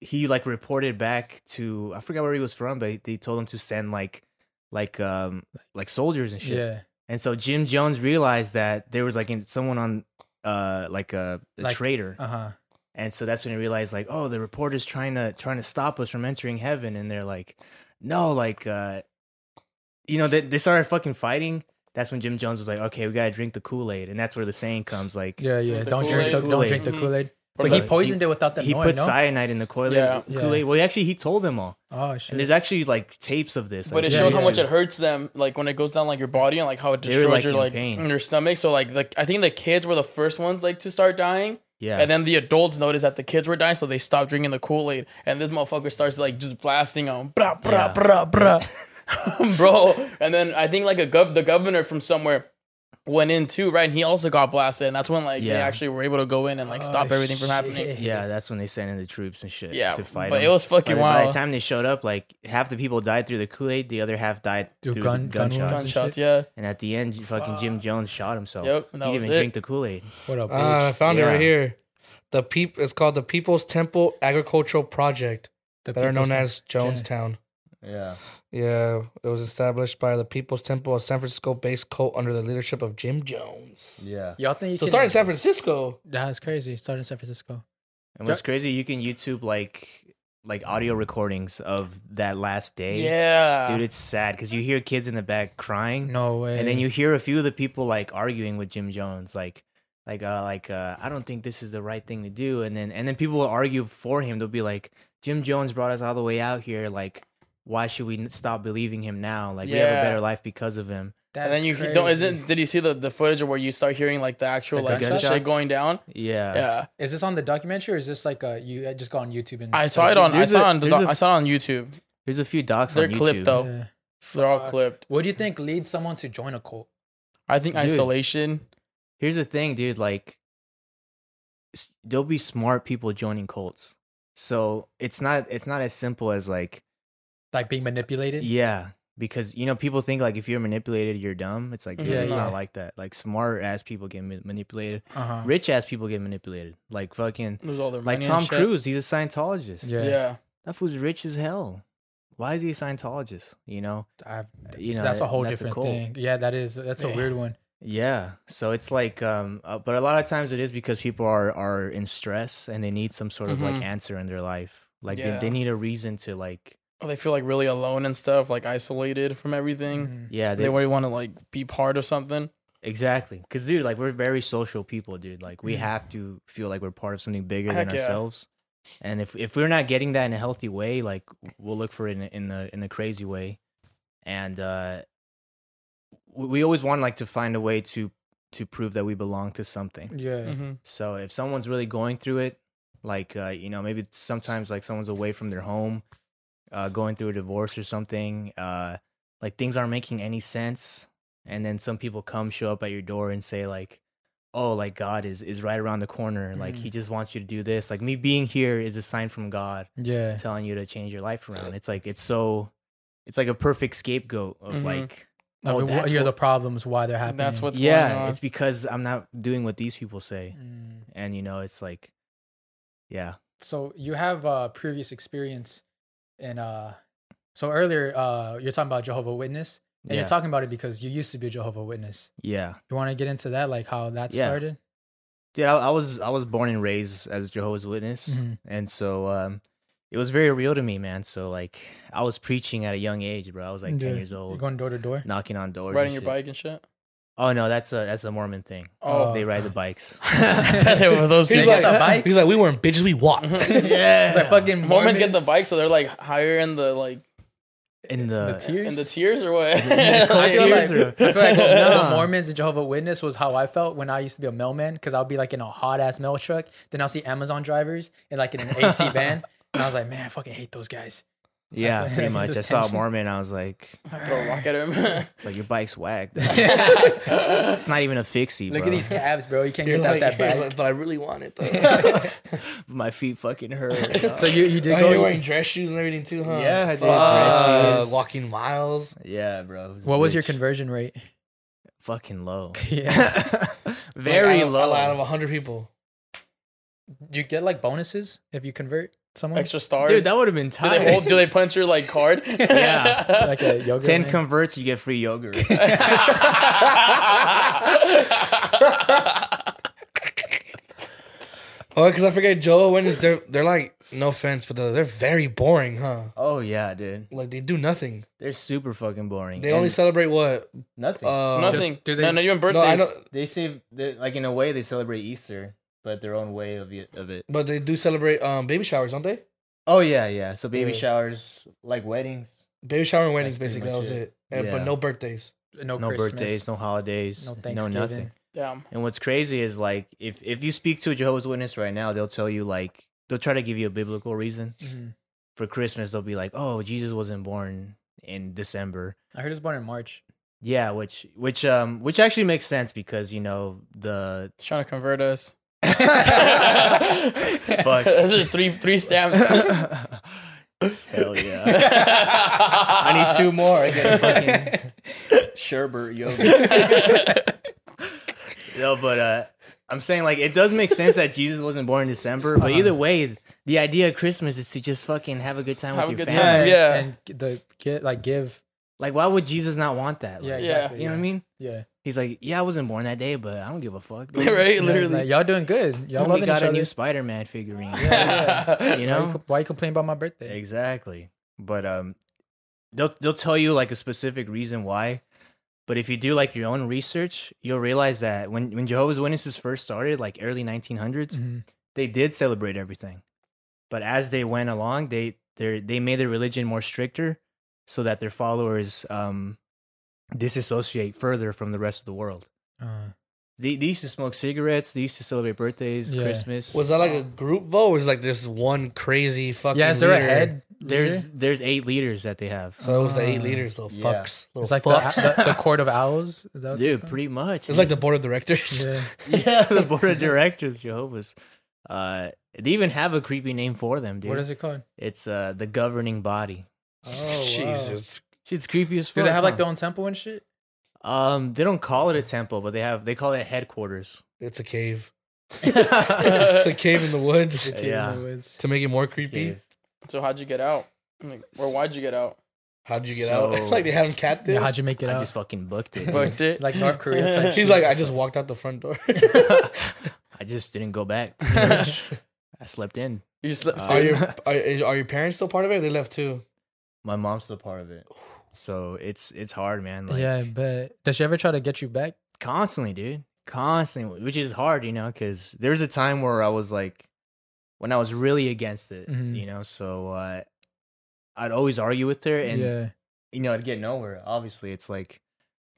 S3: he like reported back to I forgot where he was from, but they told him to send like like um like soldiers and shit.
S1: Yeah.
S3: And so Jim Jones realized that there was like in, someone on uh like a, a
S1: Like,
S3: traitor
S1: Uh huh.
S3: and so that's when he realized, like, oh, the reporter's trying to trying to stop us from entering heaven, and they're like, no, like, uh, you know, they they started fucking fighting. That's when Jim Jones was like, okay, we gotta drink the Kool Aid, and that's where the saying comes, like,
S1: Yeah, yeah.
S2: the
S1: Don't drink the
S2: Kool-Aid.
S1: don't drink the
S2: Mhm.
S1: Kool Aid.
S2: Or
S1: But he
S3: the-
S1: poisoned it without them
S3: he
S1: knowing.
S3: put
S1: No?
S3: cyanide in the Kool Aid.
S2: Yeah.
S1: Yeah.
S3: Kool Aid. Well, actually, he told them all,
S1: Oh
S3: and there's
S1: shit.
S3: actually like tapes of this.
S2: But
S3: like,
S2: it
S1: Yeah,
S2: shows how
S1: yeah.
S2: much it hurts them, like when it goes down like your body and like how it
S3: They were,
S2: destroys
S3: like,
S2: your
S3: in
S2: like
S3: pain.
S2: in your stomach. So like the I think the kids were the first ones like to start dying,
S3: Yeah,
S2: and then the adults noticed that the kids were dying, so they stopped drinking the Kool Aid. And this motherfucker starts like just blasting on, brah brah
S3: Yeah.
S2: brah brah, bro. And then I think like a gov the governor from somewhere went in too, right? And he also got blasted, and that's when like they
S3: Yeah.
S2: actually were able to go in and like stop
S1: Oh,
S2: everything from happening.
S1: shit.
S3: yeah, that's when they sent in the troops and shit.
S2: Yeah,
S3: to fight.
S2: but
S3: him.
S2: it was
S3: By
S2: fucking
S3: the, by
S2: wild.
S3: the time they showed up, like half the people died through the Kool Aid, the other half died
S1: Through
S3: through,
S1: gun-
S3: the
S1: gun wounds.
S3: gunshots. and shit.
S2: Gunshots, yeah.
S3: And at the end, fucking Jim Jones shot himself.
S2: Yep, and
S3: he
S2: that
S3: didn't
S2: was
S3: even
S2: it.
S3: drink the Kool Aid.
S1: What up,
S4: Ah, I
S1: bitch?
S4: found it
S3: Yeah.
S4: right here. The peep. It's called the People's Temple Agricultural Project,
S1: The
S4: better
S1: people's-
S4: known as Jonestown.
S3: Yeah,
S4: Yeah, it was established by the People's Temple, a San Francisco-based cult under the leadership of Jim Jones.
S3: yeah.
S1: Y'all think you
S4: So
S1: can?
S4: starting in San Francisco.
S1: That's crazy. Starting in San Francisco.
S3: And what's crazy, you can YouTube like like audio recordings of that last day.
S2: Yeah,
S3: dude, it's sad because you hear kids in the back crying,
S1: No way.
S3: and then you hear a few of the people like arguing with Jim Jones, like. Like uh, like uh, I don't think this is the right thing to do, and then and then people will argue for him. They'll be like, Jim Jones brought us all the way out here. Like, why should we n- stop believing him now? Like, we have
S2: Yeah.
S3: a better life because of him.
S1: That's
S2: and then you
S1: crazy.
S2: don't. Isn't did you see the the footage of where you start hearing like the actual
S1: The
S2: like
S3: gunshots?
S2: shit going down?
S3: Yeah,
S2: Yeah,
S1: Is this on the documentary or is this like uh you I just go on YouTube and
S2: I saw it on. I
S3: There's
S2: saw it
S3: a-
S2: on. The,
S3: there's
S2: doc-
S3: a-
S2: I saw it on YouTube.
S3: There's a few docs
S2: They're
S3: on YouTube.
S2: clipped though.
S1: Yeah.
S2: They're all
S1: Fuck.
S2: clipped.
S1: What do you think leads someone to join a cult?
S2: I think
S3: Dude.
S2: isolation.
S3: Here's the thing, dude. Like, s- there'll be smart people joining cults, so it's not it's not as simple as like
S1: like being manipulated.
S3: Yeah, because you know people think like if you're manipulated, you're dumb. It's like dude,
S2: Yeah,
S3: it's
S1: Mm-hmm, yeah.
S3: not like that. Like smart ass people get ma- manipulated.
S1: Uh-huh.
S3: Rich ass people get manipulated. Like fucking
S2: Lose all their money.
S3: like
S2: and
S3: Tom
S2: shit.
S3: Cruise. He's a Scientologist.
S1: Yeah.
S2: Yeah.
S3: that fool's rich as hell. Why is he a Scientologist? You know,
S1: I-
S3: you know
S1: that's a whole
S3: that's
S1: different
S3: cult.
S1: thing. Yeah, that is. That's a
S2: Yeah.
S1: weird one.
S3: Yeah, so it's like, um, uh, but a lot of times it is because people are are in stress and they need some sort of
S2: Mhm.
S3: like answer in their life. Like
S2: Yeah.
S3: they, they need a reason to like,
S2: Or Oh, They feel like really alone and stuff, like isolated from everything.
S1: Mhm.
S3: yeah,
S2: They,
S3: they,
S2: really want to like be part of something.
S3: exactly. Because dude, like we're very social people, dude. Like we
S1: Mhm.
S3: have to feel like we're part of something bigger
S2: Mm. Heck
S3: than
S2: yeah.
S3: ourselves. And if if we're not getting that in a healthy way, like we'll look for it in a- in the in the crazy way. And uh, we we always want like to find a way to to prove that we belong to something.
S1: Yeah.
S3: Mm-hmm.
S1: Mm-hmm.
S2: Mhm.
S3: So if someone's really going through it, like uh, you know, maybe sometimes like someone's away from their home, uh, going through a divorce or something, uh, like things aren't making any sense, and then some people come show up at your door and say like, "Oh, like God is is right around the corner. Like He just wants you to do this. Like me being here is a sign from God
S1: Yeah.
S3: telling you to change your life around." It's like it's so, it's like a perfect scapegoat of
S2: Mhm.
S3: like,
S1: Like,
S3: "Oh,
S1: what-
S3: that's
S1: here are
S3: what-
S1: the problems why they're happening.
S2: That's what's
S3: yeah,
S2: going
S3: it's because I'm not doing what these people say."
S1: Mm.
S3: and you know it's like yeah
S1: so you have uh previous experience in uh so earlier uh you're talking about jehovah witness and
S3: yeah
S1: you're talking about it because you used to be a jehovah witness
S3: yeah
S1: you want to get into that like how that
S3: Yeah.
S1: started
S3: dude I, I was i was born and raised as jehovah's witness
S1: Mhm.
S3: and so um it was very real to me man so like i was preaching at a young age bro i was like 10
S1: Yeah.
S3: years
S1: you're
S3: old
S1: going door to door
S3: knocking on doors and
S2: on. Riding your
S3: shit.
S2: bike and shit.
S3: oh no that's a that's a mormon thing
S1: Oh.
S3: they ride the bikes
S2: Tether with those
S1: He's
S2: people.
S1: like, bikes?
S4: He's like, we weren't bitches, we walked.
S2: Mm-hmm.
S3: yeah
S1: it's like fucking
S2: Mormons get the bike, so they're like higher in the like
S3: in the,
S1: the tears
S2: in the tiers or what?
S3: Yeah,
S1: I feel
S3: tears
S1: like,
S3: or-
S1: I feel like what- what
S3: Nah.
S1: Mormons and Jehovah Witness was how I felt when I used to be a mailman because I'll be like in a hot ass mail truck, then I'll see Amazon drivers and like in an AC van, and I was like, man, I fucking hate those guys.
S3: yeah
S1: That's-
S3: pretty
S1: that's
S3: much i
S1: just
S3: saw a
S1: tension.
S3: mormon i was like
S2: Throw a rock at him.
S3: it's like your bike's whacked
S1: Look
S3: it's not even a fixie
S1: at
S3: bro.
S1: these calves, bro. You can't
S4: You're
S1: get out
S4: like,
S1: that bike.
S4: "Hey, but I really want it though.
S3: my feet fucking hurt Oh,
S1: So you, you did
S4: Oh,
S1: go.
S4: you're wearing dress shoes and everything too, huh?
S3: Yeah, I did
S4: Fuck,
S3: dress shoes.
S4: Walking miles.
S3: yeah bro it
S1: what was your
S3: bitch.
S1: conversion rate?
S3: fucking low
S1: yeah.
S3: very
S4: like, out of-
S3: low
S4: Out of 100 people.
S1: Do you get like bonuses if you convert someone?
S2: Extra stars.
S3: Dude, that would have been
S2: do
S3: tight.
S2: they hold? Do they punch your like card?
S3: Yeah.
S1: Like a yoga.
S3: Ten
S1: thing?
S3: converts, you get free yogurt.
S4: Oh, because I forget Joe Witness. They're they're like no offense, but they're, they're very boring, huh?
S3: oh yeah, dude,
S4: Like they do nothing.
S3: they're super fucking boring.
S4: They only
S3: And
S4: celebrate what?
S3: nothing.
S4: Uh,
S2: Nothing.
S1: do they-
S2: no, no, even
S4: No, I
S2: birthdays.
S4: know,
S3: they say they- like in a way they celebrate Easter, but their own way of it, of it.
S4: but they do celebrate um baby showers, don't they?
S3: Oh yeah, yeah. So baby
S4: Yeah.
S3: showers, like weddings,
S4: Baby shower and weddings,
S3: That's pretty
S4: basically that
S3: much
S4: was
S3: it.
S4: it. And, But
S3: Yeah.
S4: no birthdays.
S1: no,
S3: no
S1: Christmas.
S3: birthdays, no holidays,
S1: No
S3: no
S1: Thanksgiving.
S3: nothing.
S2: Damn.
S3: And what's crazy is like if if you speak to a Jehovah's Witness right now, they'll tell you like they'll try to give you a biblical reason
S1: Mhm.
S3: for Christmas. They'll be like, oh, Jesus wasn't born in December.
S1: I heard it was born in March.
S3: Yeah, which which um which actually makes sense because you know the
S2: He's trying to convert us.
S3: Fuck.
S2: Those are three three stamps.
S3: Hell yeah. I need two more. I get fucking sherbert yogurt. no, but uh I'm saying like it does make sense that Jesus wasn't born in December,
S2: Uh-huh.
S3: but either way, the idea of Christmas is to just fucking have a good time
S2: Have
S3: with
S2: a
S3: your
S2: good
S3: family.
S2: time. Yeah.
S1: And the get like give.
S3: Like why would Jesus not want that? Like,
S1: Yeah,
S2: Yeah.
S1: exactly.
S3: You know what I
S1: yeah.
S3: mean?
S1: Yeah.
S3: He's like, Yeah, I wasn't born that day, but I don't give a fuck. dude.
S2: right?
S1: Yeah,
S2: Literally.
S1: like, y'all doing good. Y'all
S3: Homie
S1: loving
S3: got
S1: each
S3: a
S1: other.
S3: new Spider Man figurine. You
S1: Why
S3: know?
S1: you, co- why you complain about my birthday?
S3: Exactly. But um they'll they'll tell you like a specific reason why. But if you do like your own research, you'll realize that when when Jehovah's Witnesses first started, like early 1900s,
S4: Mm-hmm.
S1: Mhm.
S3: they did celebrate everything. But as they went along, they they they made their religion more stricter so that their followers um disassociate further from the rest of the world.
S1: Uh,
S3: They, they used to smoke cigarettes, they used to celebrate birthdays,
S1: Yeah.
S3: Christmas.
S4: Was that like a group vote, or is it like this one crazy fucking?
S1: yeah, is there a
S4: leader? Oh,
S1: head?
S3: there's
S1: leader?
S3: there's eight leaders that they have.
S4: So it was the eight
S1: Ah.
S4: leaders, little
S3: Uh, Yeah.
S4: fucks, little
S1: It's like the,
S4: fucks.
S1: the, the court of owls. Is that what they're
S3: Dude,
S1: called?
S3: pretty much.
S4: it's like
S3: dude.
S4: the board of directors.
S1: Yeah. uh,
S3: yeah, the board of directors, Jehovah's. Uh, they even have a creepy name for them, dude.
S1: What is it called?
S3: it's uh, the governing body.
S1: Oh, wow.
S4: Jesus.
S3: Shit's creepy as
S1: Do
S3: fuck.
S1: they have like
S3: huh?
S1: their own temple and shit?
S3: Um, they don't call it a temple, but they have they call it headquarters.
S4: It's a cave.
S3: so
S4: It's a cave in the woods
S1: They came in
S3: Yeah.
S1: the woods.
S4: to make it more creepy.
S2: So how'd you get out? I'm like, or why'd you get out?
S4: How would you get
S3: So-
S4: out? like they had him captive.
S1: Yeah, how'd you make it
S3: I
S1: out?
S3: just fucking booked it.
S2: Booked it.
S1: Like North Korea type
S4: He's
S1: shit.
S4: like, I just walked out the front door.
S3: I just didn't go back. to church. I slept in.
S2: You just left
S4: are
S2: through.
S4: your are, are your parents still part of it? They left too.
S3: My mom's still part of it, so it's it's hard, man. Like,
S1: yeah, but does she ever try to get you back?
S3: constantly, dude, constantly, which is hard, you know, because there was a time where I was like, when I was really against it,
S4: Mm-hmm.
S1: Mhm.
S3: you know, so uh, I'd always argue with her, and
S1: yeah,
S3: you know, I'd get nowhere. Obviously, it's like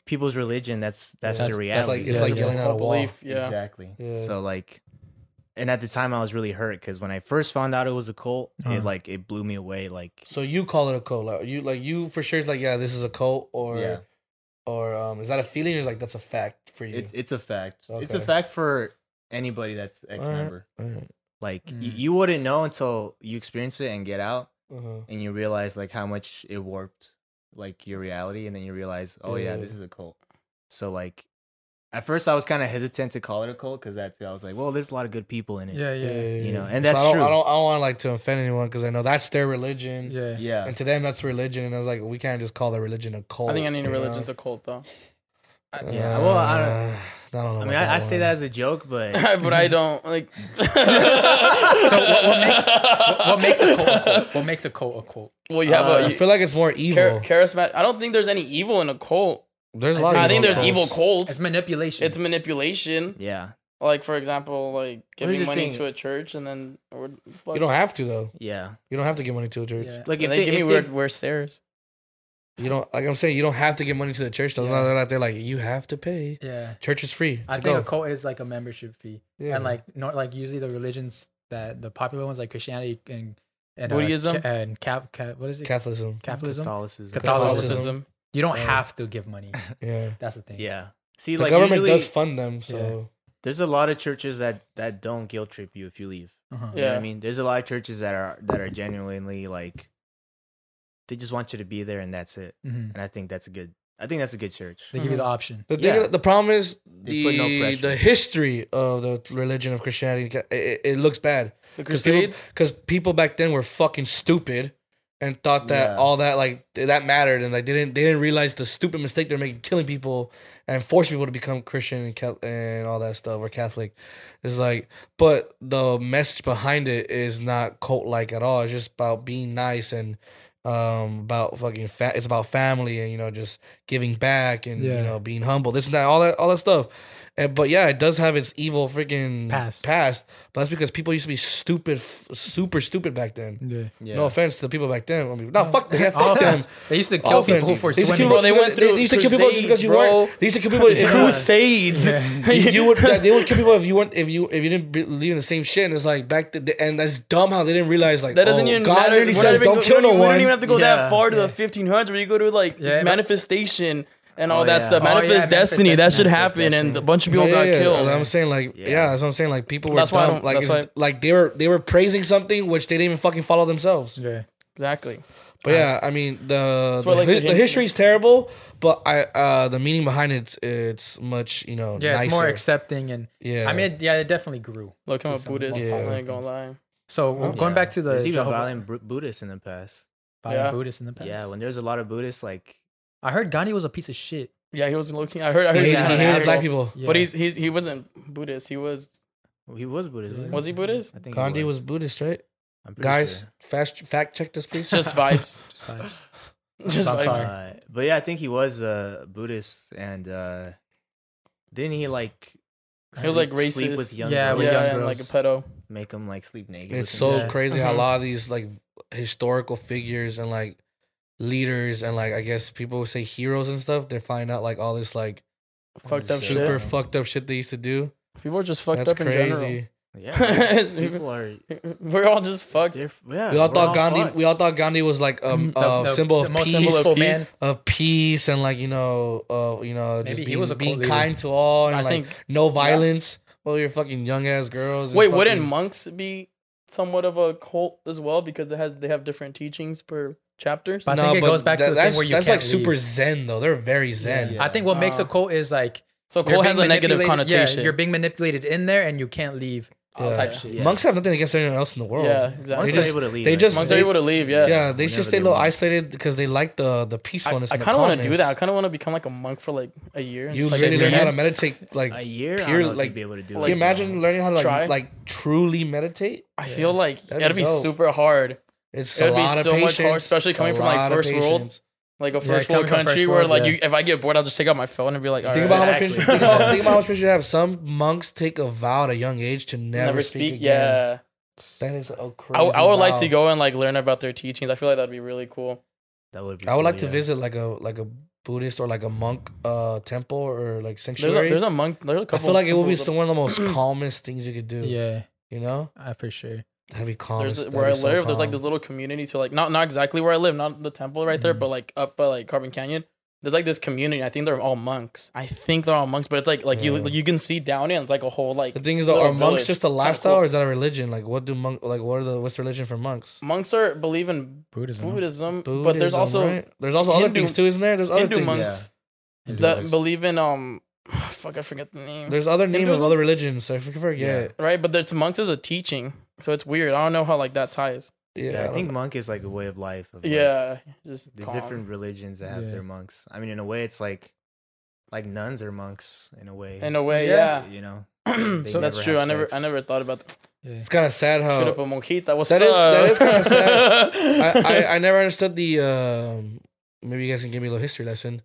S3: people's religion. That's that's,
S1: That's-
S3: the reality.
S1: that's
S4: like it's
S1: yeah,
S4: like
S1: yeah.
S4: yelling at a
S2: Whole
S4: wall.
S2: belief. Yeah.
S3: Exactly.
S4: Yeah.
S3: So like, and at the time I was really hurt because when I first found out it was a cult,
S1: Uh-huh.
S3: it like it blew me away. Like,
S4: So you call it a cult? Like, you like you for sure? Like yeah, this is a cult, or
S3: Yeah.
S4: or um, is that a feeling or like that's a fact for you?
S3: it's it's a fact. It's a
S4: Okay.
S3: fact for anybody that's ex member.
S4: Alright.
S3: Like y-
S1: Mm.
S3: you wouldn't know until you experience it and get out,
S4: Uh-huh.
S3: and you realize like how much it warped like your reality, and then you realize, oh yeah,
S4: Yeah.
S3: this is a cult. So like. At first, I was kind of hesitant to call it a cult because that's I was like, well, there's a lot of good people in it.
S1: yeah,
S4: Yeah,
S1: yeah,
S4: yeah,
S3: You know,
S4: yeah.
S3: and
S4: So
S3: that's
S4: I don't,
S3: true.
S4: I don't, I don't want like to offend anyone because I know that's their religion,
S1: yeah.
S3: Yeah.
S4: and to them that's religion. And I was like, we can't just call that religion a cult.
S2: I think I need a
S4: you
S2: religion's
S4: know?
S2: a cult though.
S3: Yeah, well, I don't-
S4: Uh, I don't know.
S3: I
S4: about
S3: mean, I, I say
S4: one.
S3: that as a joke, but
S2: but I don't like. so
S1: what- what makes- What makes a cult? A cult? What makes a cult a cult?
S2: Well, you have
S3: Uh,
S2: a
S4: I
S2: you,
S4: feel like it's more
S2: char-
S4: evil.
S2: charismatic. I don't think there's any evil in a cult.
S4: there's a
S1: I
S4: lot.
S2: I
S4: of
S2: think there's
S1: cults.
S2: evil cults.
S1: It's
S2: It's,
S1: manipulation.
S2: manipulation.
S3: yeah,
S2: Like for example, like
S3: the
S2: giving money
S3: thing?
S2: to a church and then or,
S4: You don't have to though.
S3: yeah.
S4: You don't have to give money to a church.
S1: yeah.
S3: Like
S2: They
S3: if
S2: give
S3: they,
S2: me
S3: if
S2: weird,
S3: they,
S2: weird stares.
S4: You don't like I'm saying. You don't have to give money to the church. They're,
S1: Yeah.
S4: not, they're not. They're like you have to pay.
S1: yeah.
S4: Church is free. To
S1: I think
S4: go.
S1: a cult is like a membership fee,
S4: Yeah.
S1: and like not like usually the religions that the popular ones like Christianity and and uh,
S2: Buddhism?
S1: ca- and cap, ca- what is it?
S4: Catholicism.
S1: Catholicism.
S3: Catholicism.
S1: Catholicism. You don't
S4: Sorry.
S1: have to give money.
S4: Yeah.
S1: That's the thing.
S3: Yeah. See,
S4: The
S3: like
S4: government
S3: usually,
S4: does fund them, so
S3: there's a lot of churches that that don't guilt trip you if you leave. You
S1: Uh-huh.
S3: know what
S2: Yeah.
S3: I mean, there's a lot of churches that are that are genuinely like they just want you to be there and that's it.
S1: Mhm.
S3: And I think that's a good. I think that's a good church.
S1: They give you the option.
S4: the thing,
S3: Yeah.
S4: the problem is
S3: They
S4: the
S3: put no pressure.
S4: the history of the religion of Christianity. It, it, it looks bad
S2: The
S4: because people,
S2: Crusades.
S4: 'cause people back then were fucking stupid and thought that
S3: Yeah.
S4: all that like th- that mattered and like they didn't they didn't realize the stupid mistake they're making killing people and force people to become christian and, Cat- and all that stuff or catholic it's like but the message behind it is not cult like at all it's just about being nice and um about fucking fa- it's about family and you know just giving back and
S1: Yeah.
S4: you know being humble this and that all that all that stuff and but yeah it does have its evil freaking
S1: Past.
S4: past but that's because people used to be stupid f- super stupid back then
S1: Yeah.
S3: Yeah.
S4: no offense to the people back then. I mean, no, fuck them. Yeah,
S1: All
S4: fuck them.
S1: offense. They used to
S4: All
S1: kill
S4: offense.
S1: people for
S4: They used to
S1: swimming.
S4: kill people-
S2: Bro, they went
S4: They used to
S2: through
S4: kill people
S2: crusades,
S4: because you
S2: bro.
S4: weren't. They used to kill people. if you-
S2: Crusades.
S4: you, you would that- they would kill people if you weren't if you if you didn't believe in the same shit. And it's like back then, and that's dumb how they didn't realize like
S2: That doesn't
S4: oh,
S2: even
S4: God
S2: matter.
S4: really
S2: We're not
S4: says
S2: even
S4: don't
S2: go-
S4: kill
S2: we don't
S4: no
S2: even- We
S4: one.
S2: don't even have to go
S3: Yeah.
S2: that far to the 1500s where you go to like
S1: Yeah, but-
S2: manifestation and all
S3: Oh,
S2: that
S3: yeah.
S2: stuff.
S1: Oh, yeah,
S2: Manifest
S1: Manifest
S2: destiny. that should
S3: Destiny.
S2: happen, and a bunch of
S4: No,
S2: people
S4: yeah,
S2: got
S4: yeah,
S2: killed.
S4: And I'm saying like yeah.
S3: Yeah.
S4: that's what I'm saying. Like people were
S2: That's why I
S4: dumb.
S2: don't-
S4: Like
S2: that's
S4: it's, like they were they were praising something which they didn't even fucking follow themselves.
S1: Yeah.
S2: exactly.
S4: But yeah, I mean the
S2: why,
S4: the,
S2: like,
S4: hi-
S2: the
S4: the
S2: Hin-
S4: history's terrible, but I uh the meaning behind it's it's much you know
S1: Yeah, it's more
S4: Oh, nicer.
S1: accepting and
S4: yeah.
S1: I mean, yeah, it definitely grew.
S2: Look, I'm a
S1: Just some
S2: Buddhist.
S4: Yeah.
S2: I ain't gonna lie.
S1: So
S2: Hmm.
S4: Oh.
S1: going back
S3: Yeah.
S1: to the
S3: there's even
S1: Jehovah-
S3: violent Bu- Buddhists in the past.
S1: violent
S2: Yeah.
S1: Buddhists in the past.
S3: Yeah, when there's a lot of Buddhists, like
S1: I heard Gandhi was a piece of shit.
S2: Yeah, he was looking. I heard. I
S4: he
S2: heard.
S4: hated,
S2: He was
S4: he
S3: kinda
S4: hated
S3: an
S4: black
S3: asshole.
S4: people.
S1: Yeah.
S2: But he's he's he wasn't Buddhist. He was.
S3: he was Buddhist. wasn't
S2: Was he Buddhist?
S3: I think he
S4: Gandhi was Buddhist, right?
S3: I'm pretty
S4: Guys,
S3: sure.
S4: fast fact check this, please.
S2: Just vibes.
S1: Just vibes.
S2: Just
S1: I'm
S2: vibes.
S1: sorry.
S3: Uh, but yeah, I think he was a Buddhist, and uh, didn't he like?
S2: He was, like,
S3: sleep- Sleep
S2: racist.
S3: with young
S1: Yeah,
S3: yeah,
S1: with
S3: girls,
S1: young
S2: Yeah, and like a
S1: girls.
S2: pedo.
S3: make them like sleep naked.
S4: it's
S3: with him.
S4: so
S1: Yeah.
S4: crazy how a
S2: Mhm.
S4: lot of these like historical figures and like leaders and like I guess people would say heroes and stuff. They find out like all this like
S2: Fucked up
S4: super
S2: shit.
S4: fucked up shit they used to do.
S2: People are just fucked
S4: That's
S2: up in
S4: crazy.
S3: Yeah, people are.
S2: general. We're all just fucked.
S3: They're, yeah,
S4: We all
S3: we're
S4: thought Gandhi.
S3: fucked.
S4: We all thought Gandhi was like
S2: Mhm.
S4: um, a
S1: The- the-
S4: symbol
S1: the
S4: of
S1: most
S4: peace,
S1: symbol
S2: of
S4: of,
S2: peace.
S1: man.
S4: peace, and like you know, uh, you know, just
S1: Maybe he
S4: being,
S1: was a cult
S4: being
S1: leader.
S4: kind to all and
S2: I
S4: like
S2: think.
S4: no violence. Well, you're fucking young ass girls. and
S2: Wait,
S4: fucking-
S2: wouldn't monks be somewhat of a cult as well because it has they have different teachings per chapter. So
S1: But I think it goes back to the thing
S4: that's,
S1: where you
S4: that's
S1: can't
S4: like super
S1: leave.
S4: zen though. They're very zen.
S2: Yeah.
S1: I think what makes a cult is like
S2: So
S1: you're
S2: cult has
S1: being
S2: a negative
S1: manipulated- yeah,
S2: connotation.
S1: you're being manipulated in there and you can't leave.
S4: Oh, Yeah.
S2: type shit. Yeah.
S4: Monks have nothing against anyone else in the world.
S2: Yeah,
S3: Monks
S2: exactly.
S4: They
S3: are
S4: just-
S3: able to leave.
S4: they
S3: right?
S4: just-
S2: Monks are able to leave. Yeah.
S4: Yeah, they should
S3: Whenever
S4: stay a
S3: they
S4: little
S3: want.
S4: isolated because they like the the peacefulness.
S2: I, I
S4: and the
S2: kind of want to do
S4: calmness.
S2: that. I kind of want to become like a monk for like a year. and just,
S4: You
S2: like,
S4: literally learn
S2: breathe.
S4: how to meditate. Like,
S3: a year. I
S4: pure,
S3: don't know if
S4: like-
S3: you'd be able to do.
S4: can
S2: like,
S4: you imagine learning how to like,
S2: try?
S4: like truly meditate?
S2: I feel like
S4: That'd be
S2: it'd be
S4: dope.
S2: super hard. It
S4: It's a
S2: would be
S4: lot of
S2: so much
S4: patience,
S2: harder, especially
S4: It's a
S2: coming from, like,
S4: lot of
S2: first world.
S4: patience.
S2: Like a
S1: Yeah,
S2: first
S1: coming
S2: world
S1: from first
S2: country where
S1: world,
S2: like
S1: yeah.
S2: you, if I get bored, I'll just take out my phone and be like, all right.
S4: Think about how much
S3: Exactly.
S4: patience. Think about, think about how much patience you have. Some monks take a vow at a young age to never, speak. again.
S2: Yeah,
S4: that is a crazy.
S2: I, w- I would like
S4: vow.
S2: to go and like learn about their teachings. I feel like that'd be really cool.
S3: That would be.
S4: I would
S3: cool,
S4: like to
S3: yeah.
S4: visit like a like a Buddhist or like a monk uh temple or like
S2: There's
S4: sanctuary.
S2: a, there's a monk. There's a
S4: I
S2: couple.
S4: feel like it would be
S2: couple-
S4: some one of the most calmest things you could do.
S1: Yeah,
S4: You know,
S1: I for sure.
S4: that'd be calm.
S2: There's
S4: as-
S2: where I
S4: that'd be so
S2: live. There's like
S4: calm. Mm-hmm.
S2: this little community to like not not exactly where I live, not the temple right there,
S1: Mhm.
S2: but like up by like Carbon Canyon. There's like this community. I think they're all monks. I think they're all monks, but it's like like you
S4: Yeah.
S2: you can see down in it's like a whole like
S4: The thing is, though,
S2: little
S4: are monks
S2: village.
S4: just a
S2: Kinda
S4: lifestyle,
S2: cool.
S4: or is that a religion? Like, what do monk like? What are the what's the religion for monks?
S2: monks are believe in
S1: Buddhism. huh?
S2: Buddhism,
S4: Buddhism,
S2: but there's also
S4: right? there's also other
S2: Hindu-
S4: things too, isn't there? There's other
S2: Hindu
S4: things.
S2: monks
S1: Hindu
S2: that
S1: monks.
S2: believe in um fuck I forget the name
S4: There's other names of
S2: Hinduism?
S4: other religions. So I forget.
S2: right, but there's monks is a teaching, so it's weird. I don't know how like that ties.
S4: Yeah,
S3: Yeah, I
S4: think
S3: think monk is like a way of life. Of like,
S2: Yeah, just
S3: There's
S2: calm.
S3: different religions that have
S1: Yeah.
S3: their monks. I mean, in a way, it's like like nuns are monks in a way.
S2: in a way.
S1: Yeah.
S2: Yeah,
S3: you know. They
S2: so that's
S3: never
S2: true.
S3: have
S2: I never I
S3: sex.
S2: never thought about that.
S1: Yeah.
S4: it's kind of sad
S2: Shoot up a
S4: how
S2: mojita. What's
S4: Oh. that is-
S2: up?
S4: that is kinda
S2: sad.
S4: I, I I never understood the. um maybe you guys can give me a little history lesson.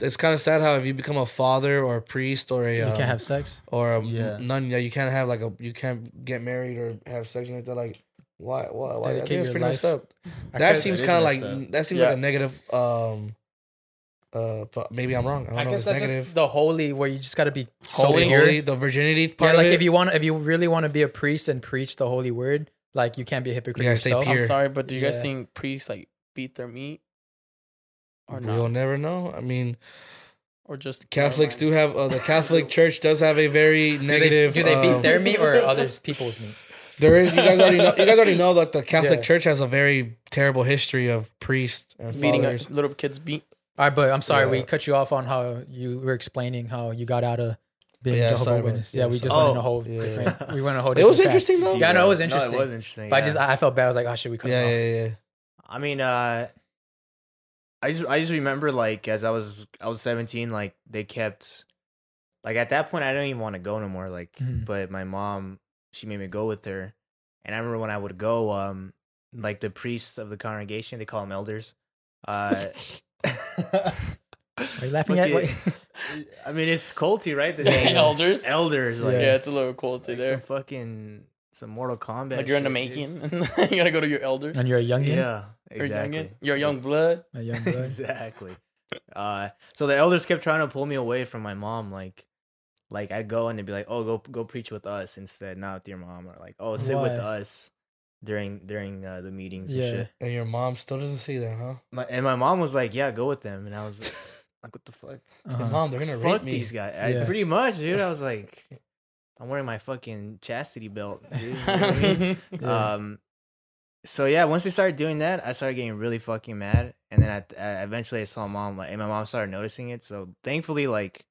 S4: It's kind of sad how if you become a father or a priest or a
S1: you
S4: um,
S1: can't have sex.
S4: or a
S3: Yeah.
S4: nun, yeah, you can't have like a you can't get married or have sex or anything like. Why? Why? Why? I
S1: Dedicate
S4: think it's
S1: your
S4: pretty
S1: life.
S4: messed up.
S1: I
S4: that
S1: could-
S4: seems
S3: that is
S4: kind of like
S3: messed
S4: that seems like
S2: Yeah.
S4: a negative. Um, uh, but maybe I'm wrong. I don't
S1: I
S4: know.
S1: guess
S4: It's
S1: that's
S4: negative.
S1: just the holy where you just got to be
S4: holy,
S1: so pure.
S4: holy, the virginity
S1: Yeah,
S4: part.
S1: like
S4: of it.
S1: if you want, if you really want to be a priest and preach the holy word, like you can't be a hypocrite
S4: You gotta stay
S1: yourself.
S4: pure.
S2: I'm sorry, but do you guys
S1: Yeah.
S2: think priests like beat their meat or
S4: we'll
S2: not?
S4: never know. I mean,
S2: Or just
S4: Catholics do have uh, the Catholic Church does have a very negative.
S1: Do they, do they beat
S4: um,
S1: their meat or others people's meat?
S4: There is. You guys already know. You guys already know that the Catholic
S1: Yeah.
S4: Church has a very terrible history of priests and
S2: beating a,
S4: fathers.
S2: little kids beat?
S1: All right, but I'm sorry we
S4: Yeah.
S1: cut you off on how you were explaining how you got out of being
S4: Yeah,
S1: a Jehovah's
S4: sorry, man.
S1: Witness.
S4: Yeah,
S1: Yeah, we just
S3: sorry.
S1: went in a whole
S4: Yeah.
S1: different. We went in a whole.
S4: It
S1: different
S4: was
S1: path.
S4: interesting though.
S1: Yeah, no, it was
S3: No,
S1: interesting.
S3: it was interesting.
S1: But I
S3: yeah.
S1: just I I felt bad. I was like, oh shit, we cut it
S4: Yeah,
S1: off.
S4: yeah, yeah.
S3: I mean, uh, I just I just remember like as I was I was seventeen, like they kept, like at that point I didn't even want to go no more. Like,
S1: Mhm.
S3: but my mom she made me go with her, and I remember when I would go, um, like the priests of the congregation, they call them elders. Uh,
S1: Are you laughing at?
S3: Look
S1: What?
S3: at- eh, I mean, it's culty, right? The name.
S2: Elders.
S3: elders, like
S2: Yeah,
S1: Yeah.
S2: it's a little cruelty
S3: like
S2: there.
S3: some fucking some Mortal Kombat.
S2: Like you're in
S3: shit,
S2: the
S3: dude.
S2: making, and you gotta go to your elder.
S1: And you're a youngin.
S3: Yeah,
S2: You're youngin.
S3: exactly.
S2: You're young blood.
S1: A young boy. Uh-huh.
S3: exactly. Uh, so the elders kept trying to pull me away from my mom. Like, like I'd go and they'd be like, "Oh, go go preach with us instead, not with your mom," or like, "Oh, sit with
S1: Why?
S3: us." During during uh, the meetings and
S1: Yeah.
S3: shit,
S4: And your mom still doesn't see that, huh?
S3: my, and my mom was like, "Yeah, go with them," and I was like, "What the fuck?
S4: Your
S1: Uh-huh.
S4: Mom, they're gonna rape
S3: fuck
S4: me.
S3: these guys!" I-
S1: Yeah.
S3: pretty much, dude. I was like, "I'm wearing my fucking chastity belt." Dude, you know what I mean?
S1: Yeah.
S3: Um, so yeah, once they started doing that, I started getting really fucking mad, and then I, I eventually I saw mom like, and my mom started noticing it. So thankfully, like,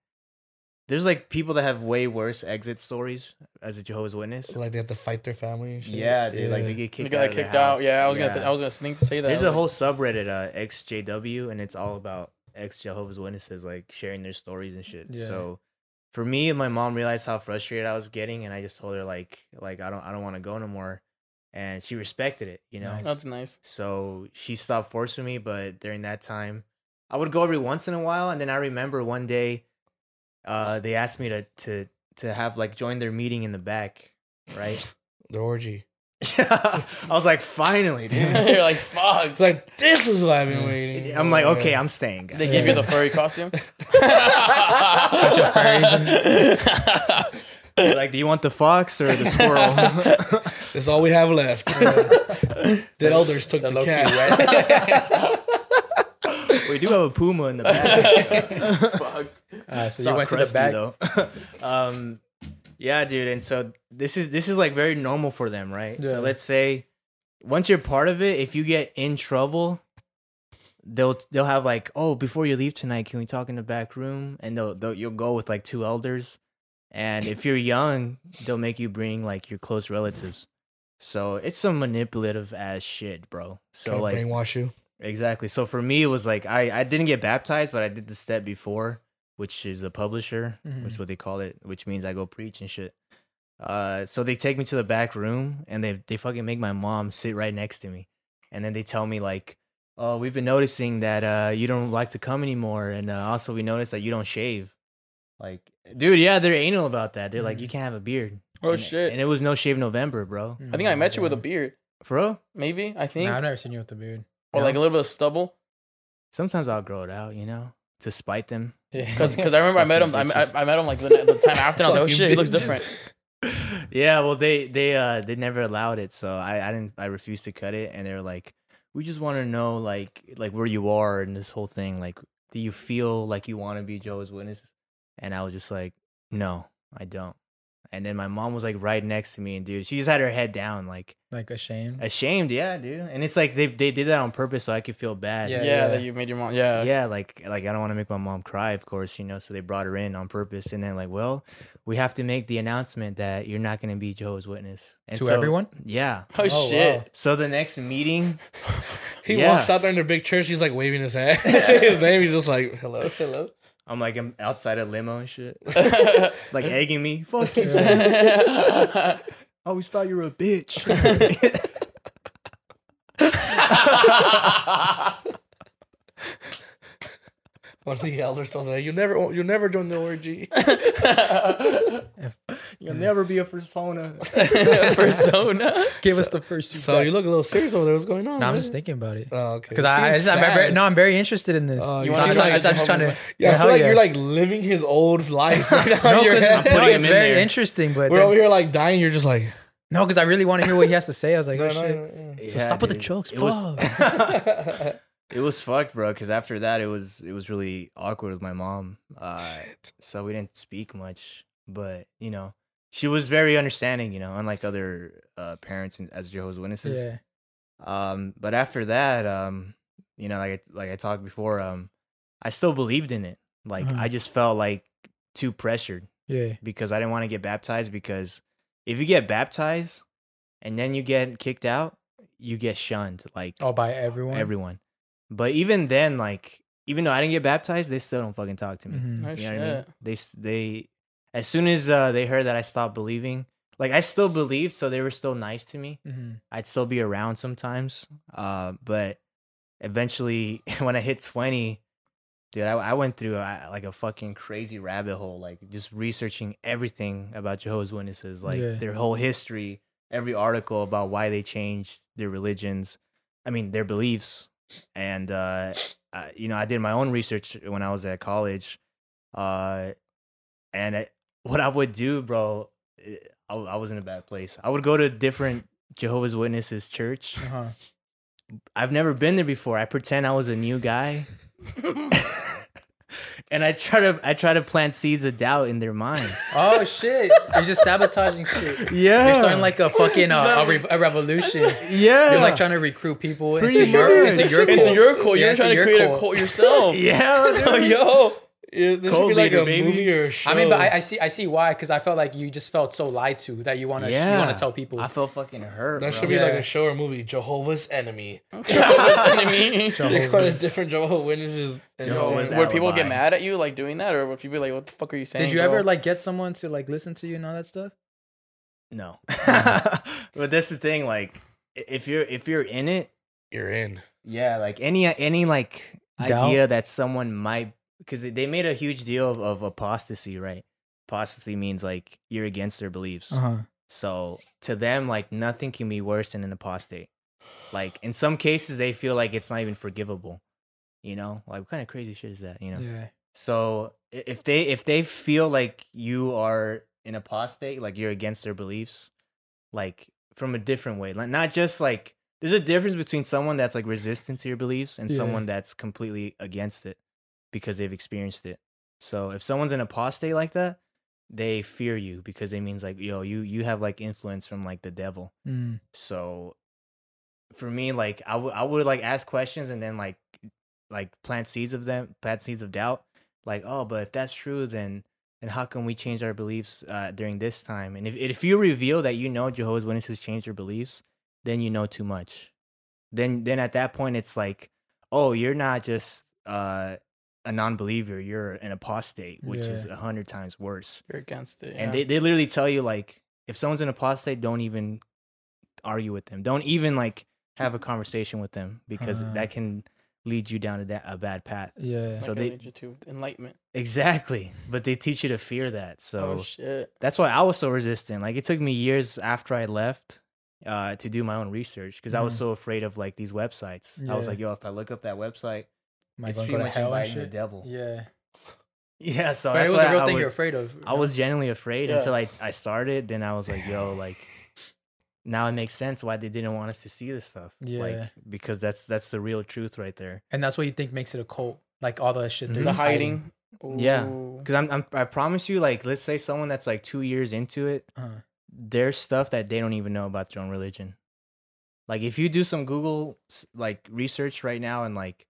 S3: there's like people that have way worse exit stories as a Jehovah's Witness.
S4: So, like they have to fight their family and shit.
S3: yeah, dude, like
S4: Yeah.
S3: they get kicked.
S2: you got
S3: out of their
S2: kicked out.
S3: house.
S2: Yeah, I was gonna, th- I was gonna sneak to say that.
S3: there's a
S2: like-
S3: whole subreddit, uh, XJW, and it's all about ex Jehovah's Witnesses like sharing their stories and shit.
S1: Yeah.
S3: So for me, my mom realized how frustrated I was getting, and I just told her like, like I don't, I don't want to go no more, and she respected it, you know.
S1: Nice.
S2: That's nice.
S3: So she stopped forcing me, but during that time, I would go every once in a while. And then I remember one day, uh, they asked me to to to have like join their meeting in the back, right?
S4: The orgy.
S3: I was like, finally, dude.
S2: You're like fuck.
S4: It's like this is what I've been
S1: Yeah.
S4: waiting.
S3: I'm like,
S4: for.
S3: okay, I'm staying.
S2: They
S3: Guys.
S2: give you the furry costume.
S1: Bunch of furries
S3: They're like, do you want the fox or the squirrel?
S4: That's all we have left. the elders took the,
S1: low-key
S4: cat.
S3: we do have a puma in the back.
S2: Fucked.
S1: Uh, so
S3: It's
S1: you
S3: all
S1: went to the
S3: crusty,
S1: back.
S3: though. um, Yeah, dude. And so this is this is like very normal for them, right?
S1: Yeah.
S3: So let's say once you're part of it, if you get in trouble, they'll they'll have like, oh, before you leave tonight, can we talk in the back room? And they'll, they'll you'll go with like two elders, and if you're young, they'll make you bring like your close relatives. So it's some manipulative ass shit, bro. So
S4: Kinda
S3: like
S4: brainwash you.
S3: Exactly. So for me, it was like I, I didn't get baptized, but I did the step before, which is a publisher, which
S1: Mhm.
S2: Mm-hmm.
S3: is what they call it, which means I go preach and shit. Uh, so they take me to the back room and they they fucking make my mom sit right next to me, and then they tell me like, "Oh, we've been noticing that uh you don't like to come anymore, and uh, also we noticed that you don't shave." Like, dude, yeah, they're anal about that. They're like, "You can't have a beard."
S2: Oh,
S3: And-
S2: shit. Mm.
S3: And it was no shave November, bro.
S2: I think I met you with a beard,
S3: For real?
S2: maybe. I think,
S1: Nah, I've never seen you with the beard.
S2: or like a little bit of stubble.
S3: Sometimes I'll grow it out, you know, to spite them.
S2: Because I remember I met him. I, met- I, I met him like the, the time after. and I was like, oh
S4: Fucking
S2: shit, he looks
S4: bitch.
S2: different.
S3: yeah, well they they uh they never allowed it, so I I didn't I refused to cut it, and they were like, we just want to know like like where you are and this whole thing, like do you feel like you want to be Jehovah's Witness? And I was just like, no, I don't. And then my mom was like right next to me, and dude, she just had her head down, like
S1: like ashamed.
S3: ashamed, yeah, dude. And it's like they they did that on purpose so I could feel bad.
S1: Yeah,
S2: Yeah,
S1: yeah.
S2: that you made your mom. Yeah,
S3: yeah, like like I don't want to make my mom cry, of course, you know. So they brought her in on purpose, and then like, well, we have to make the announcement that you're not going to be Jehovah's Witness And
S1: to
S3: so-
S1: everyone.
S3: Yeah.
S2: Oh,
S1: wow.
S2: shit.
S3: So the next meeting,
S4: He
S3: Yeah.
S4: walks out there in the big church. He's like waving his hand. Say his name. He's just like, hello, hello.
S3: I'm like I'm outside a limo and shit, like egging me. Fuck you. I always thought you were a bitch.
S4: One of the elders tells him, "You never, you never join the orgy."
S3: You'll never be a persona.
S2: Persona. Oh,
S1: Give us the first.
S4: So you look a little serious over there. What's going on?
S1: No, I'm
S4: man?
S1: just thinking about it.
S4: Oh, okay.
S1: Because I, I,
S4: Seems
S1: just- I'm very,
S4: sad.
S1: no, I'm very interested in this.
S4: Oh,
S1: I'm
S4: you
S1: not-
S4: seem
S1: I'm not-
S4: like
S1: I'm just trying to.
S4: Yeah, I
S1: hell
S4: feel like
S1: yeah.
S4: you're like living his old life right now in
S1: no,
S4: your
S1: 'cause-
S4: head.
S1: no,
S3: putting
S1: it's
S3: him in
S1: very
S3: there.
S1: interesting, but
S4: We're
S1: then-
S4: over here like dying. You're just like,
S1: no, because I really want to hear what he has to say. I was like,
S4: no,
S1: oh
S4: no,
S1: shit.
S4: no,
S1: So
S3: Yeah,
S1: stop with the
S3: dude.
S1: jokes.
S3: It
S1: Fuck.
S3: was- It was fucked, bro. Because after that, it was it was really awkward with my mom. Uh, so we didn't speak much, but you know, she was very understanding. You know, unlike other uh, parents and, as Jehovah's Witnesses.
S1: yeah.
S3: Um, but after that, um, you know, like I, like I talked before, um, I still believed in it. Like
S1: Uh-huh.
S3: I just felt like too pressured
S1: Yeah.
S3: because I didn't want to get baptized. Because if you get baptized and then you get kicked out, you get shunned. Like
S1: Oh, by everyone.
S3: everyone. But even then, like, even though I didn't get baptized, they still don't fucking talk to me.
S1: Mhm.
S2: Oh,
S3: You know what I mean?
S2: shit.
S3: They s- they as soon as uh, they heard that I stopped believing, like I still believed, so they were still nice to me.
S1: Mhm.
S3: I'd still be around sometimes. Uh, but eventually, when I hit twenty, dude, I, I went through uh like a fucking crazy rabbit hole, like just researching everything about Jehovah's Witnesses, like
S1: Yeah.
S3: their whole history, every article about why they changed their religions. I mean, their beliefs. And uh, I, you know, I did my own research when I was at college. Uh, and I, what I would do, bro, eh, I, I was in a bad place. I would go to different Jehovah's Witnesses church.
S1: Uh-huh.
S3: I've never been there before. I pretend I was a new guy. and I try to I try to plant seeds of doubt in their minds.
S1: Oh shit! You're just sabotaging shit.
S3: yeah.
S1: You're starting like a fucking uh, a, re- a revolution.
S3: yeah.
S1: You're like trying to recruit people
S3: Pretty
S1: into, your,
S3: much.
S1: into your
S2: Into
S1: cult.
S2: your cult.
S1: Yeah,
S2: You're
S1: into
S2: trying to
S1: your
S2: create a
S1: cult.
S2: cult yourself.
S3: yeah,
S2: Oh,
S3: dude.
S2: yo.
S4: yeah. This should
S3: Cult
S4: be like
S3: leader,
S4: a
S3: baby.
S4: movie or a show.
S1: I mean, but I, I see, I see why. Because I felt like you just felt so lied to that you want to, you want
S3: Yeah.
S1: to tell people.
S3: I felt fucking hurt.
S4: that should
S3: bro.
S4: be like
S1: Yeah.
S4: a show or movie. Jehovah's Enemy.
S2: Enemy.
S4: They're called a different Jehovah Witnesses. and
S3: Jehovah's
S4: Jehovah's
S3: Witness
S2: Would people
S3: alibi.
S2: get mad at you like doing that, or would people be like, "What the fuck are you saying?"
S1: Did you
S2: bro?"
S1: ever like get someone to like listen to you and all that stuff?
S3: No. Uh-huh. but that's the thing, like i- if you're if you're in it,
S4: You're in.
S3: yeah, like any any like
S1: Doubt?
S3: idea that someone might because they made a huge deal of, of apostasy, right? Apostasy means like you're against their beliefs.
S2: Uh-huh.
S1: huh.
S3: So to them, like nothing can be worse than an apostate. Like in some cases, they feel like it's not even forgivable. You know, like what kind of crazy shit is that? You know.
S1: Yeah.
S3: So i- if they if they feel like you are an apostate, like you're against their beliefs, like from a different way, like not just like there's a difference between someone that's like resistant to your beliefs and
S1: Yeah.
S3: someone that's completely against it because they've experienced it. So if someone's an apostate like that, they fear you because it means like yo you you have like influence from like the devil.
S1: Mm.
S3: So for me, like I would I would like ask questions and then like like plant seeds of them, plant seeds of doubt. Like, oh, but if that's true, then then how can we change our beliefs uh, during this time? And if if you reveal that you know Jehovah's Witnesses change their beliefs, then you know too much. Then then at that point, it's like, oh, you're not just uh, a non-believer; you're an apostate, which is a hundred times worse
S2: You're against it.
S3: and
S2: yeah.
S3: they, they literally tell you like if someone's an apostate don't even argue with them don't even like
S1: Mm.
S3: have a conversation with them because
S1: Huh.
S3: that can lead you down to that a bad path
S1: Yeah.
S3: so
S2: Like, I
S3: they-
S2: need you to enlightenment.
S3: exactly but they teach you to fear that so
S2: oh shit.
S3: that's why i was so resistant like it took me years after i left uh, to do my own research because i was
S1: Mhm.
S3: so afraid of like these websites i was
S1: Yeah.
S3: like yo if i look up that website
S1: Am I
S3: it's
S1: gonna
S3: pretty
S1: go to
S3: much
S1: hell and
S3: inviting the
S1: shit?
S3: devil yeah,
S1: Yeah.
S3: so
S1: But it
S3: that's
S1: was a
S3: why
S1: real
S3: I
S1: thing
S3: would-
S1: you're afraid of.
S3: I was genuinely afraid
S2: Yeah.
S3: until I, I started. Then I was like, yo, like now it makes sense why they didn't want us to see this stuff.
S1: Yeah.
S3: Like because that's that's the real truth right there.
S1: And that's what you think makes it a cult. Like all the shit they're
S3: Mhm.
S2: The
S1: just hiding.
S2: hiding.
S3: Yeah.
S2: Ooh.
S3: Because I'm, I'm I promise you, like let's say someone that's like two years into it,
S1: Uh-huh.
S3: there's stuff that they don't even know about their own religion. Like if you do some Google s- like research right now and like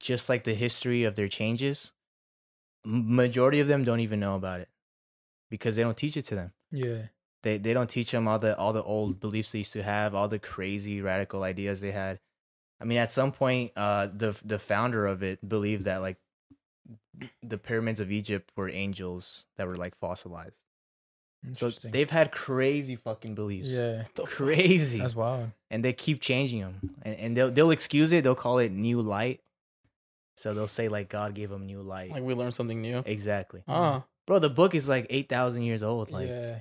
S3: just like the history of their changes, m- majority of them don't even know about it because they don't teach it to them.
S1: Yeah.
S3: they they don't teach them all the all the
S1: Mm.
S3: old beliefs they used to have, all the crazy radical ideas they had. I mean, at some point, uh, the the founder of it believed that like the pyramids of Egypt were angels that were like fossilized. So
S1: Interesting.
S3: they've had crazy fucking beliefs,
S1: yeah.
S2: The fuck?
S3: crazy,
S1: That's wild.
S3: and they keep changing them, and, and they'll they'll excuse it, they'll call it new light. So they'll say like God gave them new light,
S2: Like we learned something new.
S3: exactly,
S2: Ah,
S3: bro. The book is like eight thousand years old, like
S1: yeah.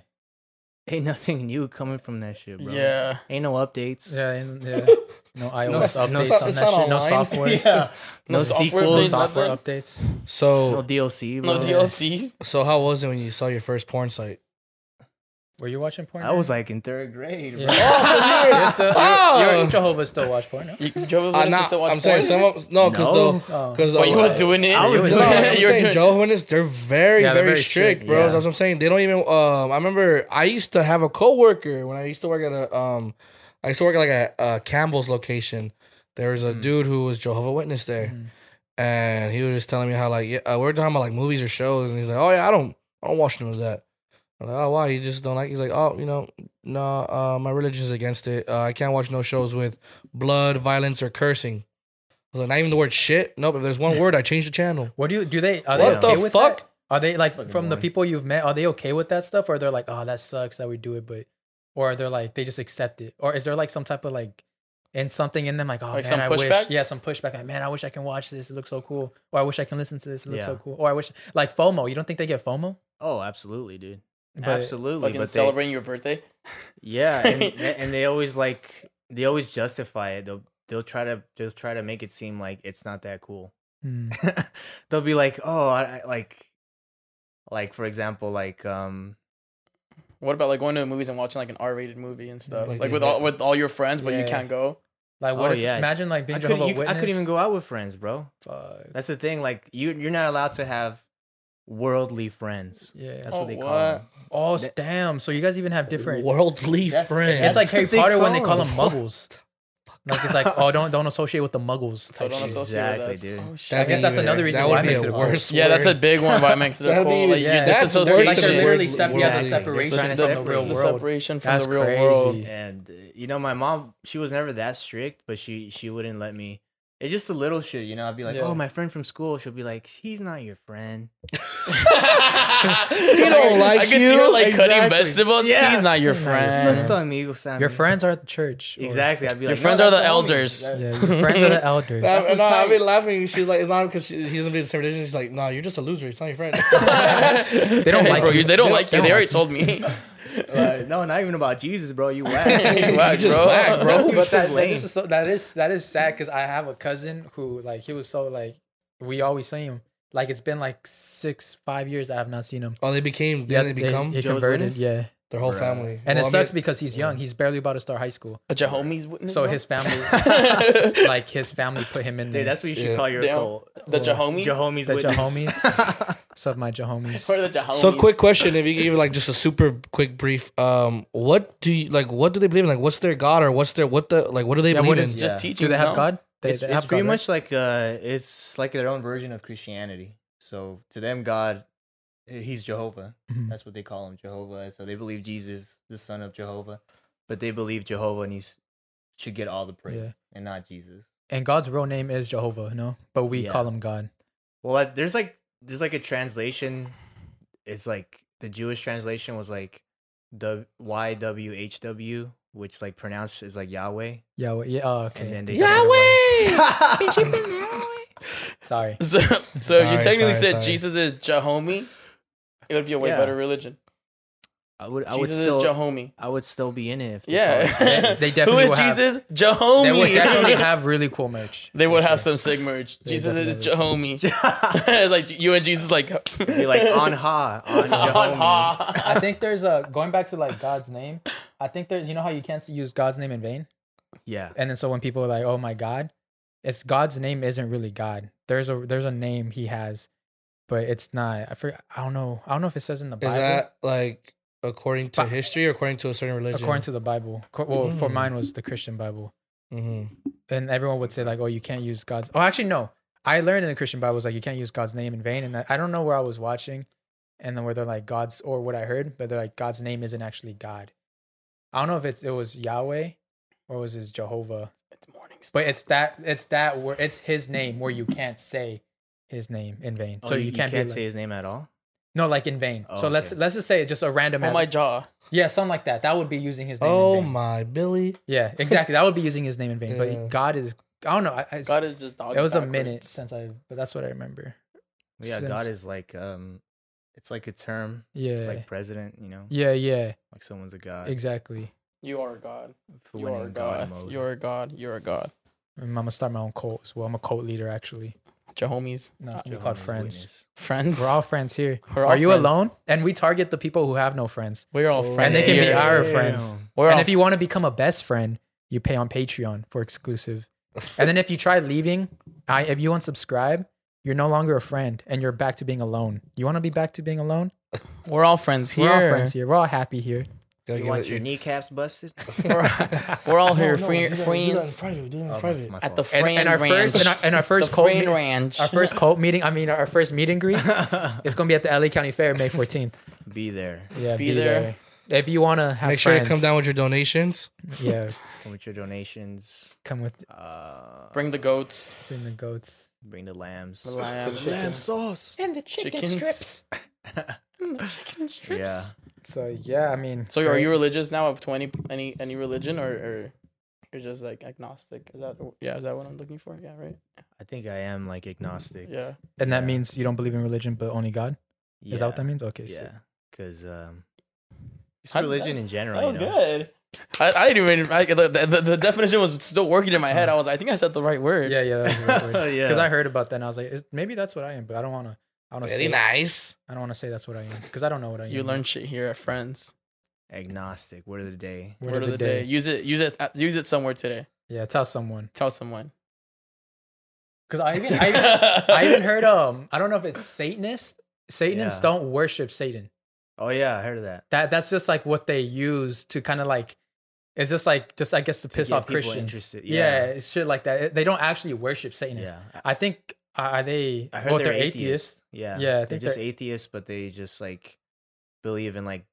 S3: ain't nothing new coming from that shit, bro.
S2: yeah.
S3: ain't no updates.
S1: Yeah. and- yeah. No iOS
S3: so-
S1: updates
S3: no
S1: on
S3: so-
S1: that
S4: it's
S1: shit.
S4: not
S1: No
S4: online.
S1: software.
S3: yeah. No,
S2: No software
S1: No
S3: sequels,
S2: updates,
S3: no,
S1: software
S2: nothing.
S1: updates. Oh.
S4: So
S3: DLC.
S2: No
S3: bro.
S1: Yeah.
S2: DLCs.
S4: so how was it when you saw your first porn site?
S1: Were you watching porn?
S3: I was like Oh, in third grade,
S1: Yeah.
S3: bro.
S1: You're still- you're-
S4: Wow.
S1: you're in Jehovah still watch porn? no?
S2: You, Jehovah's
S4: Uh,
S2: Witnesses
S4: nah,
S2: still watch
S4: I'm saying
S2: porn?
S4: some of no because
S3: No.
S1: Oh.
S4: because
S2: Well, you was doing it.
S3: I
S1: was
S4: No,
S1: doing it.
S4: I'm
S2: You're
S4: saying
S2: doing-
S4: Joe Hoenis, they're very,
S1: Yeah, they're
S4: very
S1: very
S4: strict,
S1: strict,
S4: bro.
S3: yeah.
S4: That's what I'm saying. They don't even. Um, I remember I used to have a coworker when I used to work at a. Um, I used to work at like a, a Campbell's location. There was a
S3: Mm.
S4: dude who was Jehovah Witness there,
S1: Mm.
S4: and he was just telling me how like yeah, uh, we are talking about like movies or shows, and he's like, oh yeah, I don't, I don't watch none of that. I'm like, oh why you just don't like? He's like, oh you know, no, uh, my religion's against it. Uh, I can't watch no shows with blood, violence, or cursing. I was like, not even the word shit. Nope. If there's one word, I change the channel.
S1: What do you do? They are
S4: What
S1: they okay
S4: the
S1: with
S4: fuck?
S1: that? Are they like
S3: fucking
S1: from the
S3: boring.
S1: people you've met? Are they okay with that stuff, or they're like, oh, that sucks that we do it, but, or they're like they just accept it, or is there like some type of like, in something in them like, oh man,
S2: Like some
S1: I
S2: pushback?
S1: wish, yeah, some pushback. Like, man, I wish I can watch this. It looks so cool, or I wish I can listen to this. It looks so
S3: Yeah.
S1: cool, or I wish like FOMO. You don't think they get FOMO?
S3: Oh, absolutely, dude.
S1: But-
S3: absolutely.
S2: Fucking
S3: But they,
S2: celebrating your birthday.
S3: yeah, and, and they always like they always justify it. They'll they'll try to they'll try to make it seem like it's not that cool.
S1: Hmm.
S3: they'll be like, oh, I, I like, like for example, like um,
S2: What about like going to the movies and watching like an R-rated movie and stuff,
S4: Like
S2: like,
S4: the
S2: with
S4: event.
S2: all with all your friends, but you
S1: Yeah.
S2: can't go.
S1: Like what?
S3: Oh,
S1: if,
S3: yeah.
S1: Imagine like being
S3: I couldn't,
S1: Jehovah
S3: you,
S1: Witness.
S3: I couldn't even go out with friends, bro.
S1: Fuck.
S3: That's the thing. Like you, you're not allowed to have worldly friends.
S1: Yeah.
S3: That's
S2: Oh,
S3: what they
S2: what?
S3: call them.
S1: Oh
S3: that-
S1: damn! So you guys even have different.
S4: worldly
S3: That's-
S4: friends.
S1: It's like Harry
S3: what they
S1: Potter when they
S3: call
S1: call them muggles. Like it's like, oh, don't don't associate with the muggles.
S2: So
S1: type
S2: don't
S1: shit.
S3: Jesus.
S2: associate
S3: Exactly,
S2: with us.
S3: dude.
S2: Oh,
S1: I
S2: shit.
S1: guess that's another reason
S4: that
S1: why
S4: would
S1: it
S4: be
S1: makes
S4: a
S1: it a
S4: worse.
S2: Yeah, that's a
S4: word.
S2: big one. Why it makes it a
S4: That'd
S2: cult.
S4: be-
S2: Like
S1: yeah,
S2: your
S1: that's
S4: worse
S2: disassociation.
S1: Like they're
S4: Separation.
S1: literally
S4: Word-
S1: sep-
S4: word-
S1: yeah, the
S3: exactly.
S1: separation
S3: Trying
S1: from
S3: to
S1: the
S3: separate.
S1: real
S2: the
S1: world.
S2: separation from
S1: That's
S2: the real
S1: crazy.
S2: world.
S3: and uh, you know my mom she was never that strict but she she wouldn't let me it's just the little shit you know i'd be like
S1: Yeah.
S3: oh my friend from school she'll be like he's not your friend
S2: you
S4: don't
S2: I
S4: like
S2: could
S4: you?
S2: see her like cutting
S3: Exactly.
S2: vegetables.
S3: Yeah.
S2: He's not your
S1: He's not your
S2: friend.
S1: friend.
S3: Left amigo Sammy.
S1: Your friends are at the church. or-
S3: exactly i'd be
S2: Your
S3: like
S2: friends
S3: "No,
S2: are
S3: that's
S2: the
S3: homie."
S2: elders.
S3: Exactly.
S1: Yeah, your friends are the elders.
S4: No,
S2: That was
S4: no, I've
S2: tight.
S4: been laughing. She's like, it's not because she, he doesn't be in the same religion. She's like, no, you're just a loser. It's not your friend.
S2: they
S1: don't like
S2: bro,
S1: you.
S2: They don't like
S1: they
S2: you.
S1: don't
S2: They already
S1: like
S2: told me.
S3: Like, no not even about jesus bro you whack
S2: You whack,
S4: just
S2: bro.
S4: whack, bro.
S1: but that,
S3: lame.
S1: this is so, that is that is sad because I have a cousin who like he was so like we always see him. Like it's been like six five years I have not seen him.
S4: oh, they became. Then they become
S1: he
S3: Joe's
S1: converted.
S3: Witness?
S1: Yeah,
S4: their whole
S3: Bruh.
S4: family.
S1: and
S4: Well,
S1: it
S4: I mean,
S1: sucks because he's young. He's barely about to start high school.
S2: A Jehovah's Witness.
S1: So
S2: bro?
S1: his family, like his family, put him in there.
S3: dude that's what you should
S4: Yeah.
S3: call your
S2: Damn.
S3: cult
S2: the Jehomies.
S3: Jehomies
S1: The
S3: witness.
S1: Jehomies. What's up, my homies?
S2: Where are the
S4: So
S2: Jahomies?
S4: quick question: If you give like just a super quick brief, um, what do you like? What do they believe in? Like, what's their god or what's their what the like? What do they
S1: Yeah,
S4: believe
S1: what
S4: in?
S1: is
S2: Just
S3: Yeah.
S2: teaching.
S1: Do they have God? They,
S3: it's,
S1: they
S3: it's
S1: have
S3: pretty
S1: God, right?
S3: much like uh, it's like their own version of Christianity. So to them, God, he's Jehovah.
S1: Mhm.
S3: That's what they call him, Jehovah. So they believe Jesus, the son of Jehovah, but they believe Jehovah and he's should get all the praise
S1: Yeah.
S3: and not Jesus.
S1: And God's real name is Jehovah, no? But we
S3: Yeah.
S1: call him God.
S3: Well, I, there's like there's like a translation. It's like the Jewish translation was like the Y W H W, which like pronounced is like Yahweh,
S1: Yeah, well, yeah, oh, okay.
S3: and then they
S1: Sorry.
S2: So, so if
S4: Sorry,
S2: you technically
S4: sorry,
S2: said
S4: sorry.
S2: Jesus is Jahomie, it would be a way
S3: Yeah.
S2: better religion.
S3: I would I would
S2: Jesus
S3: still
S2: is Jahomie.
S3: I would still be in it. If they called it
S2: Yeah.
S3: that.
S1: They definitely
S2: Who
S1: will
S2: is
S1: have-
S2: Jesus?
S1: They would definitely
S2: Jahomie.
S1: have really cool merch.
S2: They would
S1: for
S2: have
S1: sure.
S2: some sig merch.
S1: They
S2: Jesus is
S1: definitely
S2: Jahomie. it's like you and Jesus like
S3: be like on ha on,
S2: on
S3: ha.
S2: ha.
S1: I think there's a going back to like God's name. I think there's you know how you can't use God's name in vain,
S3: Yeah,
S1: and then so when people are like, "Oh my God," it's God's name isn't really God. There's a there's a name He has, but it's not. I forget, I don't know. I don't know if it says in the
S4: Is
S1: Bible.
S4: that like according to
S1: Bi-
S4: history or according to a certain religion?
S1: according to the Bible, Co- well, for
S4: Mm.
S1: mine was the Christian Bible,
S4: hmm
S1: and everyone would say like, "Oh, you can't use God's." Oh, actually, no. I learned in the Christian Bible was like you can't use God's name in vain, and I, I don't know where I was watching, and then where they're like God's or what I heard, but they're like God's name isn't actually God. I don't know if it's it was Yahweh or was it Jehovah, but it's that it's that where it's His name where you can't say His name in vain,
S3: Oh,
S1: so you, can't,
S3: can't
S1: be
S3: say
S1: like,
S3: his name at all.
S1: no like in vain.
S3: Oh,
S1: so let's
S3: okay.
S1: let's just say just a random
S2: on
S1: ass-
S2: Oh my jaw.
S1: yeah something like that. That would be using His name. in
S4: Oh
S1: vain.
S4: my Billy!
S1: Yeah, exactly. That would be using his name in vain.
S4: Yeah.
S1: But God is, I don't know. I, I,
S2: God is just dog.
S1: it was a minute since I, but that's what I remember.
S3: Yeah, God
S1: Since-
S3: is like um, it's like a term
S1: Yeah.
S3: like president. You know,
S1: yeah, yeah,
S3: like someone's a god.
S1: exactly.
S2: You are a God.
S3: for
S2: You are a
S3: winning god
S2: God.
S3: mode.
S2: You're a God. You're a God.
S1: I'm going to start my own cult as well. I'm a cult leader, actually.
S2: Jahomies.
S1: No,
S3: Jehovah's
S1: it's gonna be called friends.
S3: Witness.
S2: Friends.
S1: We're all friends here.
S2: We're all
S1: Are you
S2: friends.
S1: alone? And we target the people who have no friends.
S2: We're all
S4: And
S2: friends.
S1: they can be
S2: here.
S1: our friends.
S3: Damn.
S2: We're
S1: and
S2: all
S1: if you want to become a best friend, you pay on Patreon for exclusive. and then if you try leaving, I, if you unsubscribe, you're no longer a friend and you're back to being alone. You want to be back to being alone?
S2: We're all friends here.
S1: We're all friends here. We're all happy here.
S4: Gotta
S3: You
S4: give
S3: want
S4: it-
S3: your kneecaps busted?
S2: We're all here
S4: No, no,
S2: fri-
S4: do that- do that in
S2: friends.
S4: private, do that in
S3: Oh, my-
S4: private.
S3: my
S2: At the
S3: fault.
S1: and,
S2: friend
S1: and our
S2: ranch.
S1: first and our, and our first
S2: the
S1: cult
S2: friend
S1: meet-
S2: ranch.
S1: our first cult meeting. I mean, our first meet and greet is going to be at the LA County Fair May 14th.
S3: be there.
S1: Yeah,
S2: Be
S1: be, there. If you want to have
S4: Make sure to
S1: friends,
S4: come down with your donations.
S1: Yeah,
S3: Come with your donations.
S1: come with
S3: Uh,
S2: Bring the goats,
S1: bring the goats
S3: bring the lambs.
S2: the lambs,
S3: Lamb sauce.
S1: and the
S2: Chickens. strips. chicken
S3: Yeah.
S2: strips.
S1: So yeah, I mean,
S2: So are
S1: great.
S2: you religious now? Of twenty, any any religion or or you're just like agnostic? Is that yeah? Is that what I'm looking for? Yeah, right.
S3: I think I am like agnostic.
S2: Yeah.
S1: And that
S3: Yeah.
S1: means you don't believe in religion, but only God. Is that what
S3: Yeah.
S1: that means? Okay,
S3: Yeah,
S1: sick.
S3: because um, it's
S2: How did
S3: religion
S2: that-
S3: in general.
S2: That was
S3: you know?
S2: good. I, I didn't even I, the, the the definition was still working in my head. I was I think I said the right word.
S1: yeah, yeah. That was really
S3: yeah,
S1: Because I heard about that, and I was like, is, maybe that's what I am, but I don't want to. I don't
S4: Very
S1: say.
S4: nice.
S1: I don't want to say that's what I am because I don't know what I am.
S2: You learn shit here at Friends.
S3: agnostic. Word of the day.
S2: Word, of the, day. Use it. Use it. uh, Use it somewhere today.
S1: Yeah, tell someone.
S2: Tell someone.
S1: Because I even, I even I even heard um I don't know if it's Satanist. Satanists
S3: Yeah.
S1: don't worship Satan.
S3: Oh yeah, I heard of that.
S1: That that's just like what they use to kind of like it's just like just I guess to piss
S3: get
S1: off
S3: people
S1: Christians.
S3: interested,
S1: Yeah.
S3: yeah.
S1: it's shit like that. It- they don't actually worship Satanists.
S3: Yeah, I-
S1: I think uh, are they?
S3: I heard
S1: well,
S3: they're, atheists. Yeah,
S1: Yeah, I
S3: they're
S1: think
S3: just
S1: they're-
S3: atheists, but they just like believe in like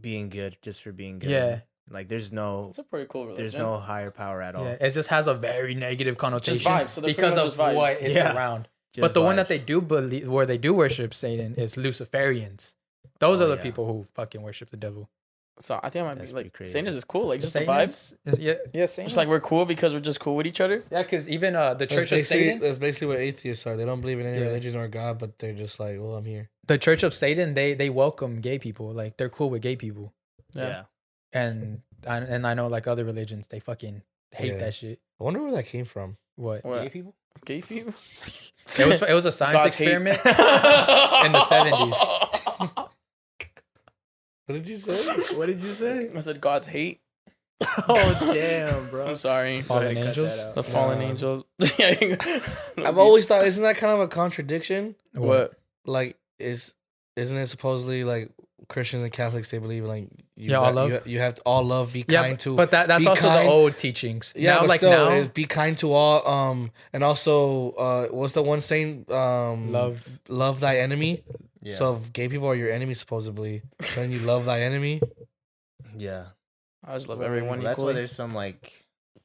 S3: being good just for being good.
S1: Yeah.
S3: like there's no
S2: It's a pretty cool religion.
S3: there's no higher power at all.
S1: Yeah, it just has a very negative connotation
S2: vibes, so they're pretty
S1: because
S2: much
S1: of
S2: just vibes.
S1: what it's
S3: Yeah.
S1: around.
S3: Just
S1: but the one that they
S3: vibes.
S1: do believe, where they do worship Satan, is Luciferians. Those
S3: Oh,
S1: are the
S3: yeah.
S1: people who fucking worship the devil.
S2: So I think I might
S3: That's
S2: be like
S3: pretty
S2: Satanist
S3: crazy.
S2: is cool. Like just the vibes.
S1: Satanists is- yeah, yeah,
S2: Just like
S1: Satanists.
S2: we're cool because we're just cool with each other.
S1: Yeah, because even uh, the
S4: That's
S1: Church of
S4: basically,
S1: Satan,
S4: that's basically what atheists are. They don't believe in any
S1: Yeah.
S4: religion or God, but they're just like, well, I'm here.
S1: the Church of Satan, they they welcome gay people. Like they're cool with gay people,
S3: Yeah.
S1: and and, and I know like other religions, they fucking hate
S4: Mm. Yeah.
S1: that shit.
S4: I wonder where that came from.
S1: What?
S2: What? Gay
S1: people?
S2: Gay people.
S1: It was it was a science
S2: God's hate.
S1: experiment.
S2: in
S1: the 70s.
S4: What did you say?
S3: What did you say?
S2: I said God's hate.
S3: oh damn, bro.
S2: I'm sorry.
S3: Cut
S1: Fallen
S3: that
S1: angels.
S3: out.
S2: The fallen
S4: Yeah.
S2: angels. Yeah, you-
S4: I've always thought, isn't that kind of a contradiction?
S2: what
S4: Like, is isn't it supposedly like Christians and Catholics they believe like you
S1: Yeah, all
S4: got-
S1: love.
S4: You, you have to all love, be
S1: Yeah,
S4: kind
S1: but,
S4: to,
S1: but that, that's
S4: be
S1: also
S4: kind.
S1: the old teachings.
S4: yeah,
S1: now,
S4: but
S1: like
S4: still,
S1: now,
S4: is be kind to all. Um, and also, uh, what's the one saying? Um,
S1: love.
S4: love thy enemy.
S3: Yeah.
S4: So if gay people are your enemy, supposedly, then you love thy enemy.
S3: yeah.
S2: I just love
S3: Well,
S2: everyone
S3: That's why
S2: equally.
S3: there's some like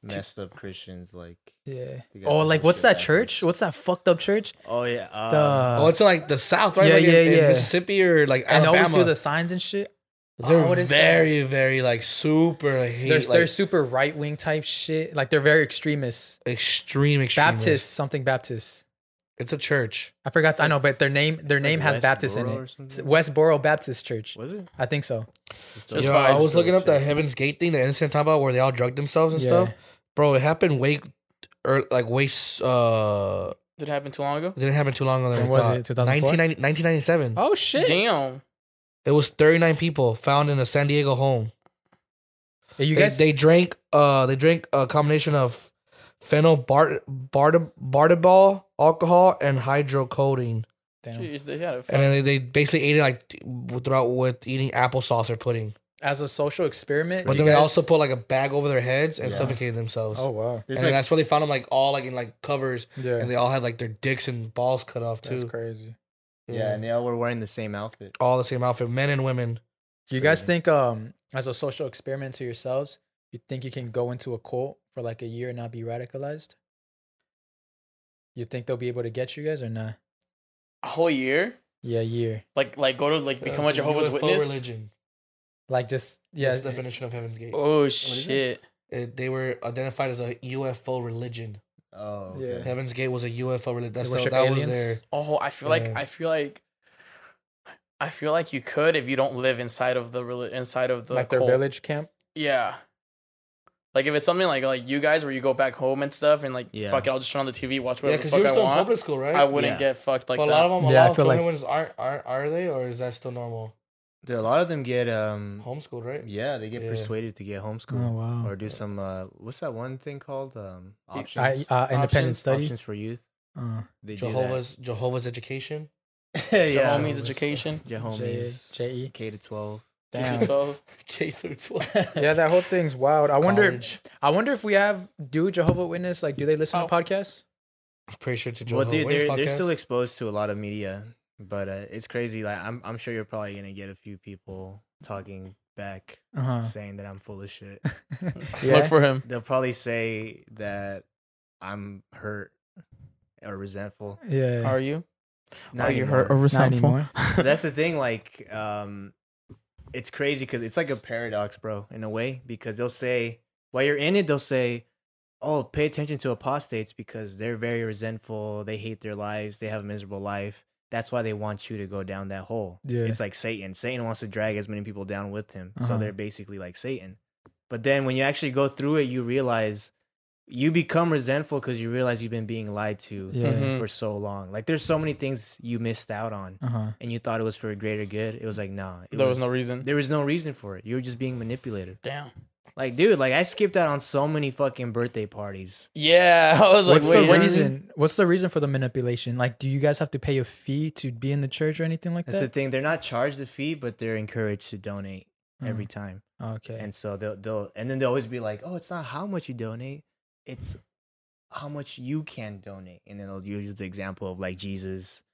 S3: messed up Christians like.
S1: Yeah.
S3: they got
S1: Oh,
S3: some
S1: like
S3: weird
S1: what's
S3: shit
S1: that
S3: backwards.
S1: church? What's that fucked up church?
S3: Oh yeah. Um,
S1: The
S4: oh, it's in, like the South, right?
S1: yeah,
S4: like in-
S1: yeah,
S4: in
S1: yeah.
S4: Mississippi or like
S1: and they
S4: Alabama.
S1: always do the signs and shit.
S4: They're
S1: Oh, what is that?
S4: very, very like super like, hate,
S1: They're,
S4: like,
S1: they're super right wing type shit. Like they're very extremists.
S4: extreme, extreme.
S1: Baptist something Baptist.
S4: It's a church.
S1: I forgot. I know, but their name their
S3: it's
S1: name
S3: like
S1: has Baptist in
S3: Westboro or
S1: it. It's
S3: something?
S1: Westboro Baptist Church.
S3: was it?
S1: I think so.
S3: still-
S2: Just
S4: Yo,
S2: vibes.
S4: I was
S3: still
S4: looking
S3: a
S4: up that
S3: church.
S4: Heaven's Gate thing, the incident talking about where they all drugged themselves and
S1: Yeah.
S4: stuff. Bro, it happened way, or like way, s- uh,
S2: Did it happen too long ago?
S4: didn't happen too long ago.
S1: When
S4: Than I
S1: was
S4: thought.
S1: it, 2004?
S4: 1990 1997.
S1: Oh shit!
S2: Damn.
S4: It was 39 people found in a San Diego home.
S1: Yeah, you
S4: they,
S1: guys,
S4: they drank, uh, they drank a combination of phenyl bart, bart, bartabol, alcohol, and hydrocodone.
S1: damn.
S2: Jeez, they had a
S4: And then they, they basically ate it like throughout with eating applesauce or pudding.
S1: as a social experiment.
S4: But
S1: you
S4: then they
S1: guys-
S4: also put like a bag over their heads and
S3: Yeah.
S4: suffocated themselves.
S1: Oh wow!
S3: There's
S4: and
S3: like
S4: that's where they found them like all like in like covers,
S1: Yeah,
S4: and they all had like their dicks and balls cut off
S1: that's
S4: too.
S1: crazy.
S3: yeah, and they all were wearing the same outfit.
S4: all the same outfit, men and women.
S1: Do you guys
S3: Crazy.
S1: think, um, as a social experiment to yourselves, you think you can go into a cult for like a year and not be radicalized? You think they'll be able to get you guys or not?
S2: a whole year.
S1: Yeah, year.
S2: Like like go to like become a Jehovah's Witness.
S4: religion.
S1: Like just
S4: Yeah,
S1: yeah,
S4: that's the definition of Heaven's Gate.
S2: Oh
S3: is
S2: shit.
S4: It- they were identified as a UFO religion.
S3: Oh
S1: Yeah.
S3: okay.
S4: Heaven's Gate was a UFO religion. That's
S1: worship
S4: the, that was
S1: aliens?
S4: their.
S2: Oh, I feel like
S4: Yeah.
S2: I feel like I feel like you could if you don't live inside of the reli- inside of the
S1: like their
S2: cult.
S1: village camp.
S2: Yeah. Like if it's something like like you guys where you go back home and stuff and like
S3: Yeah.
S2: fuck it, I'll just turn on the TV, watch
S4: Yeah,
S2: whatever the
S4: because
S2: fuck
S4: you're
S2: I
S4: still in
S2: want.
S4: public school, right?
S2: I wouldn't
S3: Yeah.
S2: get fucked like
S4: but a
S2: that.
S4: lot of them, a
S1: Yeah, I
S4: lot of
S1: feel like-
S4: children ones aren't, are are they or is that still normal?
S3: Dude, a lot of them get um.
S4: Homeschooled, right?
S3: Yeah, they get
S4: Yeah.
S3: persuaded to get homeschooled
S1: Oh, wow!
S3: or do some. Uh, what's that one thing called? Um,
S2: I-
S1: I,
S3: options.
S1: uh, independent
S2: Options-
S1: study.
S3: Options for youth.
S1: Uh,
S3: They do that.
S4: Jehovah's Jehovah's Education.
S3: yeah.
S2: Jehomies
S1: Jehovah's-
S2: education.
S1: J
S3: Jehomies.
S1: J E.
S3: K to twelve.
S1: Damn.
S2: Twelve.
S4: K through twelve.
S1: yeah, that whole thing's wild. I wonder.
S4: College.
S1: I wonder if we have do Jehovah Witness like do they listen to
S2: Oh.
S1: podcasts?
S4: I'm pretty sure to
S3: well,
S4: Jehovah's
S3: dude, they're, they're
S4: podcast.
S3: still exposed to a lot of media, but uh, it's crazy. Like, I'm I'm sure you're probably gonna get a few people talking back,
S1: Uh huh.
S3: saying that I'm full of shit.
S1: Yeah.
S2: Look for him.
S3: They'll probably say that I'm hurt or resentful.
S1: yeah.
S2: Are you?
S3: Not
S2: Are you
S3: anymore.
S2: hurt or resentful?
S3: But that's the thing. Like, um, it's crazy because it's like a paradox, bro, in a way, because they'll say while you're in it, they'll say, "Oh, pay attention to apostates because they're very resentful. They hate their lives. They have a miserable life. That's why they want you to go down that hole."
S1: Yeah.
S3: It's like Satan. Satan wants to drag as many people down with him,
S1: Uh-huh.
S3: so they're basically like Satan. But then when you actually go through it, you realize you become resentful because you realize you've been being lied to
S1: Yeah.
S2: Mhm.
S3: for so long. Like there's so many things you missed out on
S1: Uh huh.
S3: and you thought it was for a greater good, it was like nah. It
S2: There was no reason.
S3: there was no reason for it. You were just being manipulated.
S2: Damn.
S3: Like, dude, like I skipped out on so many fucking birthday parties.
S2: Yeah. I was like,
S1: What's
S2: wait,
S1: the
S2: really?
S1: reason? What's the reason for the manipulation? Like, do you guys have to pay a fee to be in the church or anything like
S3: That's the
S1: that?
S3: thing. They're not charged a fee, but they're encouraged to donate
S1: Uh,
S2: Mm.
S3: every time.
S1: okay.
S3: And so they'll they'll and then they'll always be like, oh, it's not how much you donate, it's how much you can donate. And then they'll use the example of like Jesus.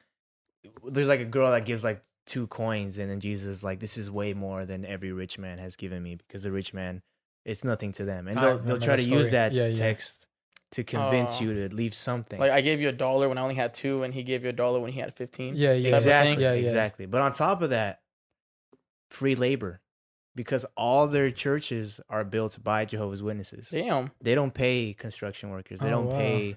S3: There's like a girl that gives like two coins, and then Jesus is like, this is way more than every rich man has given me because the rich man, it's nothing to them. And
S2: I
S3: they'll they'll
S1: remember
S3: try to
S1: that
S3: use
S1: story.
S3: that
S1: Yeah, yeah.
S3: text to convince
S2: Oh.
S3: you to leave something.
S2: Like I gave you a dollar when I only had two, and he gave you a dollar when he had fifteen.
S1: yeah. Yeah.
S3: exactly,
S1: Yeah. Yeah.
S3: exactly. But on top of that, free labor. Because all their churches are built by Jehovah's Witnesses.
S2: Damn.
S3: they don't pay construction workers. They
S1: Oh,
S3: don't
S1: wow.
S3: pay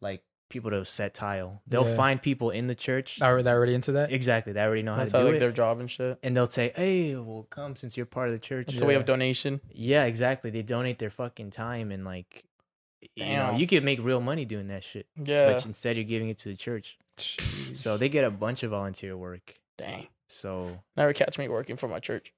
S3: like people to set tile. They'll
S1: Yeah.
S3: find people in the church.
S1: Are they already into that?
S3: Exactly. They already know how
S2: That's
S3: to
S2: how
S3: do
S2: like
S3: it.
S2: their job and shit.
S3: And they'll say, "Hey, well, come since you're part of the church."
S2: It's
S3: Yeah.
S2: a way of donation.
S3: exactly. They donate their fucking time and like, you
S2: Damn.
S3: know, you could make real money doing that shit.
S2: Yeah.
S3: But instead, you're giving it to the church. So they get a bunch of volunteer work.
S2: Dang.
S3: So
S2: Never catch me working for my church.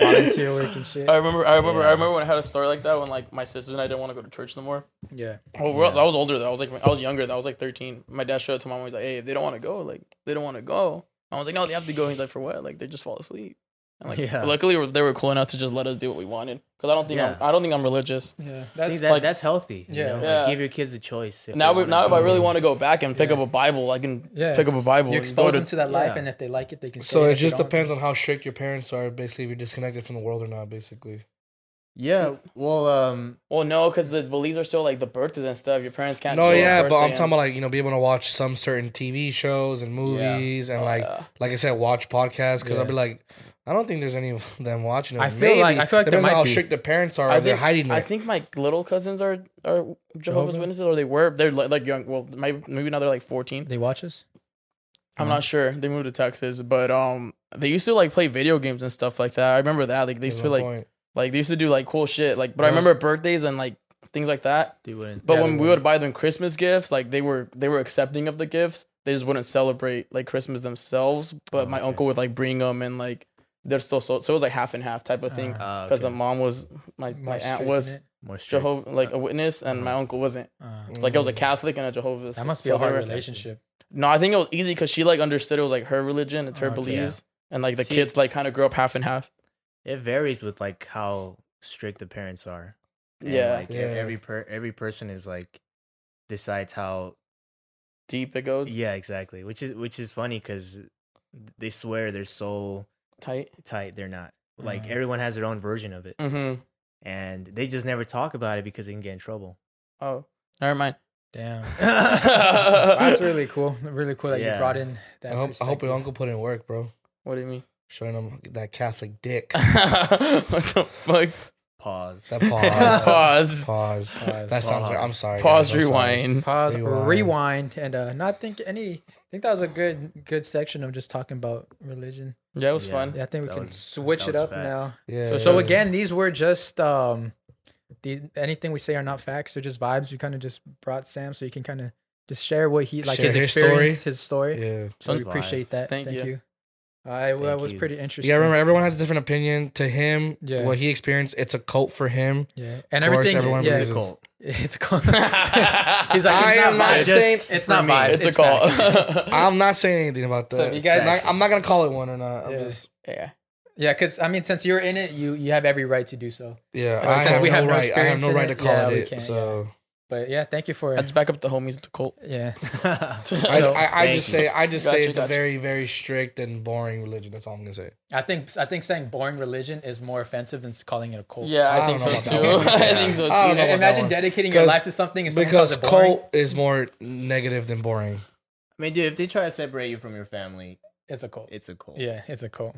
S1: volunteer work and shit.
S2: I remember, I remember, I
S3: Yeah.
S2: remember when I had a story like that when like my sisters and I didn't want to go to church no more.
S1: Yeah,
S2: Well, we're, I was older though. I was like, I was younger. Though. I was like 13. My dad showed it to my mom. He's like, hey, if they don't want to go, like, they don't want to go. I was like, no, they have to go. He's like, for what? Like, they just fall asleep. And like,
S3: Yeah.
S2: luckily they were cool enough to just let us do what we wanted. Cause I don't think I'm,
S3: Yeah.
S2: I don't think I'm religious.
S1: yeah.
S3: I
S1: That's
S3: think that,
S2: like-
S3: that's healthy. you
S1: Yeah.
S3: know? Like,
S2: Yeah.
S3: give your kids a choice.
S2: now,
S3: we
S2: we, now if I really want to go back and pick
S1: Yeah.
S2: up a Bible, I can
S1: Yeah.
S2: pick up a Bible.
S1: you
S2: and
S1: expose
S2: go to-
S1: them to that life,
S3: yeah.
S1: and if they like it, they can.
S4: So
S1: stay.
S4: it
S1: If they
S4: just
S1: don't,
S4: depends on how strict your parents are. Basically, if you're disconnected from the world or not. Basically,
S3: Yeah. Well, um,
S2: Well, no, because the beliefs are still like the birthdays and stuff. Your parents can't.
S4: no,
S2: do a
S4: yeah, but
S2: birthday
S4: I'm talking
S2: and-
S4: about like you know, be able to watch some certain TV shows and movies, and
S2: Oh,
S4: like
S2: yeah.
S4: like I said, watch podcasts because
S1: Yeah.
S4: I'll be like, I don't think there's any of them watching. It.
S1: I feel like- I feel like there
S4: depends on
S1: might
S4: how
S1: be.
S4: strict the parents are.
S2: I
S4: or they're
S2: think-
S4: hiding it.
S2: I think my little cousins are are Jehovah's
S4: Jehovah?
S2: Witnesses, or they were. They're li- like young. Well, maybe maybe now they're like 14.
S1: They watch us. Uh-huh.
S2: I'm not sure. They moved to Texas, but um, they used to like play video games and stuff like that. I remember that. Like they used
S4: Is
S2: to
S4: my
S2: like
S4: point.
S2: like they used to do like cool shit. Like, but I
S4: Those-
S2: remember birthdays and like things like that.
S3: they wouldn't.
S2: But
S1: Yeah,
S2: when
S1: they
S2: we
S1: would.
S2: would buy them Christmas gifts, like they were they were accepting of the gifts. They just wouldn't celebrate like Christmas themselves.
S3: Oh,
S2: But my
S3: okay.
S2: uncle would like bring them and like they're still so so it was like half and half type of thing
S1: Ah,
S3: Uh,
S2: because
S3: okay.
S2: the mom was my
S1: More
S2: my
S1: strict
S2: aunt
S1: in
S2: was
S1: it.
S3: more strict.
S2: Jehovah like a witness and my uncle wasn't.
S1: Uh,
S2: It's like I was a Catholic and a Jehovah's.
S1: that must be
S2: so
S1: a hard
S2: they were-
S1: relationship.
S2: no, I think it was easy because she like understood it was like her religion, it's her
S4: Oh,
S1: Okay.
S2: beliefs, and like the
S3: See-
S2: kids like kind of grew up half and half.
S3: It varies with like how strict the parents are. And,
S2: yeah,
S3: Like, e-
S4: Yeah.
S3: Every per every person is like decides how
S2: deep it goes.
S3: Yeah, exactly. Which is which is funny because they swear they're so
S2: tight.
S3: tight. They're not. Like
S1: Mhm.
S3: everyone has their own version of it,
S2: Mm-hmm.
S3: and they just never talk about it because they can get in trouble.
S2: Oh, never mind.
S1: Damn,
S2: That's
S1: that's really cool. Really cool that you
S3: Yeah.
S1: brought in that.
S4: I hope I hope your
S1: perspective.
S4: uncle put in work, bro.
S2: What do you mean?
S4: Showing them that Catholic dick.
S2: what the fuck?
S3: Pause.
S4: That pause.
S2: Pause.
S4: Pause.
S1: Pause.
S4: That sounds.
S3: Pause.
S4: I'm sorry.
S2: Pause.
S4: guys, I'm sorry.
S2: rewind.
S1: pause
S4: Rewind.
S1: rewind, and uh not think any i think that was a good good section of just talking about religion
S2: Yeah, it was
S3: Yeah.
S2: fun.
S1: yeah, i think we
S3: That
S1: can
S3: was-
S1: switch
S3: that
S1: it
S3: was
S1: up
S3: fact.
S1: now
S4: Yeah.
S2: So-
S1: so
S4: yeah.
S1: again these were just um the anything we say are not facts they're just vibes we kind of just brought sam so you can kind of just share what he like
S4: Share
S1: his
S4: his story.
S1: experience his story
S4: Yeah.
S1: so we
S3: Vibe.
S1: appreciate that
S2: Thank
S1: thank,
S2: you.
S1: you. i well,
S3: Thank
S1: was
S3: you.
S1: pretty interesting
S4: Yeah, remember everyone has a different opinion. To him,
S1: Yeah.
S4: what he experienced, it's a cult for him.
S1: yeah and
S4: Of course,
S1: everything
S4: everyone
S1: yeah
S3: It's a cult.
S1: it's called he's like
S4: I
S1: it's not
S4: am not
S1: vibes.
S4: saying-
S1: it's not
S3: for me.
S1: vibes
S2: it's, a
S1: facts.
S2: call.
S4: I'm not saying anything about that.
S2: So if you guys-
S4: Not- I'm not gonna call it one or not. I'm
S1: Yeah.
S4: just
S2: yeah.
S1: Yeah, because I mean, since you're in it, you you have every right to do so.
S4: yeah.
S1: But
S4: I
S1: since
S4: have,
S1: we
S4: no
S1: have no
S4: right. I have
S1: experience
S4: no
S1: in
S4: right
S1: it,
S4: to call
S1: yeah, we
S4: it.
S1: can't,
S4: so
S1: But yeah, thank you for
S2: Let's back up the homies. It's a cult.
S1: yeah.
S4: I,
S1: So-
S4: I, I
S3: Thank
S4: just
S3: you.
S4: say I just say
S2: Gotcha,
S4: it's a
S2: gotcha.
S4: very very strict and boring religion. That's all I'm gonna say.
S1: I think I think saying boring religion is more offensive than calling it a cult.
S2: yeah, I,
S4: I
S2: think
S4: don't
S2: so
S4: know
S2: too.
S4: about that one.
S2: I think so
S4: I don't
S2: too.
S4: know about that
S1: Imagine
S4: one.
S1: dedicating your
S4: Because-
S1: life to something and someone calls it
S4: Because
S1: boring.
S4: cult is more negative than boring.
S3: I mean, dude, if they try to separate you from your family,
S1: It's a cult.
S3: it's a cult.
S1: yeah, it's a cult.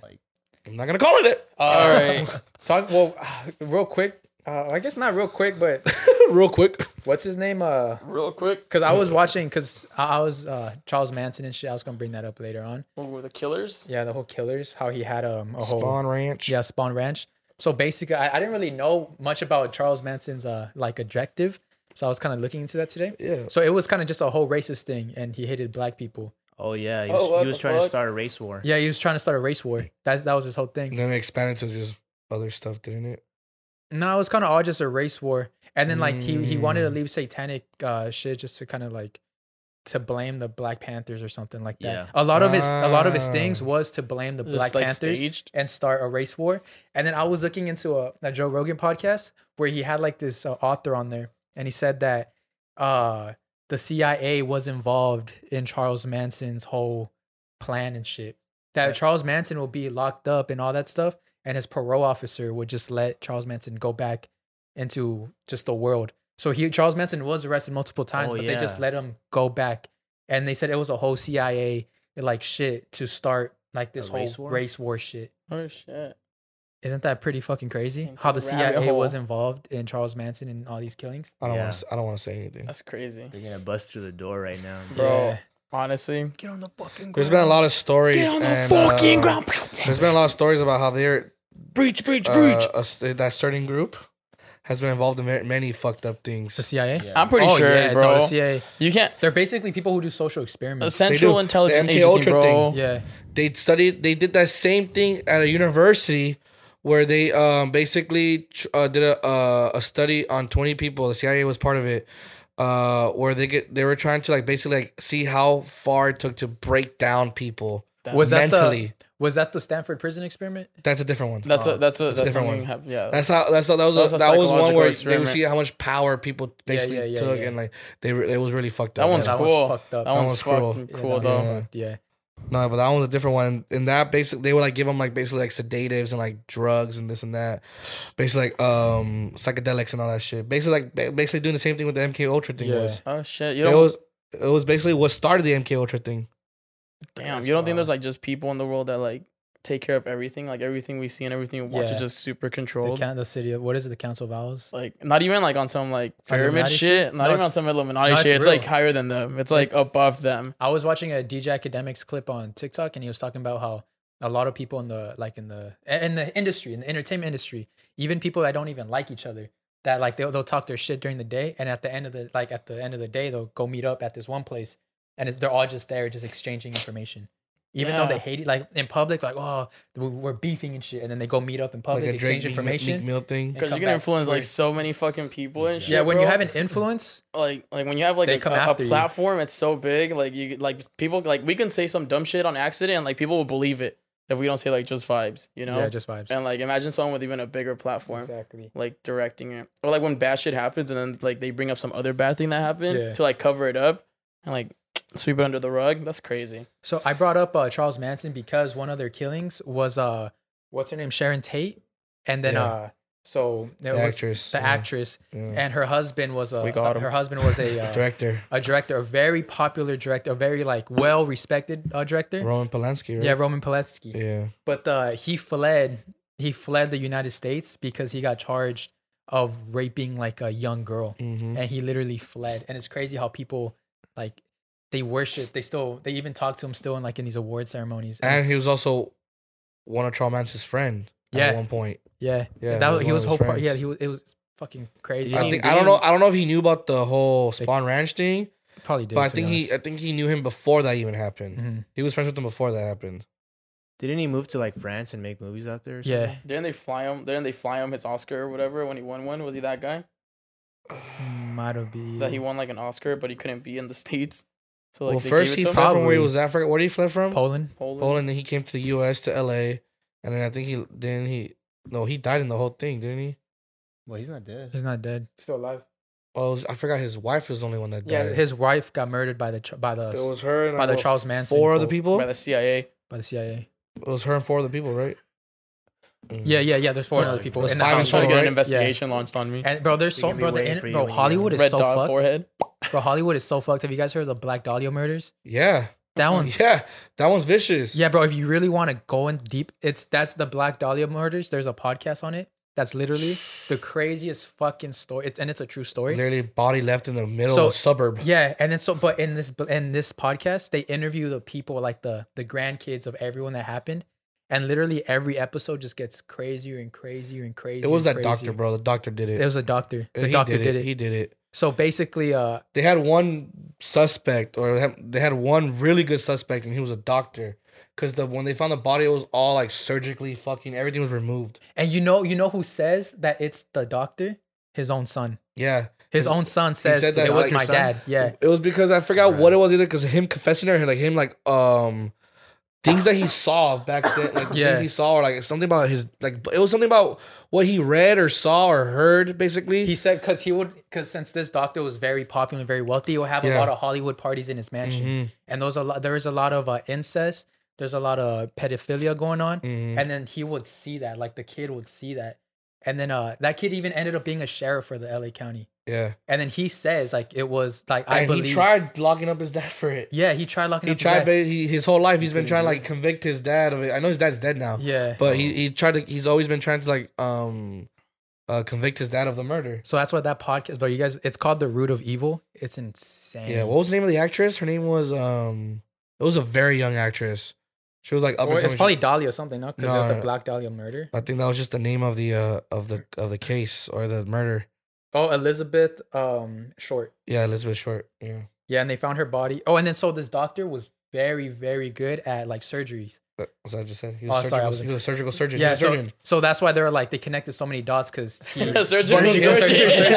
S4: I'm not gonna call it it.
S2: All right.
S1: Talk well, real quick. Uh, I guess not real quick, but
S4: Real quick.
S1: what's his name? Uh,
S2: Real quick,
S1: because I was watching because I I was uh Charles Manson and shit. I was gonna bring that up later on.
S2: what were the killers?
S1: Yeah, the whole killers, how he had um a whole
S4: Spawn Ranch.
S1: Yeah, Spawn Ranch. So basically, I, I didn't really know much about Charles Manson's uh like objective, so I was kind of looking into that today.
S4: Yeah.
S1: So it was kind of just a whole racist thing, and he hated black people.
S3: Oh yeah. He
S2: Oh,
S3: was,
S2: what
S3: he was
S2: the
S3: trying
S2: fuck?
S3: to start a race war.
S1: Yeah, he was trying to start a race war. That's that was his whole
S4: And
S1: thing.
S4: then it expanded to just other stuff, didn't it?
S1: No, it was kind of all just a race war, and then like he he wanted to
S4: Mm.
S1: leave satanic uh shit just to kind of like to blame the Black Panthers or something like that.
S3: Yeah.
S1: A lot of his a lot of his
S4: Ah.
S1: things was to blame the
S2: Just
S1: Black
S2: like
S1: Panthers.
S2: staged.
S1: and start a race war. And then I was looking into a, a Joe Rogan podcast where he had like this uh, author on there, and he said that uh, the CIA was involved in Charles Manson's whole plan and shit. That Charles Manson will be locked up and all that stuff, and his parole officer would just let Charles Manson go back into just the world. So he Charles Manson was arrested multiple times,
S3: Oh,
S1: but they just
S3: yeah.
S1: let him go back. And they said it was a whole CIA like shit to start like this whole
S3: race war?
S1: race war shit.
S2: Oh shit.
S1: Isn't that pretty fucking crazy?
S2: Into
S1: How the
S2: the rabbit
S1: CIA was
S2: hole.
S1: involved in Charles Manson and all these killings?
S4: I don't
S3: Yeah.
S4: want to. I don't want to say anything.
S2: That's crazy.
S3: They're gonna bust through the door right now.
S2: Bro. Honestly.
S3: Get on the fucking.
S4: There's been a lot of stories. and, uh, There's been a lot of stories about how they're
S2: Uh, Breach, breach,
S4: uh, a s- that certain group has been involved in ma- many fucked up things.
S1: The CIA.
S5: Yeah.
S2: I'm pretty
S1: Oh,
S2: sure,
S1: yeah, no,
S2: bro.
S1: the CIA.
S2: you can't.
S1: They're basically people who do social
S2: A
S1: experiments.
S2: central
S4: do.
S2: intelligence
S4: The MK
S2: agency,
S4: Ultra
S2: bro.
S4: thing.
S1: Yeah.
S4: they studied they did that same thing at a university where they um, basically tr- uh, did a uh, a study on 20 people the cia was part of it uh, where they get they were trying to like basically like see how far it took to break down people
S1: Was that
S4: mentally
S1: the was that the Stanford prison experiment?
S4: that's a different one
S2: That's a
S1: Oh,
S2: that's a that's
S4: different
S2: something.
S4: one.
S2: Hap- yeah,
S4: that's how that's how, that was that
S2: That was a
S4: was, that was one
S2: psychological
S4: where they
S2: experiment.
S4: would see how much power people basically
S1: yeah, yeah,
S4: took
S1: yeah.
S4: and like they re- it was really fucked up.
S2: that one's
S1: that was
S2: cool.
S1: fucked up.
S2: That,
S1: That
S2: one's
S4: one's
S2: cool.
S4: cool.
S2: fucked and
S1: Yeah,
S2: cool
S1: that was
S2: though.
S1: fucked, Yeah.
S4: No, but that one was a different one. In that, basic, they would like give them like basically like sedatives and like drugs and this and that, basically like um psychedelics and all that shit. Basically like ba- basically doing the same thing with the MK Ultra thing
S1: Yeah.
S4: was.
S2: Oh shit! You
S4: It
S2: don't,
S4: was it was basically what started the MK Ultra thing.
S2: damn. You don't
S1: uh,
S2: think there's like just people in the world that like take care of everything, like everything we see and everything we watch
S1: Yeah.
S2: is just super
S1: The,
S2: controlled.
S1: can- the city of what is it? The Council of Owls.
S2: Like not even like on some like pyramid
S1: Illuminati
S2: shit.
S1: shit?
S2: Not
S1: No,
S2: even
S1: it's-
S2: on some Illuminati
S1: no, it's
S2: shit. It's
S1: real.
S2: like higher than them. It's like above them.
S1: I was watching a DJ Academics clip on TikTok, and he was talking about how a lot of people in the like in the in the industry, in the entertainment industry, even people that don't even like each other, that like they'll, they'll talk their shit during the day, and at the end of the like at the end of the day, they'll go meet up at this one place, and it's, they're all just there, just exchanging information. Even
S2: Yeah.
S1: though they hate it, like in public, like oh, we- we're beefing and shit, and then they go meet up in public,
S4: Like a Drake
S1: exchange
S4: Meek- Meek
S1: information.
S4: Mill thing.
S1: and
S2: Because
S1: come
S2: you can
S1: back
S2: influence like
S1: free.
S2: so many fucking people and shit.
S1: yeah, when you
S2: bro.
S1: have an influence,
S2: like like when you have like
S1: They
S2: a,
S1: come
S2: a- a
S1: after you.
S2: platform it's so big like you like people like we can say some dumb shit on accident and like people will believe it if we don't say like just vibes you know
S1: yeah, just vibes.
S2: and like imagine someone with even a bigger platform
S1: Exactly.
S2: like directing it or like when bad shit happens and then like they bring up some other bad thing that happened
S1: Yeah.
S2: to like cover it up and like sweep it under the rug that's crazy
S1: So I brought up uh, Charles Manson because one of their killings was uh, what's her name, Sharon Tate, and then
S4: Yeah.
S1: uh, so there
S4: The
S1: was
S4: actress,
S1: the
S4: yeah.
S1: actress,
S4: Yeah.
S1: and her husband was a
S2: We got him.
S1: her husband was a uh,
S4: Director
S1: a director, a very popular director, a very like well respected uh, director.
S4: Roman Polanski. Right?
S1: Yeah, Roman Polanski.
S4: yeah.
S1: But uh, he fled. He fled the United States because he got charged of raping like a young girl
S4: hmm
S1: and he literally fled. And it's crazy how people like they worship. They still they even talk to him still in like in these award ceremonies.
S4: And
S1: it's-
S4: he was also one of Charles Manson's friend.
S1: Yeah.
S4: At one point.
S1: yeah,
S4: Yeah,
S1: that
S4: he
S1: was,
S4: was
S1: he
S4: one
S1: was
S4: of
S1: whole
S4: his
S1: part. Yeah,
S4: friends.
S1: he was. It was fucking crazy.
S2: Yeah,
S4: I
S2: he
S4: think I don't know.
S2: didn't-
S4: I don't know if he knew about the whole Spawn Ranch thing.
S1: probably did.
S4: But I
S1: to be
S4: think he, uh, I
S1: honest.
S4: think he knew him before that even happened.
S1: Mhm.
S4: He was friends with him before that happened.
S3: Didn't he move to like France and make movies out there? or
S1: Yeah,
S3: something?
S2: didn't they fly him didn't they fly him his oscar or whatever when he won one was he that guy
S1: might have been.
S2: that he won like an oscar but he couldn't be in the states so like
S4: well,
S2: they
S4: first
S2: gave it
S4: he
S2: to him?
S4: fled from where
S1: Probably.
S4: he was at. I forgot- Where did he fled from?
S1: Poland.
S2: Poland.
S4: Poland. Then he came to the U.S. to L.A. And then I think he then he no he died in the whole thing, didn't he?
S3: Well, he's not dead.
S1: He's not dead.
S2: still alive
S4: Oh, it was- I forgot his wife was the only one that
S1: Yeah,
S4: died.
S1: his wife got murdered by the Ch- by the s-
S4: her and
S1: by the
S4: like,
S1: Charles Manson.
S4: four other
S1: folk-
S4: people.
S2: by the cia
S1: by the CIA.
S4: It was her and four other people, right? Mm.
S1: Yeah, yeah, yeah. There's four
S3: Well,
S1: other people
S4: there's
S1: in the
S4: five in
S2: I'm
S1: house.
S2: trying to get
S4: total, right?
S2: an
S4: Yeah.
S2: investigation launched on me.
S1: And bro, there's
S3: We
S1: so
S3: can be
S1: bro, the,
S3: waiting
S1: in-
S3: for you
S1: bro
S3: when you
S1: Hollywood is
S2: Red
S1: so
S2: dot
S1: fucked.
S2: forehead.
S1: Bro, Hollywood is so fucked. Have you guys heard of the Black Dahlia murders?
S4: yeah,
S1: That one's
S4: yeah, that one's vicious.
S1: Yeah, bro. If you really want to go in deep, it's that's the Black Dahlia murders. There's a podcast on it. That's literally the craziest fucking story. It's and it's a true story.
S4: literally body left in the middle
S1: So-
S4: of a suburb.
S1: Yeah, and then so but in this in this podcast, they interview the people like the the grandkids of everyone that happened, and literally every episode just gets crazier and crazier and crazier.
S4: it was
S1: and
S4: that doctor,
S1: crazier.
S4: bro. The doctor did it.
S1: It was a doctor. The
S4: he
S1: doctor
S4: did, it.
S1: did
S4: He did it.
S1: So basically, uh,
S4: they had one suspect or ha- they had one really good suspect and he was a doctor because the when they found the body it was all like surgically fucking everything was removed
S1: and you know you know who says that it's the doctor, his own son.
S4: yeah
S1: His own son says
S4: said that
S1: it was
S4: like
S1: my
S3: your son?
S1: dad. Yeah.
S4: it was because i forgot
S3: Right.
S4: what it was either because him confessing or like him like um things that he saw back then like
S1: Yeah.
S4: things he saw or like something about his like it was something about what he read or saw or heard basically
S1: He said because he would because since this doctor was very popular, and very wealthy, he would have a
S4: Yeah.
S1: lot of Hollywood parties in his mansion,
S4: Mhm,
S1: and those a lot there is a lot of uh, incest, there's a lot of pedophilia going on,
S4: mhm.
S1: and then he would see that, like the kid would see that, and then uh that kid even ended up being a sheriff for the L.A. County,
S4: yeah
S1: and then he says like it was like I
S4: and
S1: believe
S4: he tried locking up his dad for it
S1: yeah he tried locking
S4: he
S1: up his
S4: tried
S1: dad.
S4: ba- he, his whole life he's been trying to like convict his dad of it i know his dad's dead now
S1: yeah.
S4: But he, he tried to he's always been trying to like um uh convict his dad of the murder.
S1: so that's why that podcast, but you guys, it's called The Root of Evil. It's insane.
S4: Yeah, what was the name of the actress? Her name was um it was a very young actress. She was like up
S1: Or
S4: and
S1: it's
S4: coming.
S1: probably Dahlia or something, no? Because
S4: No,
S1: there's the
S4: no.
S1: Black Dahlia murder.
S4: I think that was just the name of the uh of the of the case or the murder.
S1: Oh, Elizabeth um Short.
S4: Yeah, Elizabeth Short. Yeah.
S1: Yeah, and they found her body. Oh, and then so this doctor was very, very good at like surgeries.
S4: That- That's what I just said. He
S1: Oh,
S4: was,
S1: sorry, I
S4: surgical,
S1: wasn't-
S4: he was a surgical surgeon.
S1: yeah,
S4: he was a
S1: so,
S4: surgeon.
S1: so that's why they were like they connected so many dots because he
S2: A surgical
S1: surgical
S2: surgeon.
S1: surgeon.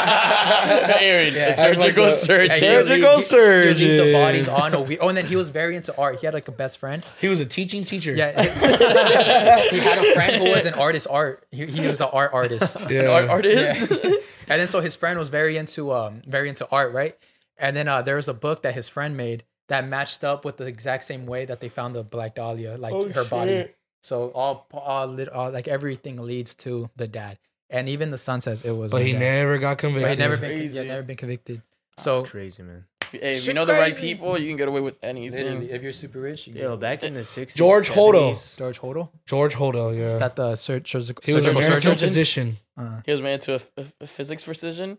S2: Aaron,
S1: Yeah.
S2: a surgical
S4: Like the-
S2: surgeon.
S1: Hey, he'll leave-
S2: Surgical
S1: he'll leave
S2: surgeon.
S1: the bodies on a we- Oh, and then he was very into art. He had like a best friend.
S4: He was a teaching teacher.
S1: Yeah, he had a friend who was an artist. Art. He, he was an art artist.
S4: Yeah.
S2: An art artist.
S1: And then so his friend was very into um very into art, right? And then uh, there was a book that his friend made that matched up with the exact same way that they found the Black Dahlia, like her body. So all, all, lit- all like everything leads to the dad, and even the son says it was.
S4: But
S1: my
S4: he
S1: dad.
S4: never got
S1: But
S4: convicted.
S1: he'd never been
S2: Crazy.
S1: yeah, never been convicted. So
S3: Crazy man.
S2: Hey, if you
S1: Shit
S2: know the right
S1: crazy.
S2: people, you can get away with
S1: literally,
S2: anything.
S1: if you're super rich, you
S3: Yo,
S1: get
S3: back in the sixties.
S4: George Hodo.
S1: George Hodel.
S4: George Hodel. Yeah.
S1: That the sur- surgical
S4: he was a
S1: surgical
S4: medical
S1: surgeon.
S4: physician.
S1: Uh,
S2: He was married to a, a, a physics physician.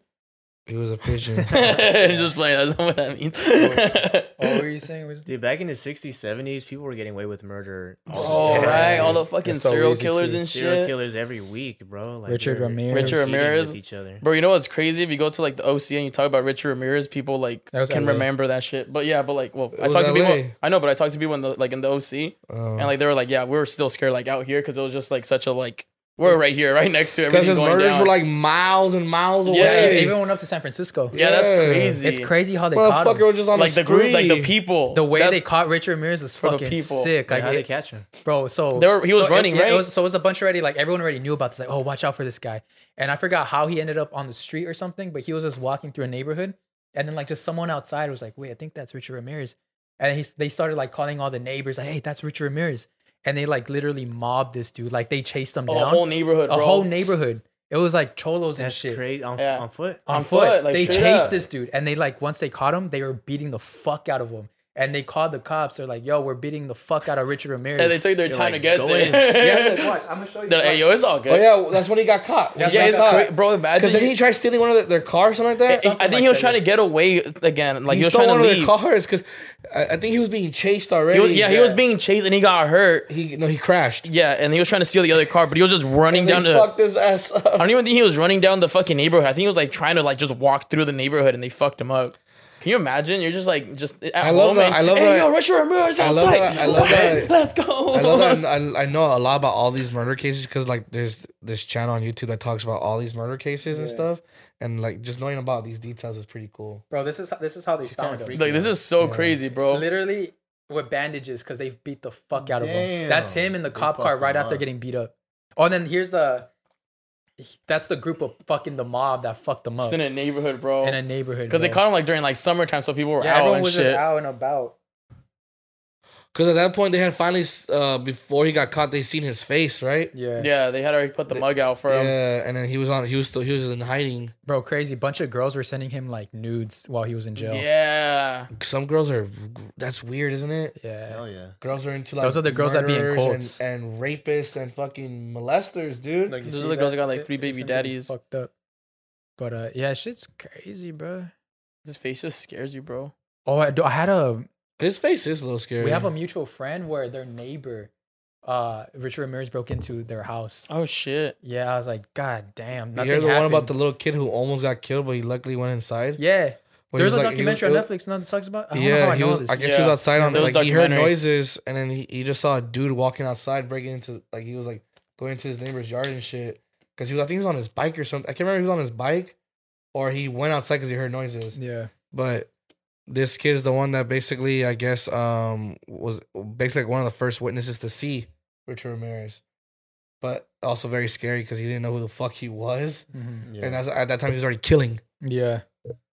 S4: He was a physician.
S1: Oh,
S2: Just playing. That's not what that means.
S1: what were you saying? Was-
S3: Dude, back in the sixties, seventies, people were getting away with murder.
S2: All
S3: the
S2: Oh, right,
S3: time,
S2: all the
S3: dude.
S2: fucking
S1: It's so
S2: serial
S1: easy
S2: killers
S1: to-
S2: and
S3: serial
S2: shit.
S3: killers every week, bro. Like
S1: Richard
S3: they were
S1: Ramirez.
S2: Richard
S3: competing
S2: Ramirez.
S3: with each other.
S2: Bro, you know what's crazy? If you go to like the OC and you talk about Richard Ramirez, people like
S1: That was
S2: can
S1: LA.
S2: remember that shit. But yeah, but like, well, I
S4: was
S2: talked to
S4: LA.
S2: people. I know, but I talked to people in the like in the OC,
S4: Um,
S1: Uh-huh.
S2: and like they were like, yeah, we were still scared like out here because it was just like such a like we're right here, right next to
S4: because
S2: everything
S4: his
S2: going
S4: murders
S2: down.
S4: were like miles and miles away.
S2: Yeah,
S1: Yeah,
S2: Hey.
S1: he even went up to San Francisco.
S2: yeah, that's
S4: Yeah.
S2: crazy.
S1: It's crazy how they caught him.
S4: Motherfucker was just on
S2: Like
S4: the,
S2: the group, like the
S4: street.
S2: people,
S1: The way
S2: That's-
S1: they caught Richard Ramirez is
S2: For the
S1: fucking
S2: people.
S1: sick.
S3: Like,
S1: Like,
S3: how they
S1: it-
S3: catch him?
S1: bro, so
S2: They were- he was
S1: so it-
S2: running,
S1: yeah,
S2: right?
S1: It was, so it was a bunch already. Like everyone already knew about this. Like, oh, watch out for this guy. And I forgot how he ended up on the street or something, but he was just walking through a neighborhood, and then like just someone outside was like, "Wait, I think that's Richard Ramirez," and he, they started like calling all the neighbors, like, "Hey, that's Richard Ramirez," and they like literally mobbed this dude. Like they chased him
S2: Oh, a
S1: down,
S2: whole neighborhood,
S1: a
S2: bro.
S1: whole neighborhood. It was like cholos and
S3: That's
S1: shit
S3: crazy. On,
S2: Yeah.
S3: on foot.
S1: on,
S2: On
S1: foot.
S2: foot, like,
S1: they
S2: straight
S1: chased
S2: up.
S1: this dude, and they like once they caught him, they were beating the fuck out of him. And they called the cops. They're like, "Yo, we're beating the fuck out of Richard Ramirez."
S2: and they took their
S3: You're like,
S2: time to get
S3: go
S2: there.
S3: in.
S1: yeah, like, watch, I'm gonna show you.
S2: They're like, hey, yo, it's all
S4: Oh
S2: good.
S4: yeah, that's when he got caught. When he
S2: Yeah,
S4: got
S2: it's
S1: uh,
S4: caught.
S2: cra- bro. Imagine
S4: Because then he tried stealing one of their, their cars or something like
S2: I
S4: that.
S2: think
S1: like
S2: he was
S1: that,
S2: trying to get away again. Like
S4: he,
S2: he, was
S4: stole
S2: trying
S4: one
S2: to
S4: of their
S2: leave.
S4: cars because I, I think he was being chased already.
S2: He was- yeah, he was being chased and he got hurt.
S4: He no, he crashed.
S2: Yeah, and he was trying to steal the other car, but he was just running
S4: And
S2: down
S4: they
S2: to.
S4: fucked his ass up.
S2: I don't even think he was running down the fucking neighborhood. I think he was like trying to like just walk through the neighborhood, and they fucked him up. Can you imagine? You're just like just. At I
S4: love
S2: home
S4: that-
S2: and,
S4: I love
S2: hey,
S4: that-
S2: Yo, Richard Ramirez
S4: I love
S2: outside.
S4: that- I love that-
S2: Let's go.
S4: I love that. I, I know a lot about all these murder cases because like there's this channel on YouTube that talks about all these murder cases and stuff, and like just knowing about these details is pretty cool.
S1: bro, this is how, this is how they found
S3: kinda
S1: him.
S2: Like this is so crazy, bro.
S1: Literally with bandages because they beat the fuck out of him.
S3: Damn.
S1: That's him in the
S3: They
S1: cop car
S3: fucked
S1: right
S3: him
S1: after
S3: up.
S1: getting beat up. Oh, and then here's the. That's the group of fucking the mob that fucked them up
S2: Just in
S1: in
S2: a neighborhood, bro.
S1: a neighborhood.
S2: Because they
S1: bro.
S2: caught him like during like summertime, so people were
S1: Yeah,
S2: out
S1: everyone
S2: and
S1: was
S2: shit.
S1: just out and about.
S4: Because at that point they had finally uh, before he got caught, they seen his face, right?
S1: Yeah.
S2: Yeah, they had already put the mug out for um, him.
S4: Yeah, and then he was on. He was still. He was in hiding.
S1: bro, crazy. Bunch of girls were sending him like nudes while he was in jail.
S2: Yeah.
S4: Some girls are. That's weird, isn't it?
S1: yeah.
S3: Hell yeah.
S4: Girls are into like
S1: Those are the girls that be in
S4: murderers and-
S1: cults.
S4: and, rapists and fucking molesters, dude.
S1: Like, you
S2: Those
S1: see
S2: little girls
S1: that?
S2: that got, like,
S1: It-
S2: three
S1: it's
S2: baby
S1: gonna be
S2: daddies.
S1: Fucked up. But uh, yeah, shit's crazy, bro.
S2: His face just scares you, bro.
S1: Oh, I, do- I had a.
S4: His face is a little scary.
S1: We have a mutual friend where their neighbor, uh, Richard Ramirez, broke into their house.
S2: Oh shit.
S1: Yeah, I was like, God damn.
S4: You
S1: Nothing
S4: hear the one about the
S1: happened."
S4: little kid who almost got killed, but he luckily went inside.
S1: Yeah,
S4: Where he
S1: there's a
S4: was like- he was-
S1: documentary
S4: it
S1: on Netflix. Nothing sucks about. I don't know how
S4: Yeah,
S1: I
S4: he
S1: know
S4: was.
S1: this.
S4: I guess
S2: Yeah.
S4: he was outside on
S2: There was
S4: like he heard
S2: documentary.
S4: noises, and then he, he just saw a dude walking outside, breaking into like he was like going into his neighbor's yard and shit. Because he was, I think he was on his bike or something. I can't remember if he was on his bike or he went outside because he heard noises.
S1: yeah,
S4: But this kid is the one that basically, I guess, um, was basically like one of the first witnesses to see Richard Ramirez. But also very scary because he didn't know who the fuck he was,
S1: Mhm.
S3: Yeah.
S4: and that's, at that time he was already killing.
S1: yeah.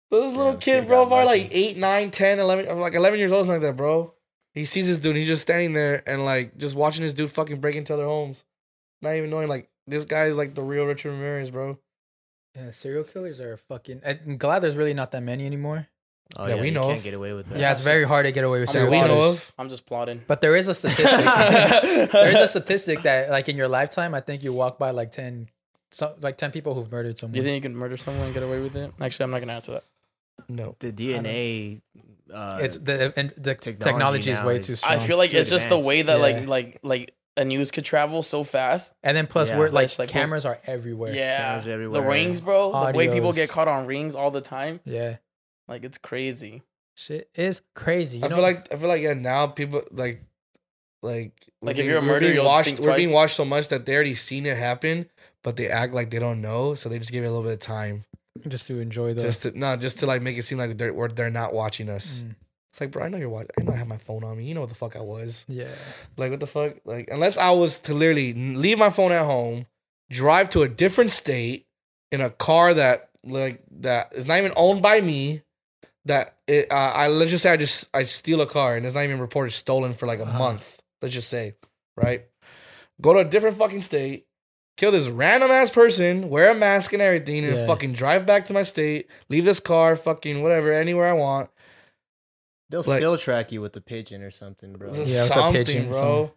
S4: So this little
S3: Yeah,
S4: kid,
S3: kid
S4: bro,
S3: got
S4: probably like
S3: lucky.
S4: 8, 9, 10, 11, I'm like 11 years old, something like that, bro. He sees this dude, he's just standing there and like just watching this dude fucking break into other homes. Not even knowing, like, this guy is like the real Richard Ramirez, bro.
S1: Yeah, serial killers are fucking. I'm glad there's really not that many anymore.
S3: Oh,
S4: Yeah,
S3: yeah,
S4: we
S3: you
S4: know
S3: Can't
S4: of-
S3: get away with that.
S1: Yeah, it's very hard to get away with
S2: I'm
S4: That
S1: serial
S4: we
S2: glad
S4: know
S1: killers.
S4: of.
S2: I'm just plotting.
S1: But there is a statistic. there is a statistic that like in your lifetime, I think you walk by like ten, so, like ten people who've murdered someone.
S2: you think you can murder someone and get away with it? Actually, I'm not gonna answer that.
S4: No.
S3: The DNA uh,
S1: it's the and the
S3: technology
S1: technology, is
S3: now
S1: way
S3: is-
S1: too
S2: I
S1: strong.
S2: feel like
S3: too
S2: it's just the way that like
S1: Yeah.
S2: like like a news could travel so fast.
S1: and then plus
S3: Yeah.
S1: we're like,
S2: Plus, like, we're-
S1: cameras are everywhere.
S2: Yeah,
S3: cameras everywhere.
S2: the rings, bro. The way people get
S1: Audios.
S2: caught on rings all the time,
S1: Yeah.
S2: like it's crazy.
S1: Shit is crazy. You
S4: I
S1: know,
S4: feel like I feel like yeah now people like like we're
S2: Like, if
S4: being-
S2: you're a
S4: we're
S2: murderer,
S4: being
S2: you'll
S4: watched
S2: think
S4: we're being
S2: twice.
S4: watched so much that they already seen it happen, but they act like they don't know, so they just give it a little bit of time
S1: just to enjoy the.
S4: just to no just to like make it seem like they're or they're not watching us.
S1: Mm,
S4: It's like bro, I know you're watching. I know I have my phone on me. You know what the fuck I was
S1: yeah.
S4: like. What the fuck like unless I was to literally n- leave my phone at home, drive to a different state in a car that like that is not even owned by me. That it, uh, I let's just say I just I steal a car and it's not even reported stolen for like a
S1: Uh-huh.
S4: month. Let's just say, right? Go to a different fucking state, kill this random ass person, wear a mask and everything, and
S1: Yeah.
S4: fucking drive back to my state, leave this car, fucking whatever, anywhere I want.
S3: They'll
S4: like-
S3: still track you with the pigeon or something, bro.
S1: Yeah, with the
S4: something,
S1: pigeon,
S4: bro.
S1: something.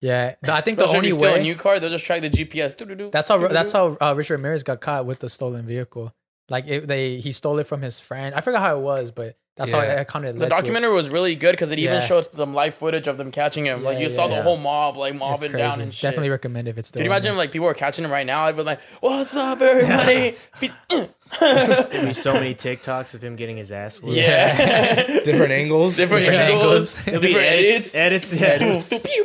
S1: Yeah. The- I think the
S2: Especially
S1: only
S2: if you steal a
S1: way.
S2: new car, they'll just track the GPS. Doo-doo-doo,
S1: That's how
S2: doo-doo-doo.
S1: that's how uh, Richard Ramirez got caught with the stolen vehicle. Like it, they he stole it from his friend. I forgot how it was, but that's how
S4: Yeah.
S1: I, I kind of
S2: The documentary was really good because it even
S1: Yeah.
S2: showed some live footage of them catching him. like
S1: Yeah,
S2: you
S1: yeah,
S2: saw the
S1: yeah.
S2: whole mob like
S1: It's
S2: mobbing down
S1: crazy.
S2: and shit.
S1: Definitely recommend if it's still.
S2: Can you
S1: on
S2: imagine
S1: there.
S2: like people are catching him right now? I'd be like, "What's up, everybody?"
S3: There'd be so many TikToks of him getting his ass
S2: yeah,
S3: whooped.
S1: Yeah.
S4: Different angles,
S2: different
S1: Different
S2: angles,
S1: angles.
S3: There'll
S2: different
S3: be edits,
S2: edits.
S3: edits, yeah.
S2: Pew, pew,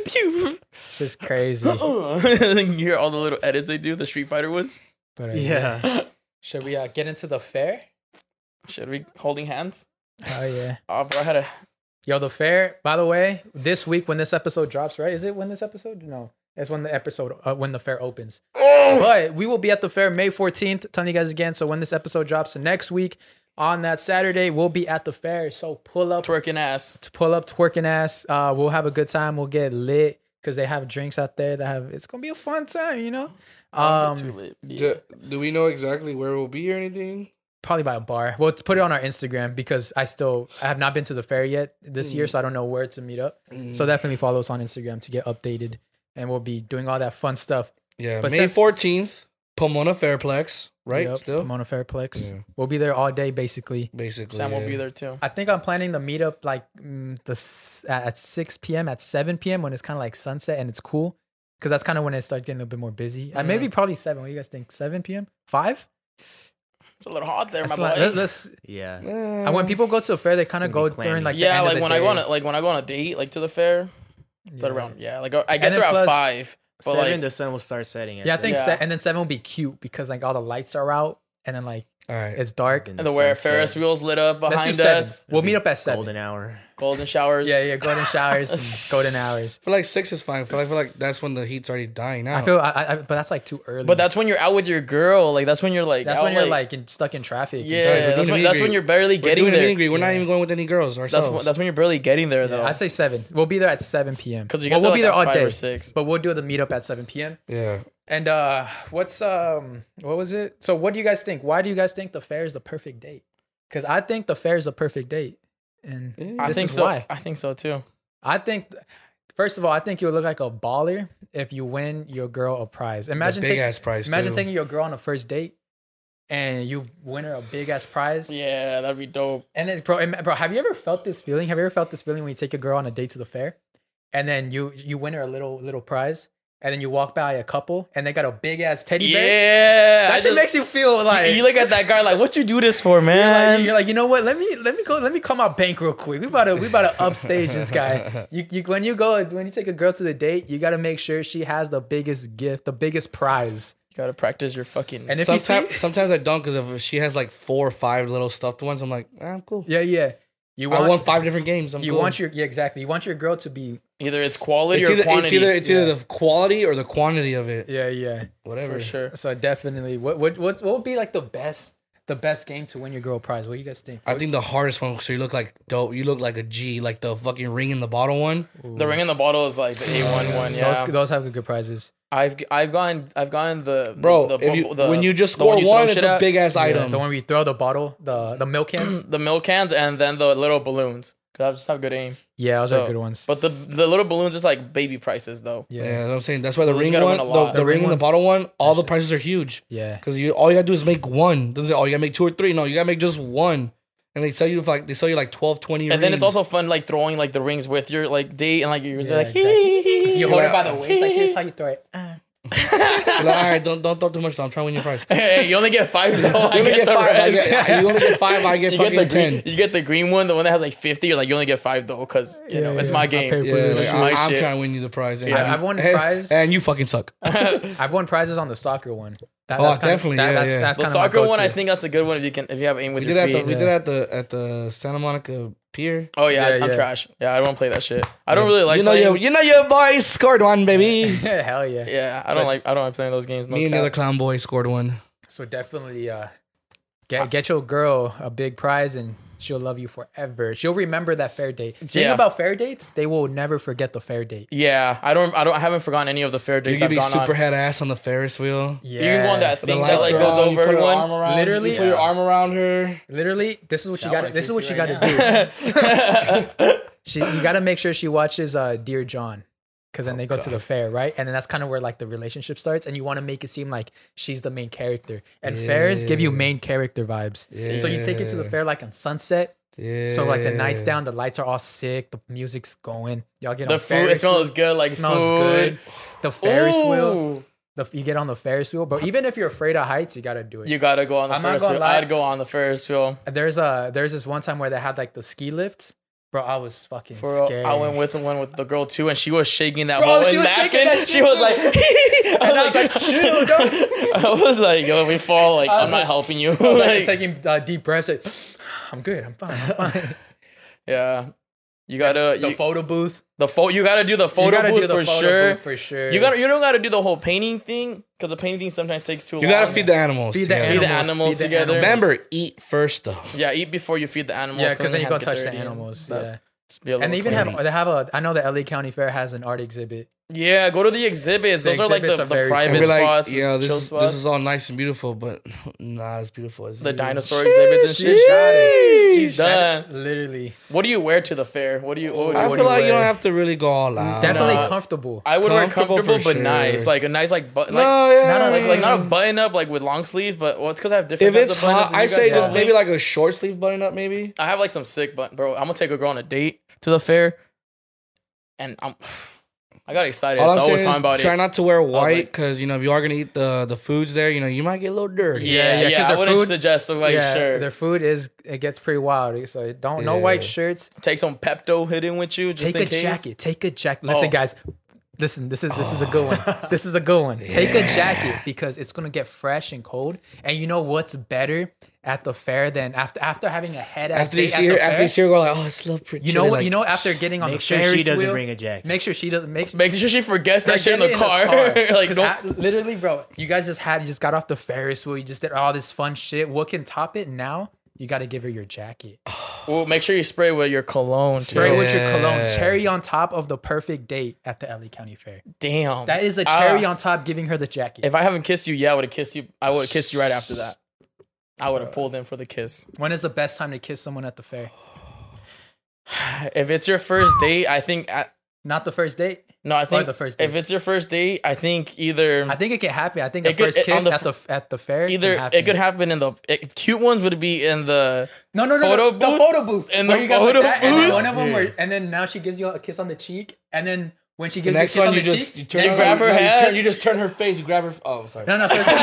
S2: pew.
S1: It's just crazy.
S2: you hear all the little edits they do, the Street Fighter ones.
S1: But, uh,
S3: yeah.
S1: Should we uh, get into the fair?
S2: Should we holding hands?
S1: Oh yeah.
S2: Oh, bro, I had a
S1: Yo, the fair. By the way, this week when this episode drops, right? Is it when this episode? No, it's when the episode uh, when the fair opens. But we will be at the fair May fourteenth. Telling you guys again. So when this episode drops next week on that Saturday, we'll be at the fair. So pull up,
S2: twerking ass.
S1: to pull up, twerking ass. Uh, we'll have a good time. We'll get lit because they have drinks out there. That have it's gonna be a fun time. You know.
S2: I'm a bit
S1: Um,
S2: too lit. Yeah.
S4: Do, do we know exactly where we'll be or anything?
S1: probably by a bar. We'll put it on our Instagram because I still I have not been to the fair yet this
S4: Mm.
S1: year, so I don't know where to meet up. So definitely follow us on Instagram to get updated, and we'll be doing all that fun stuff.
S4: Yeah,
S1: But
S4: May
S1: since-
S4: fourteenth, Pomona Fairplex, right?
S1: Yep,
S4: Still,
S1: Pomona Fairplex.
S4: Yeah.
S1: We'll be there all day basically.
S4: basically,
S2: Sam will
S4: yeah.
S2: be there too.
S1: I think I'm planning the meetup like mm, the s- at at 6 p.m. at 7 p.m. when it's kind of like sunset and it's cool because that's kind of when it starts getting a little bit more busy. Uh,
S4: Mm.
S1: maybe probably seven. What do you guys think? 7 p.m. Five?
S2: It's a little hot there, my
S1: That's
S2: boy.
S1: like- let- let's.
S3: Yeah.
S1: And
S4: Mm.
S1: when people go to the fair, they kind of
S3: It's gonna
S1: go
S3: be clammy.
S1: during like the
S2: yeah,
S1: end of
S2: like
S1: the
S2: when I
S1: day.
S2: go on a, like when I go on a date, like to the fair, it's
S1: Yeah.
S2: around yeah. Like I get
S1: then
S2: there at
S1: plus-
S2: five, but
S3: Seven,
S2: like
S3: the sun will start setting. at
S1: Yeah, I think
S3: seven.
S1: se-
S2: Yeah.
S1: and then seven will be cute because like all the lights are out and then like
S4: all right,
S1: it's dark.
S2: and the where
S3: sunset.
S2: Ferris wheels lit up
S1: Let's do
S2: behind
S1: seven.
S2: us,
S1: We'll meet up at seven.
S3: Golden hour.
S2: golden showers.
S1: Yeah, yeah, golden showers, and golden hours.
S4: I feel like six is fine. I feel like, I feel like that's when the heat's already dying out.
S1: I feel, I, I, I- but that's like too early.
S2: But that's when you're out with your girl. Like that's when you're like
S1: that's
S2: out,
S1: when you're like in, stuck in traffic. and
S2: yeah.
S1: shit.
S4: Guys, we're doing
S2: that's
S4: a
S2: when
S4: meet
S2: that's
S4: and
S2: when
S4: greet.
S2: you're barely
S4: we're
S2: getting
S4: doing a meet and
S2: there.
S4: greet. We're not even going with any girls
S2: That's
S4: ourselves.
S2: when, that's when you're barely getting there though.
S1: I say seven. We'll be there at seven p.m.
S2: because you
S1: Well,
S2: get
S1: we'll
S2: there,
S1: be
S2: like,
S1: there
S2: at
S1: all
S2: five
S1: day,
S2: or six.
S1: but we'll do the meetup at seven p.m.
S4: yeah.
S1: And uh, what's um, what was it? So, what do you guys think? Why do you guys think the fair is the perfect date? Because I think the fair is the perfect date, and
S4: Yeah.
S2: I
S1: this
S2: think
S1: is
S2: so.
S1: why.
S2: I think so too.
S1: I think, first of all, I think you'll look like a baller if you win your girl a prize. Imagine,
S4: the big
S1: take,
S4: ass price.
S1: imagine
S4: too.
S1: taking your girl on a first date and you win her a big ass prize.
S2: Yeah, that'd be dope.
S1: And then, bro, im- bro, have you ever felt this feeling? Have you ever felt this feeling when you take a girl on a date to the fair and then you you win her a little little prize and then you walk by a couple and they got a big ass teddy bear?
S2: Yeah,
S1: That
S2: I
S1: shit makes you feel like.
S2: you look at that guy like, what you do this for,
S1: you're like-
S2: man?
S1: you're like, you know what? Let me let me go. Let me call my bank real quick. We about to we about to upstage this guy. You, you when you go when you take a girl to the date, you got to make sure she has the biggest gift, the biggest prize.
S2: You gotta practice your fucking.
S1: And if you see,
S4: sometimes, sometimes I don't because if she has like four or five little stuffed ones, I'm like, "Ah, I'm cool.
S1: yeah, yeah, you
S4: I
S1: want,
S4: won five different games. I'm
S1: you
S4: cool.
S1: want your yeah exactly. You want your girl to be
S2: either it's quality
S4: it's
S2: or
S4: either, it's
S2: quantity.
S4: either it's
S1: Yeah.
S4: either the quality or the quantity of it.
S1: yeah yeah.
S4: Whatever.
S2: for sure.
S1: So definitely, what what what what would be like the best the best game to win your girl prize? What do you guys think?
S4: I think the hardest one, so you look like dope. You look like a G, like the fucking ring in the bottle one.
S2: The ring in the bottle is like the A one one. Yeah,
S1: Those, those have good prizes.
S2: I've I've gone I've gone the
S4: Bro,
S2: The,
S4: if you,
S2: bu- the-
S4: when you just
S2: the one
S4: score
S2: you throw
S4: one, it's
S2: shit
S4: a
S2: at,
S4: big ass
S1: Yeah,
S4: item.
S1: the one where you throw the bottle, the the milk cans.
S2: the milk cans and then the little balloons. Cause I just have good aim.
S1: yeah, those
S2: So-
S1: are good ones.
S2: But the the little balloons is like baby prices though.
S4: yeah.
S1: yeah,
S4: that's what I'm saying that's why the
S2: So you
S4: ring
S2: gotta
S4: one,
S2: win
S4: the,
S2: a lot.
S4: the
S1: The
S4: ring
S1: ring
S4: in the
S1: ones-
S4: bottle one, all the
S1: shit.
S4: prices are huge
S1: yeah.
S4: because you all you gotta do is make one. Doesn't say, oh you gotta make two or three. No, you gotta make just one. and they sell you like they sell you like 12, 20
S2: And then it's
S4: rings.
S2: also fun, like throwing like the rings with your like date and like you're
S1: Yeah,
S2: like
S1: exactly. You hold it by the waist. Like here's how you throw it.
S4: You're like, all right, don't don't talk too much. though. I'm trying to win your prize.
S2: Hey, you only get five though. I
S4: You only
S2: get,
S4: get
S2: the
S4: five. I
S2: rest.
S4: get, you only get five. I get
S2: You
S4: fucking
S2: get the
S4: ten.
S2: green, you get the green one, the one that has like fifty. You're like you only get five though, cause you know it's
S1: yeah,
S2: my
S1: I
S2: game.
S1: paid
S4: Yeah,
S1: for this.
S2: This
S4: like,
S2: is
S4: I,
S2: my
S4: I'm
S2: shit.
S4: trying to win you the prize. And
S2: I-
S4: you-
S1: I've won a
S4: and-
S1: prize.
S4: And you fucking suck.
S1: I've won prizes on the soccer one. That,
S4: Oh,
S1: that's kinda-
S4: definitely, yeah,
S1: that's,
S4: yeah.
S1: That's
S2: The
S1: kinda my
S2: soccer one, I
S1: go-to.
S2: think that's a good one if you can if you have aim with
S4: We
S2: your
S4: did at
S2: feet.
S4: the we
S1: yeah.
S4: did at the at the Santa Monica Pier.
S2: oh yeah,
S1: Yeah,
S2: I'm
S1: yeah.
S2: trash. Yeah, I don't want to play that shit. I don't really like.
S4: you know
S2: playing-
S4: your you know your boy scored one, baby.
S1: Hell yeah.
S2: yeah, I don't like. I don't like playing those games. No
S4: Me and the
S2: cap.
S4: other clown boy scored one.
S1: So definitely uh, get get your girl a big prize and she'll love you forever. She'll remember that fair date. Thing
S2: Yeah.
S1: about fair dates, they will never forget the fair date.
S2: Yeah, I don't. I don't. I haven't forgotten any of the fair
S4: You
S2: dates
S4: could
S2: I've
S4: be
S2: gone
S4: super
S2: on.
S4: head ass on the Ferris wheel.
S1: Yeah.
S2: You can go on that
S4: The
S2: thing that
S4: lights
S2: like
S4: are
S2: goes
S4: on, you
S2: over
S4: put your arm
S2: everyone.
S4: around- you
S1: Literally,
S4: put your
S1: yeah.
S4: arm around her.
S1: Literally, this is what you
S3: I
S1: got. to
S3: wanna
S1: This is
S3: kiss
S1: what
S3: you
S1: you
S3: right
S1: got to do. She, you got to make sure she watches uh, Dear John, because then they go to the fair, right? And then that's kind of where like the relationship starts, and you want to make it seem like she's the main character. And fairs give you
S4: Yeah.
S1: main character vibes. So you take it to the
S4: Yeah.
S1: fair like on sunset.
S4: Yeah.
S1: So like the night's down, the lights are all sick, the music's going. Y'all get
S2: the
S1: on
S2: food. It
S1: Ferris
S2: smells good. Like
S1: It smells
S2: food.
S1: good. The Ferris wheel.
S2: Ooh.
S1: The, you get on the Ferris wheel, but even if you're afraid of heights, you gotta do it.
S2: You gotta go on the
S1: I'm not
S2: Ferris
S1: gonna
S2: wheel.
S1: lie.
S2: I'd go on the Ferris wheel.
S1: there's a there's this one time where they had like the ski lift, bro. I was fucking
S2: For real.
S1: scared.
S2: I went with the one with the girl too, and she was shaking that
S1: Bro,
S2: wall
S1: she
S2: and
S1: was shaking
S2: laughing.
S1: that
S2: she
S1: shit
S2: was
S1: too.
S2: like,
S1: And I was like, chill,
S2: I was like, yo, we fall. Like,
S1: I
S2: I'm
S1: was
S2: not
S1: like-
S2: helping you.
S1: I was, like,
S2: Like,
S1: taking uh, deep breaths. Like, I'm good. I'm fine. I'm fine.
S2: yeah, you gotta
S1: the
S2: you-
S1: photo booth.
S2: the photo. You gotta do the
S1: You
S2: photo
S1: gotta
S2: booth
S1: do the
S2: for
S1: photo
S2: sure.
S1: booth for sure.
S2: You gotta you don't gotta do the whole painting thing because the painting thing sometimes takes too
S4: You
S2: long.
S4: gotta feed the animals.
S1: feed the
S4: together.
S1: animals.
S2: animals
S1: feed the
S2: together.
S1: animals.
S4: Remember, eat first though.
S2: Yeah, eat before you feed the animals.
S1: yeah, because then you
S2: your
S1: gotta
S2: hands get
S1: touch the
S2: dirty and
S1: animals.
S2: stuff.
S1: Yeah,
S2: Just be a
S1: and they
S2: little
S1: even have
S2: cleaner.
S1: they have a. I know the LA County Fair has an art exhibit.
S2: yeah. Go to the exhibits.
S1: The
S2: Those are like
S1: exhibits
S2: the,
S1: are
S2: the
S1: very cool.
S4: And
S2: private
S4: we're like,
S2: spots.
S4: yo, this
S2: chill
S4: is,
S2: spots.
S4: this is all nice and beautiful, but not as beautiful as
S2: the
S4: you.
S2: dinosaur exhibits and shit.
S1: She got it.
S2: She's done.
S1: Literally,
S2: What do you wear to the fair? What do you? What would you
S4: I
S2: what
S4: feel
S2: do you
S4: like you
S2: wear?
S4: don't have to really go all out.
S1: definitely
S2: No.
S1: comfortable.
S2: I would wear
S4: Comfortable
S2: comfortable but
S4: for sure.
S2: nice, like a nice like but
S4: No,
S2: like
S4: yeah,
S1: not a-
S4: I
S2: like, like
S4: mean-
S2: not a button up like with long sleeves, but well, it's because I have different.
S4: If
S2: types
S4: it's
S2: of button ups
S4: hot,
S2: than you
S4: I
S2: guys
S4: say
S2: have.
S4: just maybe like a short sleeve button up, maybe.
S2: I have like some sick button, bro. I'm gonna take a girl on a date to the fair, and I'm I got excited.
S4: All
S2: so
S4: I'm
S2: I was
S4: saying
S2: talking about
S4: is try
S2: it.
S4: not to wear white
S2: like-
S4: because you know if you are gonna eat the the foods there, you know you might get a little dirty.
S2: yeah,
S1: Yeah,
S2: yeah,
S1: 'cause
S2: I
S1: their
S2: wouldn't
S1: food-
S2: suggest a white
S1: yeah,
S2: shirt.
S1: their food is it gets pretty wild. So don't no
S4: Yeah.
S1: white shirts.
S2: Take some Pepto hidden with you just
S1: Take
S2: in
S1: a
S2: case.
S1: jacket. Take a jacket.
S2: Oh.
S1: Listen, guys. Listen, this is this is a good one. This is a good one. Take a jacket because it's gonna get fresh and cold. And you know what's better at the fair than after after having a head ass
S4: After you
S1: date at
S4: see her,
S1: the
S4: after
S1: fair?
S4: you see her go like, oh, it's a little pretty.
S1: You know what?
S4: like,
S1: you know after getting on
S3: Make
S1: the
S3: sure she
S1: Ferris
S3: doesn't
S1: wheel,
S3: bring a jacket.
S1: Make sure she doesn't make.
S2: Making sure she forgets that shit in the
S1: Get
S2: car. like
S1: 'Cause
S2: don't.
S1: I- literally, bro. You guys just had you just got off the Ferris wheel. You just did all this fun shit. What can top it now? You got to give her your jacket.
S2: Oh, well, make sure you spray with your cologne.
S1: Spray
S2: too.
S1: with your cologne.
S4: Yeah.
S1: Cherry on top of the perfect date at the LA County Fair.
S2: Damn.
S1: That is the
S2: Ah.
S1: cherry on top, giving her the jacket.
S2: If I haven't kissed you, yeah, I would have kissed you. I would have kissed you right after that. I
S1: Uh.
S2: would have pulled in for the kiss.
S1: when is the best time to kiss someone at the fair?
S2: If it's your first date, I think. I,
S1: Not the first date.
S2: no, I think
S1: the first
S2: if
S1: date.
S2: it's your first date, I think either
S1: I think it can happen. I think
S2: It
S1: the
S2: could-
S1: first
S2: it- on
S1: kiss
S2: the
S1: at the at the fair.
S2: either
S1: can
S2: it could happen in the it, cute ones would be in the
S1: No, no, no, no.
S2: Photo
S1: The
S2: booth?
S1: photo booth.
S2: In
S1: where
S2: the
S1: you guys
S2: photo
S1: like that, And
S2: booth?
S1: then one of them, where,
S3: Dude.
S1: and then now she gives you a kiss on the cheek, and then when she gives
S4: next
S1: you a kiss
S4: one
S1: on
S4: you
S1: the
S4: just
S1: cheek,
S4: you turn
S1: next
S2: grab
S1: one-
S2: her
S4: you
S2: head.
S4: turn- you just turn her face, you grab her. Oh, sorry.
S1: No, no. So it's-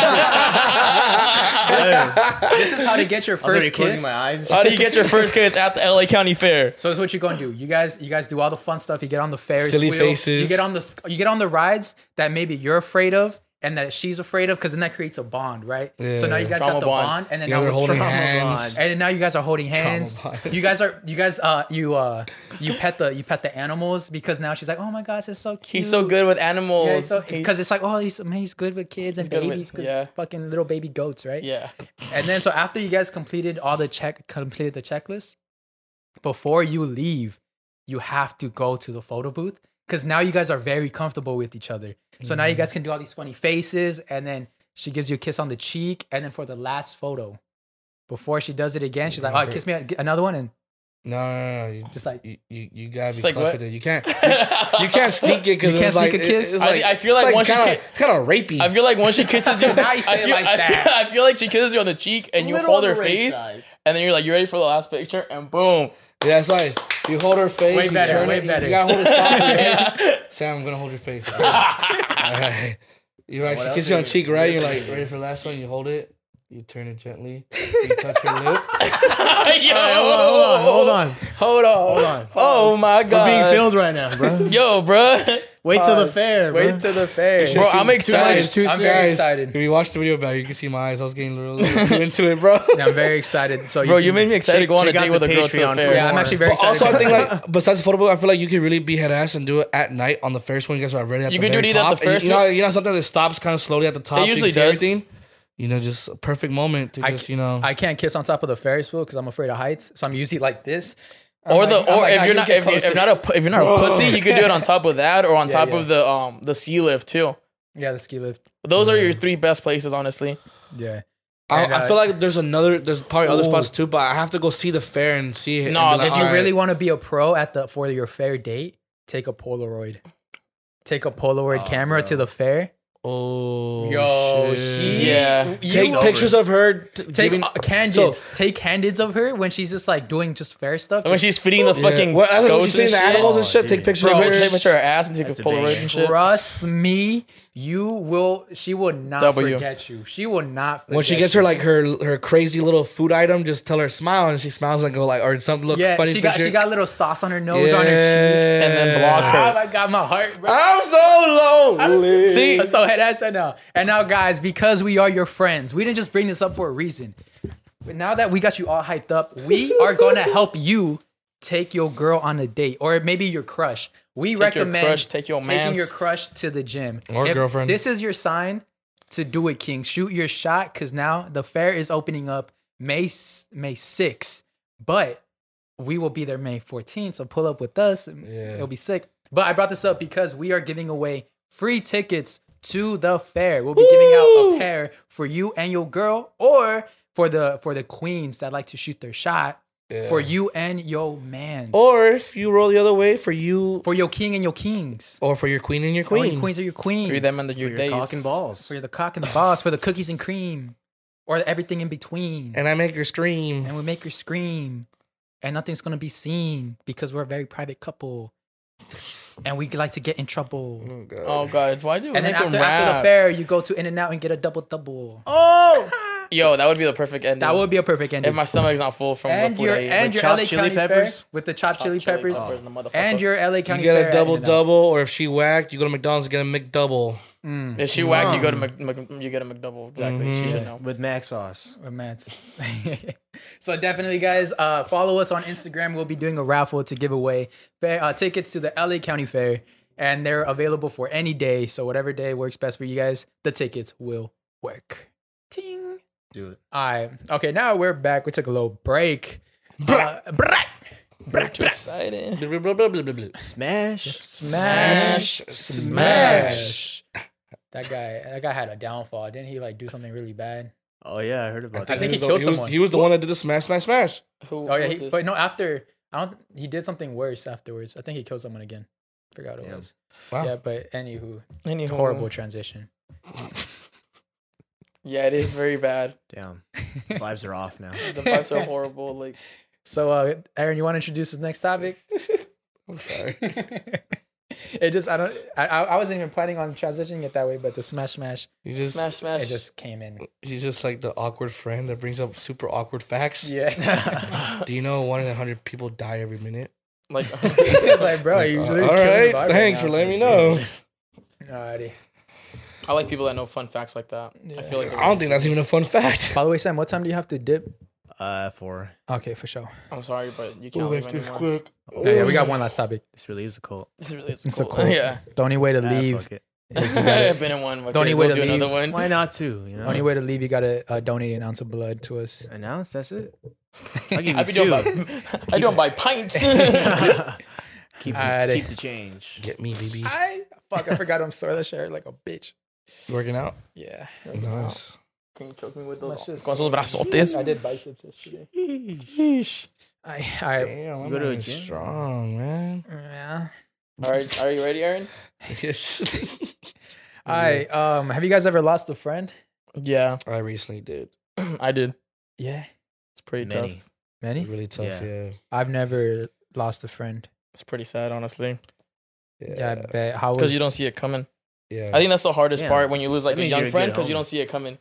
S1: this is how to get your
S3: I was already
S1: first
S3: closing
S1: kiss.
S3: my eyes.
S2: how do you get your first kiss at the LA County Fair?
S1: So it's what you're gonna do. You guys, you guys do all the fun stuff. You get on the Ferris
S4: Silly
S1: wheel.
S4: faces.
S1: You get on the you get on the rides that maybe you're afraid of and that she's afraid of, because then that creates a bond, right? So now you guys
S2: Trauma
S1: got the
S2: bond.
S1: bond, and then
S4: You guys
S1: now
S4: are
S1: it's
S4: holding
S1: trauma
S4: hands.
S1: bond. and then now you guys are holding hands.
S4: bond.
S1: You guys are you guys uh you uh you pet the you pet the animals because now she's like, oh my gosh, it's so cute.
S2: He's so good with
S1: Yeah,
S2: animals.
S1: so
S2: He-
S1: because it's like, oh, he's man, he's good with kids and
S2: good with-
S1: babies, 'cause
S2: yeah.
S1: fucking little baby goats, right?
S2: yeah,
S1: And then so after you guys completed all the check completed the checklist, before you leave, you have to go to the photo booth because now you guys are very comfortable with each other. So now you guys can do all these funny faces, and then she gives you a kiss on the cheek, and then for the last photo, before she does it again, she's like, "Oh, kiss me a- another one," and
S4: No, no, no, you just
S1: just like.
S4: you, you, you gotta be
S2: like
S4: clutch
S2: what?
S4: with it. You can't you, you can't sneak it because
S1: You can't
S4: it's like
S1: sneak a
S4: it-
S1: kiss?
S4: It's
S2: I-
S4: like,
S2: I feel
S4: it's
S2: like once you
S4: kinda,
S2: ki-
S4: it's kind of rapey.
S2: I feel like once she kisses you,
S1: Now you say
S2: I
S1: it
S2: feel,
S1: like
S2: I,
S1: that.
S2: feel, I feel like she kisses you on the cheek and you hold her face, and then you're like, you ready for the last picture? And boom.
S4: Yeah, it's like you hold her face.
S1: Way
S4: you
S1: better,
S4: turn
S1: way
S4: it, you-
S1: better.
S4: You gotta hold it softly. right?
S2: Yeah.
S4: Sam, I'm gonna hold your face. All right. You're right.
S3: What
S4: She
S3: else
S4: kisses
S3: are
S4: you on
S3: you-
S4: cheek, right? You're like ready for the last one. You hold it. You turn it gently. You touch your lip.
S2: Yo.
S3: Hold on, hold on.
S2: Hold on. Hold
S3: on.
S2: Oh my
S3: We're
S2: god.
S3: being filmed right now, bro.
S2: Yo, bro.
S3: Wait till the fair, bro.
S1: Wait till the fair.
S2: Bro, I'm
S3: Guys,
S2: excited.
S3: two
S1: I'm very
S3: guys.
S1: excited.
S4: If you watch the video back, you can see my eyes. I was getting a little, little too into it, bro.
S1: Yeah, I'm very excited. So
S2: Bro,
S1: can-
S2: you made me excited to go on a
S3: check out
S2: date with
S3: the
S2: a girl to the
S3: Patreon for
S2: fair.
S1: Yeah, I'm
S3: more.
S1: actually very
S4: But
S1: excited.
S4: also, I
S1: about
S4: think
S1: that.
S4: like besides the photo booth, I feel like you could really be head ass and do it at night on the first one. You guys are already at
S2: You
S4: the
S2: could do
S4: very
S2: it either at
S4: top.
S2: the first
S4: you know,
S2: one-
S4: you know something that stops kind of slowly at the top. so you
S2: usually
S4: can see
S2: does.
S4: everything. You know, just a perfect moment to
S1: I
S4: just
S1: ca-
S4: you know.
S1: I can't kiss on top of the Ferris wheel because I'm afraid of heights. So I'm usually like this. I'm
S2: Or
S1: like-
S2: the
S1: I'm
S2: or
S1: like,
S2: if
S1: "Nah,
S2: you're
S1: you
S2: not
S1: get
S2: if, you, if
S1: closer."
S2: not a pu- if you're not a pussy, you could do it on top of that or on top
S1: yeah.
S2: of the um the ski lift too.
S1: yeah, the ski lift.
S2: Those are your
S3: Mm.
S2: three best places, honestly.
S1: Yeah,
S4: I,
S1: And,
S4: I
S1: uh,
S4: feel like there's another, there's probably other
S1: Ooh.
S4: spots too, but I have to go see the fair and see it. and
S2: No,
S4: be like,
S2: if
S1: if you
S4: "All right."
S1: really want to be a pro at the for your fair date, take a Polaroid. Take a Polaroid
S3: Oh,
S1: camera
S3: bro.
S1: to the fair.
S4: oh, shit.
S1: she
S2: Yeah.
S1: you-
S4: take
S3: It's over.
S4: pictures of her. T-
S1: take
S4: giving,
S1: uh, candids, take candids of her when she's just like doing just fair stuff.
S2: When
S1: Just
S2: she's feeding the
S4: yeah.
S2: fucking
S4: Well, I was
S2: goats
S4: like, when
S2: and
S4: she's seeing
S2: shit.
S4: the animals and
S3: Oh,
S4: shit.
S3: dude.
S4: Take pictures
S2: Bro,
S4: of
S2: take a
S4: her.
S2: picture of her ass and take a
S3: That's a
S2: Polaroid
S3: banger.
S2: and shit.
S1: trust me, you will. She will not
S2: W.
S1: forget you. She will not. Forget
S4: When she gets
S1: you.
S4: her like her her crazy little food item, just tell her smile and she smiles and go like, or something look
S1: yeah,
S4: funny.
S1: she got
S4: picture.
S1: she got a little sauce on her nose on her cheek.
S4: Yeah.
S2: And then block her.
S1: Oh my god, my heart. Bro.
S4: I'm so lonely.
S2: See,
S1: I'm so head ass right now. And now, guys, because we are your friends, we didn't just bring this up for a reason. But now that we got you all hyped up, we are gonna help you take your girl on a date, or maybe your crush. We
S2: your
S1: recommend
S2: crush, take your
S1: taking
S2: mans.
S1: your crush to the gym
S4: Or girlfriend.
S1: This is your sign to do it, King. Shoot your shot, because now the fair is opening up May s- May sixth, but we will be there May 14th. So pull up with us.
S4: Yeah.
S1: It'll be sick. But I brought this up because we are giving away free tickets to the fair. We'll be giving out a pair for you and your girl, or for the for the queens that like to shoot their shot for you and your man,
S4: Or if you roll the other way for you,
S1: for your king and your kings.
S4: or for your queen and your
S1: Queen.
S4: queen.
S1: your queens are your queens.
S2: Free them under your,
S3: Your
S2: days.
S3: cock and balls.
S1: for the cock and the boss, for the cookies and cream, or everything in between.
S4: And I make her scream.
S1: and we make her scream, and nothing's gonna be seen because we're a very private couple, and we like to get in trouble.
S4: Oh, God.
S2: Oh god, why do you
S1: And then
S2: make them
S1: after, after the
S2: rap?
S1: fair, you go to In and Out and get a double double.
S3: Oh,
S2: Yo, that would be the perfect ending.
S1: That would be a perfect ending.
S2: if my stomach's not full from
S1: and
S2: the food
S1: your
S2: I ate.
S1: and
S3: With
S1: your
S3: chopped
S1: LA
S3: chili
S1: County
S3: peppers?
S1: fair with the chopped, chili, peppers,
S2: in the
S1: and
S2: motherfucker.
S1: your LA
S4: You
S1: County fair.
S4: get a
S1: at
S4: double
S1: In-N-Out.
S4: double, or if she whacked, you go to McDonald's, get a McDouble.
S2: if she whacked, you go to Mc, Mc, you get a McDouble. Exactly,
S1: Mm-hmm.
S2: she should know.
S3: with mac sauce.
S1: Or Matt's. so definitely, guys, uh, follow us on Instagram. We'll be doing a raffle to give away fair, uh, tickets to the LA County Fair, and they're available for any day. So whatever day works best for you guys, the tickets will work. Ting.
S3: Do it.
S1: All right. Okay. Now we're back. We took a little break. Uh, break. Break.
S2: Too excited.
S4: Blah, blah, blah, blah, blah, blah.
S3: Smash.
S1: Smash.
S4: Smash.
S1: Smash. That guy. That guy had a downfall. Didn't he like do something really bad?
S3: Oh yeah, I heard about that.
S1: think he
S4: was the-
S1: killed
S4: he was,
S1: someone.
S4: he was the one that did the smash, smash, smash.
S2: Who,
S1: Oh yeah,
S2: who is
S1: he,
S2: this?
S1: but no. After I don't, he did something worse afterwards. I think he killed someone again. Forgot what it
S3: Damn.
S1: was.
S4: Wow.
S1: Yeah, but anywho,
S2: Anywho.
S1: horrible transition.
S2: Yeah, it is very bad.
S3: Damn, vibes are off now.
S2: The pipes are horrible. Like
S1: So, uh, Aaron, you want to introduce this next topic?
S4: I'm sorry.
S1: it just I don't I, I I wasn't even planning on transitioning it that way, but the smash smash
S4: You just,
S2: smash, smash.
S1: it just came in.
S4: she's just like the awkward friend that brings up super awkward facts.
S1: Yeah,
S4: Do you know one in a hundred people die every minute?
S2: like
S1: it's like bro, you
S4: Uh,
S1: literally
S4: all
S1: killing
S4: right,
S1: the vibe
S4: thanks
S1: right
S4: for letting me know.
S1: now. Alrighty.
S2: I like people that know fun facts like that. I feel like
S4: I don't think that's even a fun fact.
S1: By the way, Sam, what time do you have to dip?
S3: Uh, for
S1: Okay, for sure.
S2: I'm sorry, but you can't leave anymore.
S4: quick.
S1: Yeah, yeah, we got one last topic.
S3: this really is a cult.
S2: This really is
S1: It's a
S2: cool.
S1: cult.
S2: Yeah,
S1: The only way to
S3: Ah,
S1: leave,
S3: fuck it.
S2: I've been in one. but
S1: The only
S2: can I
S1: way
S2: go
S1: to
S2: do another
S1: leave-
S2: one.
S3: Why not too? You know.
S1: only way to leave, you gotta uh, donate an ounce of blood to us.
S3: Announce. That's it. I'll give
S2: I
S3: you
S2: be doing by,
S3: two.
S2: I do it by pints. Yo,
S3: keep, the,
S1: Alrighty.
S3: keep the change.
S4: Get me, BB.
S1: I fuck, I forgot I'm sore that shirt like a bitch.
S4: Working out.
S1: Yeah.
S4: Nice.
S2: Can you choke me with those?
S1: Let's just-
S2: Con esos brazotes.
S1: I did biceps yesterday. I, I,
S4: Damn, I'm
S3: Go to a
S4: not even
S3: gym.
S4: strong, man.
S1: yeah.
S2: All right, are you ready, Aaron?
S4: Yes.
S1: I, um, have you guys ever lost a friend?
S2: Yeah,
S4: I recently did.
S2: I did.
S1: Yeah. It's
S2: pretty
S3: Many.
S2: tough.
S1: Many?
S4: Really tough.
S3: Yeah.
S4: Yeah.
S1: I've never lost a friend.
S2: It's pretty sad, honestly,
S1: Yeah,
S4: Yeah.
S1: I bet. How
S2: because you
S1: was-
S2: don't see it coming.
S4: Yeah.
S2: I think that's the hardest
S3: Yeah.
S2: part when you lose like
S3: That
S2: a
S3: means
S2: young
S3: you're a
S2: friend
S3: good
S2: because you
S3: homie.
S2: don't see it coming.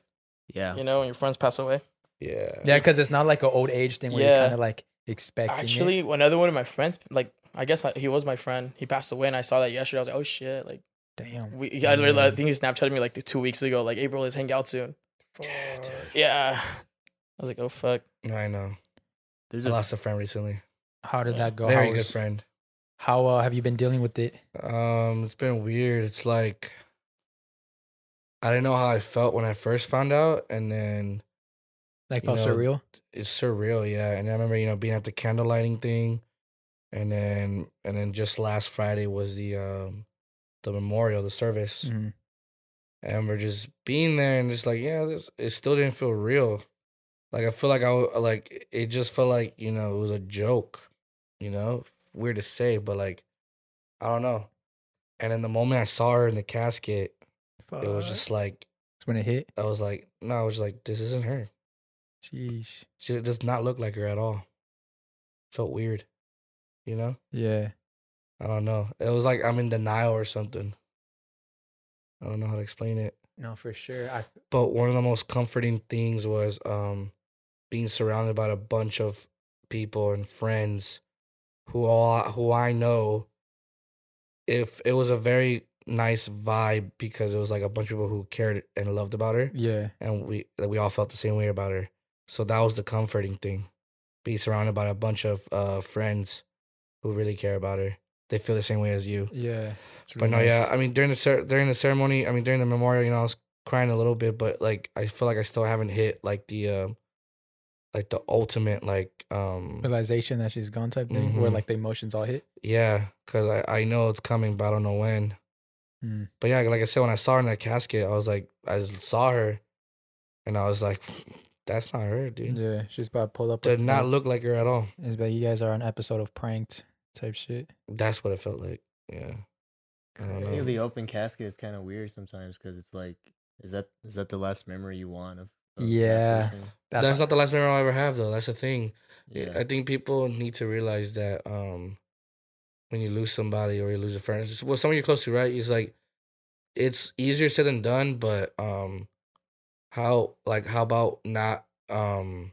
S3: Yeah.
S2: You know, when your friends pass away.
S4: yeah.
S1: Yeah, because it's not like an old age thing where you're
S2: Yeah.
S1: kind of like expecting.
S2: Actually, another one of my friends, like I guess I, he was my friend. He passed away, and I saw that yesterday. I was like, oh shit! Like
S1: it. damn.
S2: we, I, literally, I
S1: Mm.
S2: think he Snapchatted me like two weeks ago. Like April, let's hang out soon. Yeah. I was like, oh fuck.
S4: I know.
S3: There's
S4: I
S3: a
S4: lost a friend recently.
S1: How did that go?
S4: Very
S1: how
S4: good
S1: was-
S4: friend.
S1: How uh, have you been dealing with it?
S4: Um, it's been weird. It's like I didn't know how I felt when I first found out, and then
S1: Like,
S4: You
S1: felt
S4: know,
S1: surreal.
S4: it's surreal, yeah. And I remember, you know, being at the candle lighting thing, and then and then just last Friday was the um the memorial, the service,
S1: Mhm.
S4: and we're just being there and just like, yeah, this it still didn't feel real. Like I feel like I w- like it just felt like you know it was a joke, you know, weird to say, but like I don't know. And then the moment I saw her in the casket, it was
S1: Mm-hmm. Fuck.
S4: just like
S1: That's when it hit.
S4: I was like, no, I was like, this isn't her.
S1: Sheesh.
S4: She does not look like her at all. Felt weird. You know?
S1: Yeah.
S4: I don't know. It was like I'm in denial or something. I don't know how to explain it.
S1: No, for sure. I
S4: But one of the most comforting things was um being surrounded by a bunch of people and friends who all who I know if it was a very nice vibe because it was like a bunch of people who cared and loved about her
S1: yeah.
S4: and we that we all felt the same way about her. So that was the comforting thing. Be surrounded by a bunch of uh, friends who really care about her. They feel the same way as you.
S1: Yeah.
S4: But no, yeah, I mean during the cer- during the ceremony, I mean during the memorial, you know, I was crying a little bit, but like I feel like I still haven't hit like the uh, like the ultimate like um
S1: Realization that she's gone type thing where
S4: Mhm.
S1: like the emotions all hit.
S4: yeah, because I I know it's coming, but I don't know when.
S1: Mm.
S4: But yeah, like I said, when I saw her in that casket, I was like, I just saw her, and I was like, that's not her, dude.
S1: Yeah. She's about to pull up.
S4: Did
S1: a-
S4: not look like her at all.
S1: It's like you guys are on episode of pranked type shit.
S4: That's what it felt like. Yeah. I don't
S3: I
S4: know.
S3: think the open casket is kind of weird sometimes because it's like, is that is that the last memory you want of? of that
S1: Yeah.
S3: person?
S4: That's, not the last memory I'll ever have though. That's the thing.
S3: Yeah.
S4: I think people need to realize that um when you lose somebody or you lose a friend, it's just- well, someone you're close to, right? It's like it's easier said than done, but um how like how about not um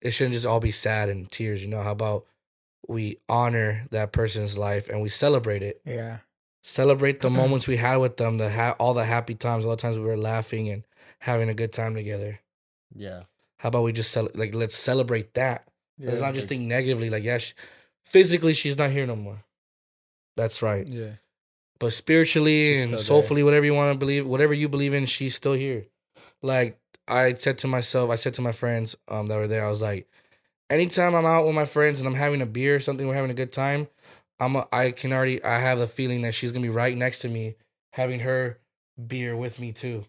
S4: it shouldn't just all be sad and tears, you know? How about we honor that person's life and we celebrate it.
S1: Yeah.
S4: celebrate the moments we had with them, the ha- all the happy times, all the times we were laughing and having a good time together.
S3: Yeah.
S4: How about we just cel- like let's celebrate that? Let's
S1: Yeah.
S4: not just think negatively. Like yeah, she- physically she's not here no more. That's right.
S1: Yeah.
S4: But spiritually
S1: She's
S4: and
S1: still there.
S4: soulfully, whatever you want to believe, whatever you believe in, she's still here. Like I said to myself, I said to my friends um, that were there, I was like, anytime I'm out with my friends and I'm having a beer or something, we're having a good time, I'm a, I can already I have a feeling that she's gonna be right next to me, having her beer with me too,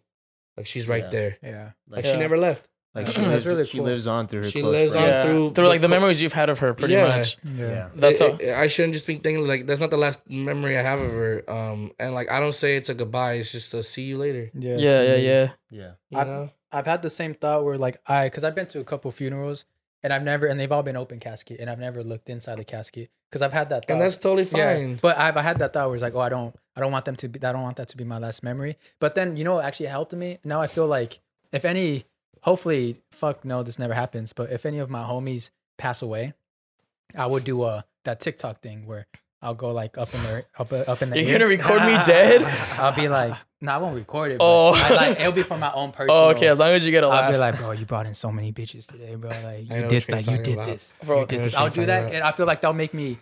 S4: like she's right
S3: Yeah.
S4: there,
S1: Yeah.
S4: like
S3: Like,
S4: she
S2: Yeah.
S4: never left.
S3: like she,
S1: That's
S3: lives,
S1: really
S3: she
S1: cool.
S3: lives on through her
S4: She
S3: close
S4: lives on
S3: friends.
S2: Yeah.
S4: through-
S2: Through, like the
S4: through-
S2: memories you've had of her, pretty
S4: Yeah.
S2: much.
S1: Yeah.
S3: yeah.
S2: That's
S4: I-
S2: all.
S4: I, I shouldn't just be thinking like that's not the last memory I have of her. Um, and like I don't say it's a goodbye. It's just a see you later.
S1: Yeah.
S2: Yeah, yeah, yeah.
S3: Yeah.
S4: You
S1: I-
S4: know?
S1: I've had the same thought where like I, because I've been to a couple funerals and I've never, and they've all been open casket, and I've never looked inside the casket because I've had that. Thought.
S4: And that's totally fine.
S1: uh, Yeah, but I've I had that thought where it's like, oh, I don't, I don't want them to be, I don't want that to be my last memory. But then, you know, what actually helped me. Now I feel like if any, hopefully, fuck no, this never happens. But if any of my homies pass away, I would do uh that TikTok thing where I'll go like up in their up up in the.
S2: You're
S1: air.
S2: gonna record me dead?
S1: I'll be like, no, I won't record it. But
S2: Oh.
S1: I, like, it'll be for my own personal.
S2: Oh, okay. As long as you get a
S1: I'll
S2: laugh,
S1: be like, bro, you brought in so many bitches today, bro. Like
S4: I know
S1: you
S4: what
S1: did,
S4: you're
S1: like you
S4: talking
S1: did
S4: about.
S1: this.
S2: bro.
S1: You did
S4: know
S1: this.
S4: what
S1: I'll
S4: you're
S1: do
S4: talking
S1: that,
S4: about.
S1: and I feel like that'll make me.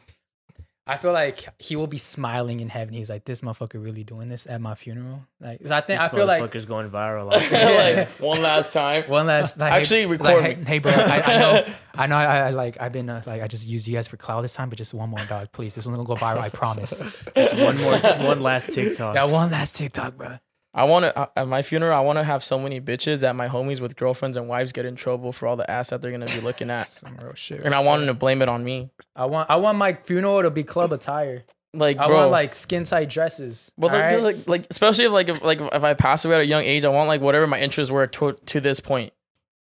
S1: I feel like he will be smiling in heaven. He's like, "This motherfucker really doing this at my funeral." Like, 'cause I think I
S3: This
S1: feel like
S3: motherfucker's going viral.
S2: like one last time.
S1: one last. Like, hey-
S2: Actually,
S1: like,
S2: record
S1: hey,
S2: me.
S1: hey, bro. I, I know, I know. I, I like. I've been uh, like, I just used you guys for cloud this time, but just one more dog, please. This one's gonna go viral. I promise.
S3: Just one more, one last TikTok.
S1: That one last TikTok, bro.
S2: I want to at my funeral. I want to have so many bitches that my homies with girlfriends and wives get in trouble for all the ass that they're gonna be looking at,
S1: Some real shit.
S2: and I want them to blame it on me.
S1: I want. I want my funeral to be club attire.
S2: Like,
S1: I
S2: bro,
S1: want like skin tight dresses.
S2: well, like,
S1: alright?
S2: like, like, especially if like if like if I pass away at a young age, I want like whatever my interests were to to this point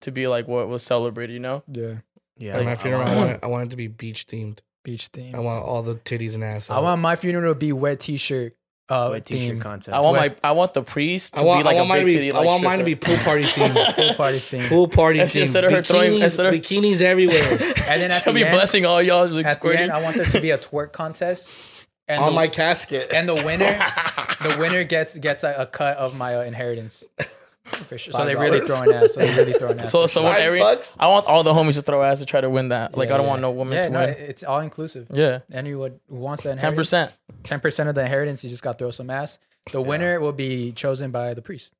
S2: to be like what was celebrated, you know?
S1: yeah.
S3: Yeah,
S4: At
S3: I
S4: my funeral, I
S3: want-
S4: want, it, I want it to be beach themed.
S1: Beach theme.
S4: I want all the titties and ass.
S1: I
S4: out.
S1: want my funeral to be wet t-shirt. Uh,
S3: wet t-shirt
S1: theme.
S3: contest.
S2: I want my
S1: West-
S2: I want the priest to
S4: I want,
S2: be like
S4: I want
S2: a
S4: mine
S2: big
S4: to be,
S2: titty,
S4: I
S2: like,
S4: want mine to be
S2: stripper.
S4: pool party themed.
S1: Pool party theme.
S4: pool party
S2: That's
S4: themed.
S2: just instead of her throwing-
S4: bikinis,
S2: instead of-
S4: bikinis everywhere.
S1: And then at
S2: She'll
S1: the
S2: be
S1: end,
S2: blessing all y'all like
S1: at the
S2: squirting.
S1: end, I want there to be a twerk contest. And
S4: on
S1: the,
S4: my casket.
S1: and the winner, the winner gets gets a, a cut of my uh, inheritance. For sure. So they're really
S4: $5.
S1: throwing ass. So they're really throwing ass.
S2: so someone
S4: Five
S2: every
S4: bucks?
S2: I want all the homies to throw ass to try to win that. Like I don't want no woman
S1: yeah,
S2: to
S1: no,
S2: win.
S1: it's all inclusive.
S2: yeah,
S1: Anyone who wants that
S2: ten percent.
S1: ten percent of the inheritance, you just got to throw some ass. The winner will be chosen by the priest.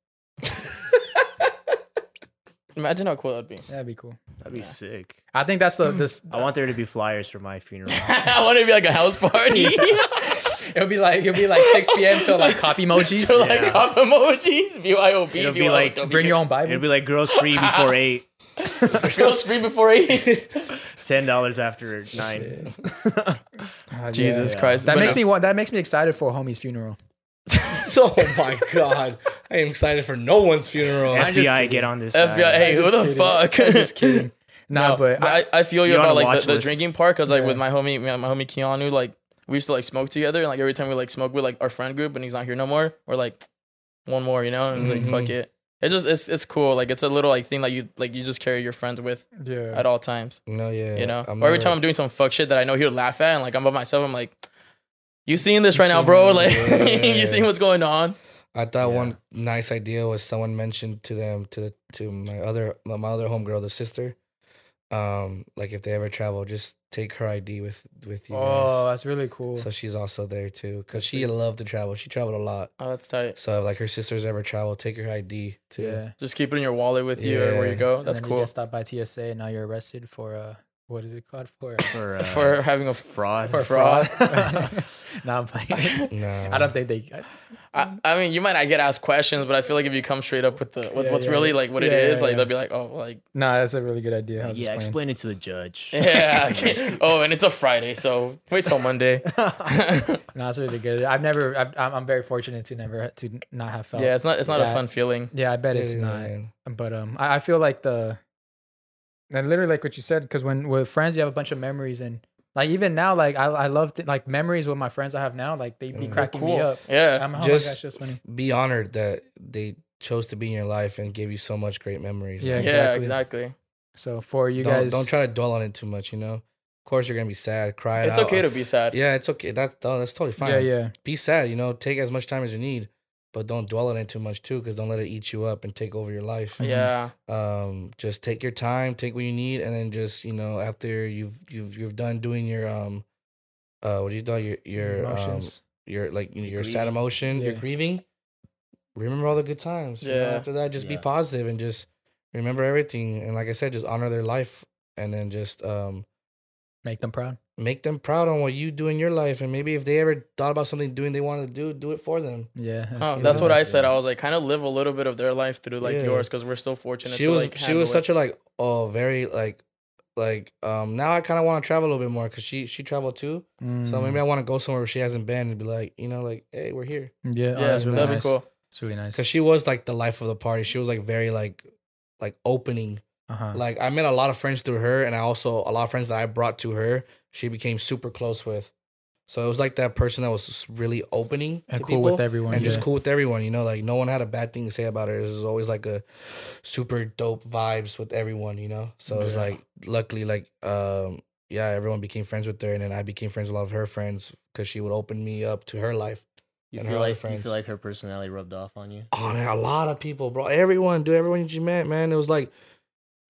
S2: Imagine how cool that'd be.
S1: That'd be cool.
S3: That'd be sick.
S1: I think that's the this.
S3: I want there to be flyers for my funeral.
S2: I want it to be like a house party.
S1: It'll be like it'll be like six p.m. till like cop emojis.
S2: so like
S3: Yeah.
S2: cop emojis, BYOB.
S3: It'll be
S2: BYOW.
S3: like,
S1: Bring your own
S3: It'd
S1: Bible.
S3: be like girls free before eight,
S2: girls free before eight.
S3: ten dollars after nine.
S1: Ah,
S2: Jesus
S1: yeah.
S2: Christ,
S1: That
S2: But
S1: makes
S2: no.
S1: me want. That makes me excited for a homie's funeral.
S4: oh my god! I am excited for no one's funeral.
S1: I'm just
S3: FBI,
S1: kidding.
S3: get on this.
S2: FBI.
S3: guy.
S2: Hey, who the fuck?
S1: Just kidding. Nah,
S2: No,
S1: but I,
S2: I, I feel you
S3: You're on
S2: about
S3: a
S2: like
S3: watch
S2: the, the
S3: list.
S2: drinking part because like
S1: Yeah.
S2: with my homie, my, my homie Keanu, like we used to like smoke together, and like every time we like smoke with like our friend group, and he's not here no more, we're like one more, you know, and it's
S4: Mhm.
S2: like fuck it. It's just it's it's cool. Like it's a little like thing like you like you just carry your friends with
S1: yeah.
S2: at all times,
S4: no, yeah.
S2: you know.
S4: I'm
S2: or every
S4: never-
S2: time I'm doing some fuck shit that I know he'll laugh at, and like I'm by myself, I'm like, you seeing this
S4: You
S2: right now,
S4: seeing
S2: bro?
S4: it,
S2: Like
S4: yeah.
S2: you seeing what's going on?
S4: I thought
S3: Yeah.
S4: one nice idea was someone mentioned to them to the, to my other my my other homegirl, the sister. Um, like if they ever travel, just take her ID with with you
S1: Oh, that's really cool.
S4: guys. So she's also there too, cause she loved to travel. She traveled a lot.
S2: Oh, that's tight.
S4: So if like her sisters ever travel, take her ID too.
S1: yeah.
S2: Just keep it in your wallet with you or where
S4: Yeah.
S2: you go.
S1: And
S2: Oh, That's
S1: then
S2: cool
S1: You get stopped by TSA and now you're arrested for uh, what is it called for?
S3: for, uh,
S2: for having a.
S3: fraud.
S1: for fraud. nah, I'm playing.
S4: No,
S1: I don't think they.
S2: I, I mean, you might not get asked questions, but I feel like if you come straight up with the with
S1: Yeah,
S2: what's
S1: yeah,
S2: really
S1: yeah.
S2: like what it
S1: Yeah,
S2: is,
S1: yeah,
S2: like
S1: yeah.
S2: they'll be like, oh, like
S1: Nah, that's a really good idea. I was
S3: yeah,
S1: just
S3: explain
S1: playing.
S3: it to the judge.
S2: yeah, okay. oh, and it's a Friday, so wait till Monday. yeah,
S1: No, that's really good. I've never. I've, I'm I'm very fortunate to never to not have felt.
S2: it's not it's not
S1: Yeah.
S2: a fun feeling.
S1: Yeah, I bet it's
S4: Yeah,
S1: not.
S4: man.
S1: But um, I, I feel like the, and literally like what you said, because when with friends you have a bunch of memories and like even now like I I love th- like memories with my friends I have now like they be
S4: Mm.
S1: cracking me
S2: Cool.
S1: up.
S2: Yeah,
S1: I'm oh just, my gosh,
S4: just
S1: that's funny.
S4: f- be honored that they chose to be in your life and gave you so much great memories.
S1: Yeah,
S4: man.
S2: yeah,
S1: exactly.
S2: exactly.
S1: So for you
S4: don't,
S1: guys,
S4: don't try to dwell on it too much. You know, of course you're gonna be sad, cry. it
S2: It's
S4: out.
S2: okay to be sad.
S4: Yeah, it's okay. That's oh, that's totally fine.
S1: Yeah, yeah.
S4: Be sad. You know, take as much time as you need, but don't dwell on it too much too, because don't let it eat you up and take over your life.
S2: yeah. Oh,
S4: Um, just take your time, take what you need, and then just you know after you've you've you've done doing your um, uh, what do you do? Your your um,
S1: emotions.
S4: your like you know, your sad
S3: Grieving.
S4: emotion, your
S1: Yeah.
S4: grieving. Remember all the good times. you know?
S2: Yeah.
S4: After that, just be
S3: Yeah.
S4: positive and just remember everything. And like I said, just honor their life and then just um
S1: make them proud.
S4: make them proud on what you do in your life. And maybe if they ever thought about something doing they wanted to do, do it for them.
S1: Yeah,
S2: Oh,
S1: really
S2: that's what I
S1: nice.
S2: said. I was like, kind of live a little bit of their life through like
S4: Yeah.
S2: yours because we're so fortunate.
S4: She
S2: to,
S4: was
S2: like,
S4: she
S2: handle it.
S4: was such a like oh very like like um now I kind of want to travel a little bit more because she she traveled too. So
S1: Mm.
S4: maybe I want to go somewhere where she hasn't been and be like you know like hey we're here.
S1: yeah, oh,
S2: yeah,
S1: that's really
S2: that'd
S1: nice.
S2: be cool.
S1: It's really nice.
S4: because she was like the life of the party. She was like very like like opening.
S1: Uh-huh.
S4: Like I met a lot of friends through her, and I also a lot of friends that I brought to her. She became super close with. So it was like that person that was just really opening
S1: and
S4: to
S1: cool
S4: people
S1: with everyone.
S4: and just
S1: yeah.
S4: cool with everyone. You know, like no one had a bad thing to say about her. It was always like a super dope vibes with everyone. You know, so it was
S1: Yeah.
S4: like luckily, like um, yeah, everyone became friends with her, and then I became friends with a lot of her friends because she would open me up to her life.
S3: You
S4: And
S3: feel
S4: her other
S3: like you
S4: friends.
S3: feel like her personality rubbed off on you.
S4: on Oh, a lot of people, bro. Everyone, dude, everyone that you met, man. It was like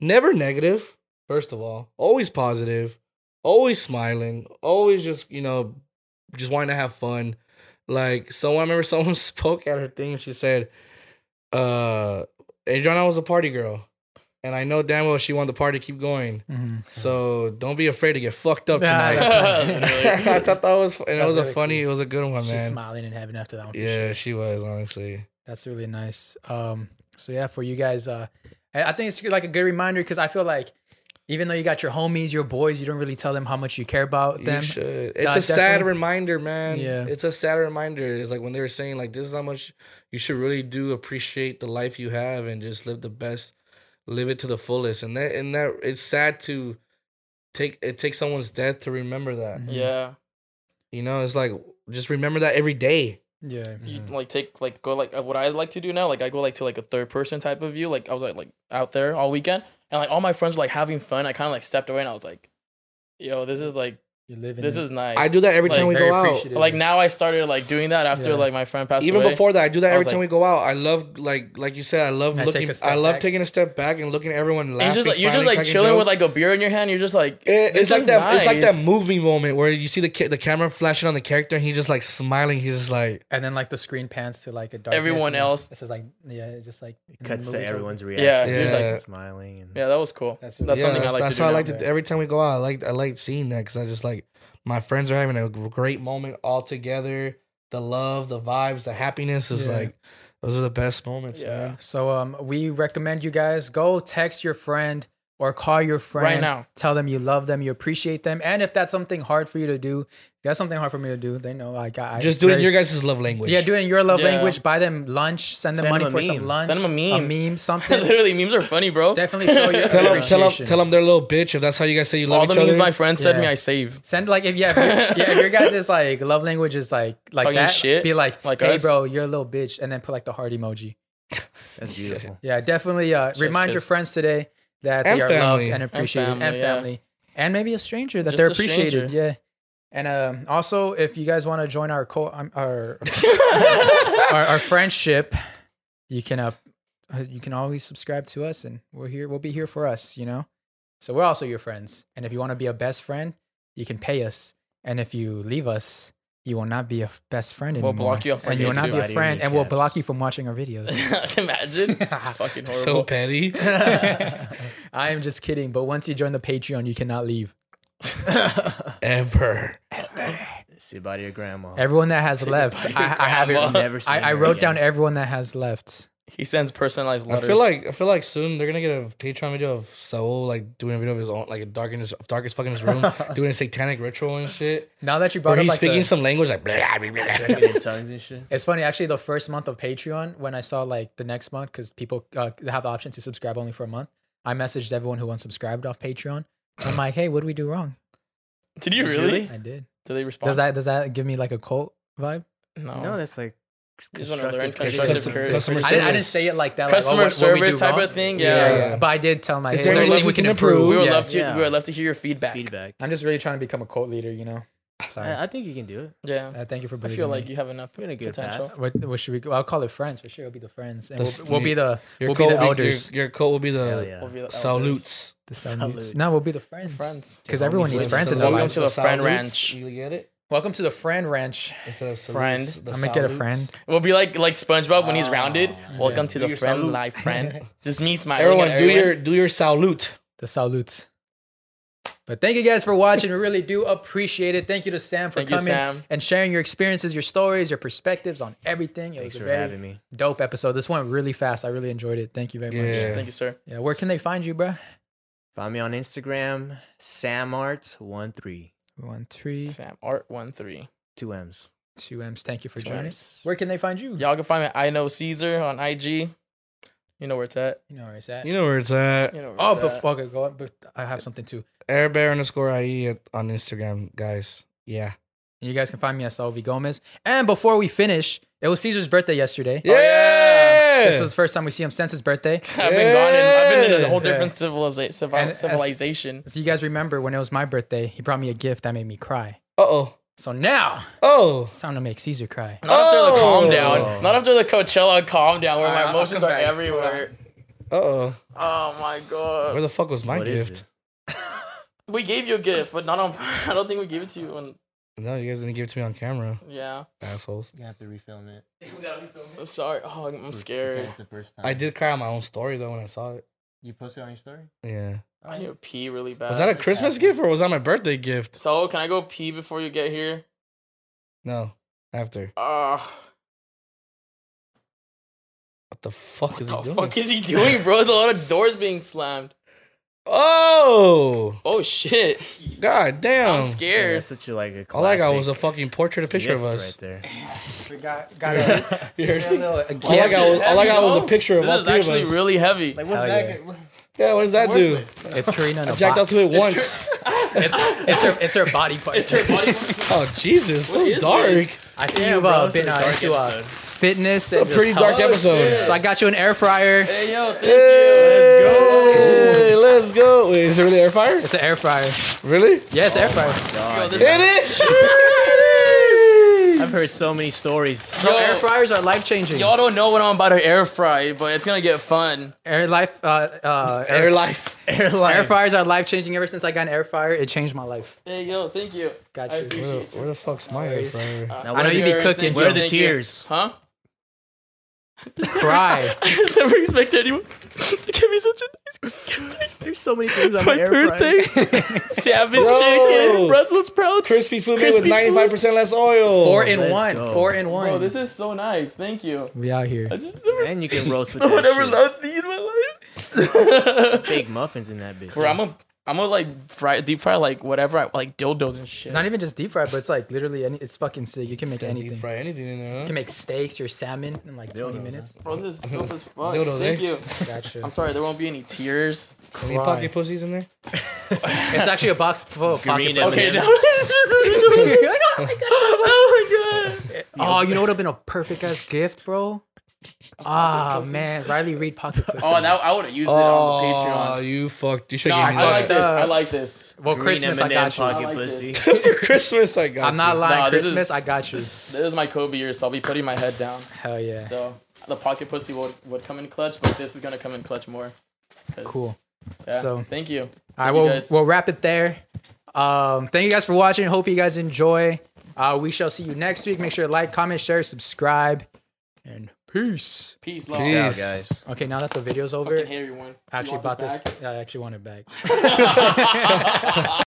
S4: never negative, first of all. Always positive, always smiling, always just, you know, just wanting to have fun. Like someone I remember someone spoke at her thing and she said, uh, Adriana was a party girl. And I know damn well she wanted the party to keep going.
S1: Mhm.
S4: So don't be afraid to get fucked up
S1: Nah,
S4: tonight.
S1: that's not-
S4: I thought that was and it
S1: That's
S4: was a
S1: really
S4: funny,
S1: cool.
S4: it was a good one,
S1: She's
S4: man.
S1: smiling in heaven after that one. for
S4: Yeah,
S1: sure.
S4: she was, honestly.
S1: That's really nice. Um, so yeah, for you guys, uh, I I think it's like a good reminder because I feel like even though you got your homies, your boys, you don't really tell them how much you care about them.
S4: You should. It's
S1: Nah,
S4: a sad
S1: definitely.
S4: reminder, man.
S1: Yeah.
S4: It's a sad reminder. It's like when they were saying like this is how much you should really do appreciate the life you have and just live the best, live it to the fullest. And that and that it's sad to take it takes someone's death to remember
S2: Mm.
S4: that.
S1: Mhm.
S2: Yeah.
S4: You know, it's like just remember that every day.
S1: Yeah. mm-hmm.
S2: you
S4: Mm-hmm.
S2: like take like go like uh, what I like to do now. Like I go like to like a third person type of view. Like I was like like out there all weekend, and like all my friends were, like having fun. I kind of like stepped away and I was like, "Yo, this is like
S1: You're living.
S2: this is nice."
S4: I do that every
S2: Like,
S4: time we
S1: very
S4: go out.
S1: appreciative.
S2: Like now, I started like doing that after
S1: Yeah.
S2: like my friend passed
S4: Even
S2: away.
S4: before that, I do
S2: I
S4: that every
S2: was
S4: time
S2: like-
S4: we go out. I love like like you said, I love
S1: I take
S4: looking.
S1: a step
S4: I love
S1: back.
S4: taking a step back and looking at everyone laughing.
S2: And you're just like, you're just
S4: smiling,
S2: like
S4: cracking
S2: chilling with
S4: jokes.
S2: like a beer in your hand. You're just like
S4: It-
S2: "This
S4: Eh, it's like
S2: is
S4: that. It's like that
S2: nice."
S4: movie moment where you see the ca- the camera flashing on the character, and he's just like smiling. He's just like,
S1: and then like the screen pans to like a dark.
S2: Everyone else.
S1: This is like yeah, it's just like and then
S3: Cuts
S1: the
S3: to
S1: movie's over.
S3: everyone's reaction.
S2: Yeah,
S4: you're just
S3: and
S4: like-
S3: smiling. And,
S2: Yeah, that was cool.
S1: That's
S2: That's,
S1: really cool.
S2: something
S4: that's,
S2: I like
S4: that's
S2: to do.
S4: how I
S2: now.
S4: like to every time we go out. I like I like seeing that because I just like my friends are having a great moment all together. The love, the vibes, the happiness is
S1: Yeah.
S4: like those are the best moments.
S2: Yeah.
S4: man.
S1: So um, we recommend you guys go text your friend or call your friend
S2: Right now.
S1: Tell them you love them, you appreciate them, and if that's something hard for you to do, if that's something hard for me to do. They know I got. I-
S4: just
S1: it's
S4: doing
S1: very-
S4: your guys' love language.
S1: Yeah, doing your love
S2: Yeah.
S1: language. Buy them lunch. Send them
S3: Send
S1: money
S3: them a
S1: for some
S3: meme.
S1: lunch.
S2: Send them a
S1: A
S2: meme.
S1: meme. Something.
S2: Literally, memes are funny, bro.
S1: Definitely show your
S4: Tell them, tell them,
S1: appreciation.
S4: tell them they're a little bitch. If that's how you guys say you love
S2: all the
S4: each
S2: memes
S4: other,
S2: my friends sent me,
S1: Yeah.
S2: I save.
S1: Send like if yeah, if your- yeah. If your guys is like love language is like like
S2: Talking
S1: that.
S2: shit,
S1: Be like,
S2: like
S1: hey,
S2: us?
S1: bro, you're a little bitch, and then put like the heart emoji.
S3: That's beautiful.
S1: Yeah, definitely. Uh,
S2: Chef's
S1: remind your
S2: kiss.
S1: friends today that
S4: And
S1: they are
S4: family.
S1: loved and appreciated, and
S2: family,
S1: family,
S2: yeah.
S1: and maybe a stranger that
S2: Just
S1: they're
S2: a
S1: appreciated.
S2: stranger.
S1: Yeah. And um, also, if you guys want to join our co- um, our, our our friendship, you can uh, uh, you can always subscribe to us, and we're here. We'll be here for us. You know, so we're also your friends. And if you want to be a best friend, you can pay us. And if you leave us, you will not be a f- best friend
S2: We'll
S1: anymore.
S2: block you off
S1: and you will
S2: YouTube.
S1: not be
S3: Out
S1: a
S3: of your
S1: friend, and we'll
S3: kneecaps.
S1: block you from watching our videos.
S2: Imagine. It's fucking horrible.
S4: so petty.
S1: I am just kidding. But once you join the Patreon, you cannot leave.
S4: Ever.
S3: See body of grandma.
S1: Everyone that has
S2: Take
S1: left,
S2: your
S1: I, I have
S2: grandma.
S1: it.
S3: Never seen
S1: I, I
S3: her
S1: wrote down
S3: again.
S1: everyone that has left.
S2: he sends personalized
S4: I
S2: letters.
S4: feel like I feel like soon they're gonna get a Patreon video of Saul like doing a video of his own like a dark in his dark as fuck in his room doing a satanic ritual and shit.
S1: Now that you brought
S4: Where
S1: up,
S4: he's
S1: like
S4: speaking
S1: the-
S4: some language like blah, blah, blah, blah.
S3: Speaking in tongues and shit.
S1: it's funny actually. The first month of Patreon, when I saw like the next month, because people uh, they have the option to subscribe only for a month, I messaged everyone who unsubscribed off Patreon. I'm like, hey, what did we do wrong?
S2: Did you really?
S3: Really?
S1: I did.
S2: Did they respond?
S1: Does that does that give me like a cult vibe?
S2: no.
S3: No, that's like
S2: Just wanna learn
S3: constructive
S2: constructive
S3: criticism.
S4: criticism. Customer
S1: I didn't, I didn't
S4: service.
S1: say it like that. like, oh,
S2: Customer
S1: what- what we
S2: service
S1: do
S2: type
S1: wrong?
S2: of thing.
S1: Yeah,
S2: Yeah.
S4: Yeah,
S1: But I did tell my.
S4: Is
S1: Is
S4: there
S1: there anything we can improve?
S2: We would
S1: Yeah.
S2: love to.
S3: Yeah.
S2: We would love to hear your feedback.
S3: feedback.
S1: I'm just really trying to become a cult leader, you know. So
S3: I, I think you can do it.
S2: Yeah.
S1: uh, thank you for
S2: I
S1: believing.
S2: feel like
S1: me.
S2: you have enough
S3: You're in a good
S2: potential.
S3: path.
S1: What, what should we? Go? I'll call it friends for sure. It'll be the friends, and
S4: That's
S1: we'll, we'll be the
S4: Your
S1: we'll
S4: cult
S1: be the
S4: will be-
S1: elders.
S4: Your, your cult will be
S3: Hell
S4: Uh, the
S3: yeah.
S2: We'll be oh, the elders.
S4: salutes.
S1: the
S3: Salutes.
S1: salutes. No, we'll be the friends.
S2: Friends.
S1: because
S3: Yeah,
S1: everyone
S3: homies
S1: needs
S3: live.
S1: friends in
S2: So
S1: their
S2: welcome
S1: lives.
S2: to the friend
S4: salutes.
S2: ranch.
S4: You get it?
S1: Welcome to the friend ranch.
S4: Instead of
S2: Friend.
S4: salutes, the
S1: I'm gonna get a friend.
S4: salutes.
S2: We'll be like like SpongeBob when he's rounded. Welcome to
S3: Ah, Do
S2: the
S3: your
S2: friend
S3: salute.
S2: life friend. Just me smiling.
S4: Everyone,
S2: at
S4: do your do your salute.
S1: The salutes. But thank you guys for watching. We really do appreciate it. Thank you to Sam for
S2: Thank you,
S1: coming
S2: Sam.
S1: and sharing your experiences, your stories, your perspectives on everything. It
S3: Thanks
S1: was
S3: for
S1: a very
S3: having me.
S1: dope episode. This went really fast. I really enjoyed it. Thank you very much.
S4: Yeah.
S2: Thank you, sir.
S1: Yeah, where can they find you, bruh?
S3: Find me on Instagram, samart13.
S1: One, three,
S2: Sam Art one three.
S3: Two M's.
S1: two M's. Thank you for
S2: Two
S1: joining.
S2: M's.
S1: Where can they find you?
S2: Y'all can find me. at I know Caesar on IG. You know where it's at.
S1: You know where it's at.
S4: You know where it's at.
S2: You know. Where
S1: oh,
S2: it's at.
S1: before, okay, go on. But I have something too.
S4: Airbear underscore IE at- on Instagram, guys. Yeah.
S2: Oh,
S1: And you guys can find me at Saul V. Gomez. And before we finish, it was Caesar's birthday yesterday.
S2: yeah.
S1: This was the first time we see him since his birthday.
S2: I've been gone. And I've been in a
S4: Yeah.
S2: whole different civilization.
S1: And as-
S2: civilization.
S1: So you guys remember when it was my birthday, he brought me a gift that made me cry.
S4: Uh oh.
S1: So now
S4: Oh.
S1: it's time to make Caesar cry.
S2: Not after the calm
S4: Oh.
S2: down. Not after the Coachella calm down where
S1: Alright,
S2: my
S1: I'll
S2: emotions
S1: come
S2: are
S1: back.
S2: everywhere.
S4: Uh oh.
S2: Oh my
S4: Where
S2: god.
S4: the fuck was my
S3: What is
S4: gift?
S2: We gave you a gift, but not on I don't think we gave it to you when
S4: No, you guys didn't give it to me on camera,
S2: yeah.
S4: assholes.
S3: You have to refilm it.
S2: Sorry. Oh, I'm scared.
S3: the first time.
S4: I did cry on my own story though when I saw it.
S3: You posted on your story?
S4: Yeah.
S2: I need to pee really bad.
S4: Was that a Christmas gift or was that my birthday gift?
S2: So can I go pee before you get here? Ah.
S4: No. After.
S2: Ugh.
S4: What the fuck is he
S2: What the
S4: doing?
S2: fuck is he doing, bro? There's a lot of doors being slammed.
S4: oh.
S2: Oh shit.
S4: God damn.
S2: I'm scared.
S3: that's such a, like a
S4: All I
S3: classic
S4: got was a fucking portrait, a picture of
S3: gift
S4: us.
S3: Right there.
S1: We got, got a,
S4: You're-
S1: Caesar a little- a
S4: All I
S1: gift.
S4: got was, all I got was a
S2: No.
S4: picture of
S2: This
S4: all
S2: is
S4: three of
S2: actually
S4: us.
S2: really heavy.
S3: Like, what's
S1: Hell
S3: that?
S1: yeah.
S3: got-
S4: Yeah, what does that do?
S1: It's Karina in a
S4: I jacked out
S1: box.
S4: to it once.
S1: It's, it's her it's her body part.
S2: It's her body.
S4: Oh Jesus,
S2: What
S4: so
S2: is
S4: dark.
S2: this?
S1: I see
S2: Yeah,
S1: you've
S2: bro,
S1: uh,
S2: it's a
S1: been uh,
S2: dark
S1: into uh,
S2: episode.
S1: fitness. and
S4: It's a pretty
S1: just
S4: dark
S1: health.
S4: episode.
S1: So I got you an air fryer.
S2: Hey yo, thank
S4: Hey,
S2: you. Let's go.
S4: Let's go. Wait, is it really air fryer?
S1: It's an air fryer.
S4: Really?
S1: Yeah, it's air fryer.
S2: Yo, this
S4: It
S3: I've heard so many stories.
S1: Bro,
S2: Yo.
S1: air fryers are life changing.
S2: Y'all don't know what I'm about to air fry, but it's gonna get fun.
S1: Air life, uh, uh, air,
S4: Air life.
S3: Airline.
S1: air fryers are life changing. Ever since I got an air fryer, it changed my life.
S2: Hey yo, thank you.
S1: Got you.
S2: I
S4: Where the,
S2: appreciate you.
S4: where the fuck's my air fryer?
S2: Uh,
S3: Now,
S1: I know
S3: where
S1: you
S3: the-
S1: be cooking.
S3: Where are the
S2: Thank you.
S3: tears?
S2: Huh?
S1: Cry.
S2: I just never expected anyone to give me such a nice
S3: There's so many things on
S2: my
S3: my air fryer.
S2: birthday. Savage
S4: Yo.
S2: chicken, Brussels sprouts.
S4: Crispy food made
S2: Crispy
S4: with
S2: food.
S4: ninety five percent less oil.
S1: Four in
S3: let's
S1: one.
S3: go.
S1: Four in one.
S2: Bro, this is so nice. Thank you.
S1: we out here.
S2: I just never,
S3: And you can roast with
S2: I would
S3: that
S2: never
S3: shit.
S2: loved these in my life.
S3: Big muffins in that bitch.
S2: Bro, I'm a, I'm gonna like fry, deep fry like whatever, I, like dildos and shit.
S1: It's not even just deep fried, but it's like literally any. It's fucking sick. You can make
S4: Can deep
S1: anything. You
S4: fry anything in there.
S1: can make steaks or salmon in like 20 minutes.
S2: Bro, this is dope as fuck.
S4: Dildos,
S2: Thank
S4: eh?
S2: you.
S1: Gotcha.
S2: I'm sorry, there won't be any tears.
S4: Any
S1: Cry.
S4: pocket pussies in there?
S1: It's actually a box full of pocket
S3: Green
S1: full of
S2: Okay,
S3: M&Ms.
S1: shit.
S2: that was just. oh my god.
S1: Oh, you know what would have been a perfect ass gift, bro? Ah, man. Riley Reed pocket pussy.
S2: Oh, that I would have used it
S1: Oh,
S2: on the Patreon.
S4: you fucked. You should
S2: No,
S4: have
S2: I
S4: given me
S2: like
S4: that.
S2: this. I like this.
S1: well,
S3: Green
S1: Christmas, I
S3: M&M
S1: got you.
S3: pocket
S2: I like
S3: pussy.
S2: this.
S4: For Christmas, I got.
S1: I'm not
S4: you.
S1: lying.
S2: Nah, this is-
S1: Christmas, I got you.
S2: This is my Kobe year, so I'll be putting my head down.
S1: Hell yeah.
S2: So the pocket pussy would, would come in clutch, but this is gonna come in clutch more. 'Cause-
S1: Cool.
S2: yeah.
S1: So-
S2: thank you.
S1: All right,
S2: Thank you
S1: we'll,
S2: guys.
S1: we'll wrap it there. Um, thank you guys for watching. Hope you guys enjoy. Uh, we shall see you next week. Make sure to like, comment, share, subscribe, and peace.
S2: Peace, love.
S4: Peace.
S3: Ciao,
S2: Peace.
S3: guys.
S1: Okay, now that the video's over,
S2: Fucking
S1: I
S2: hate everyone. You
S1: actually
S2: want
S1: bought this.
S2: back?
S1: Yeah, I actually want it back.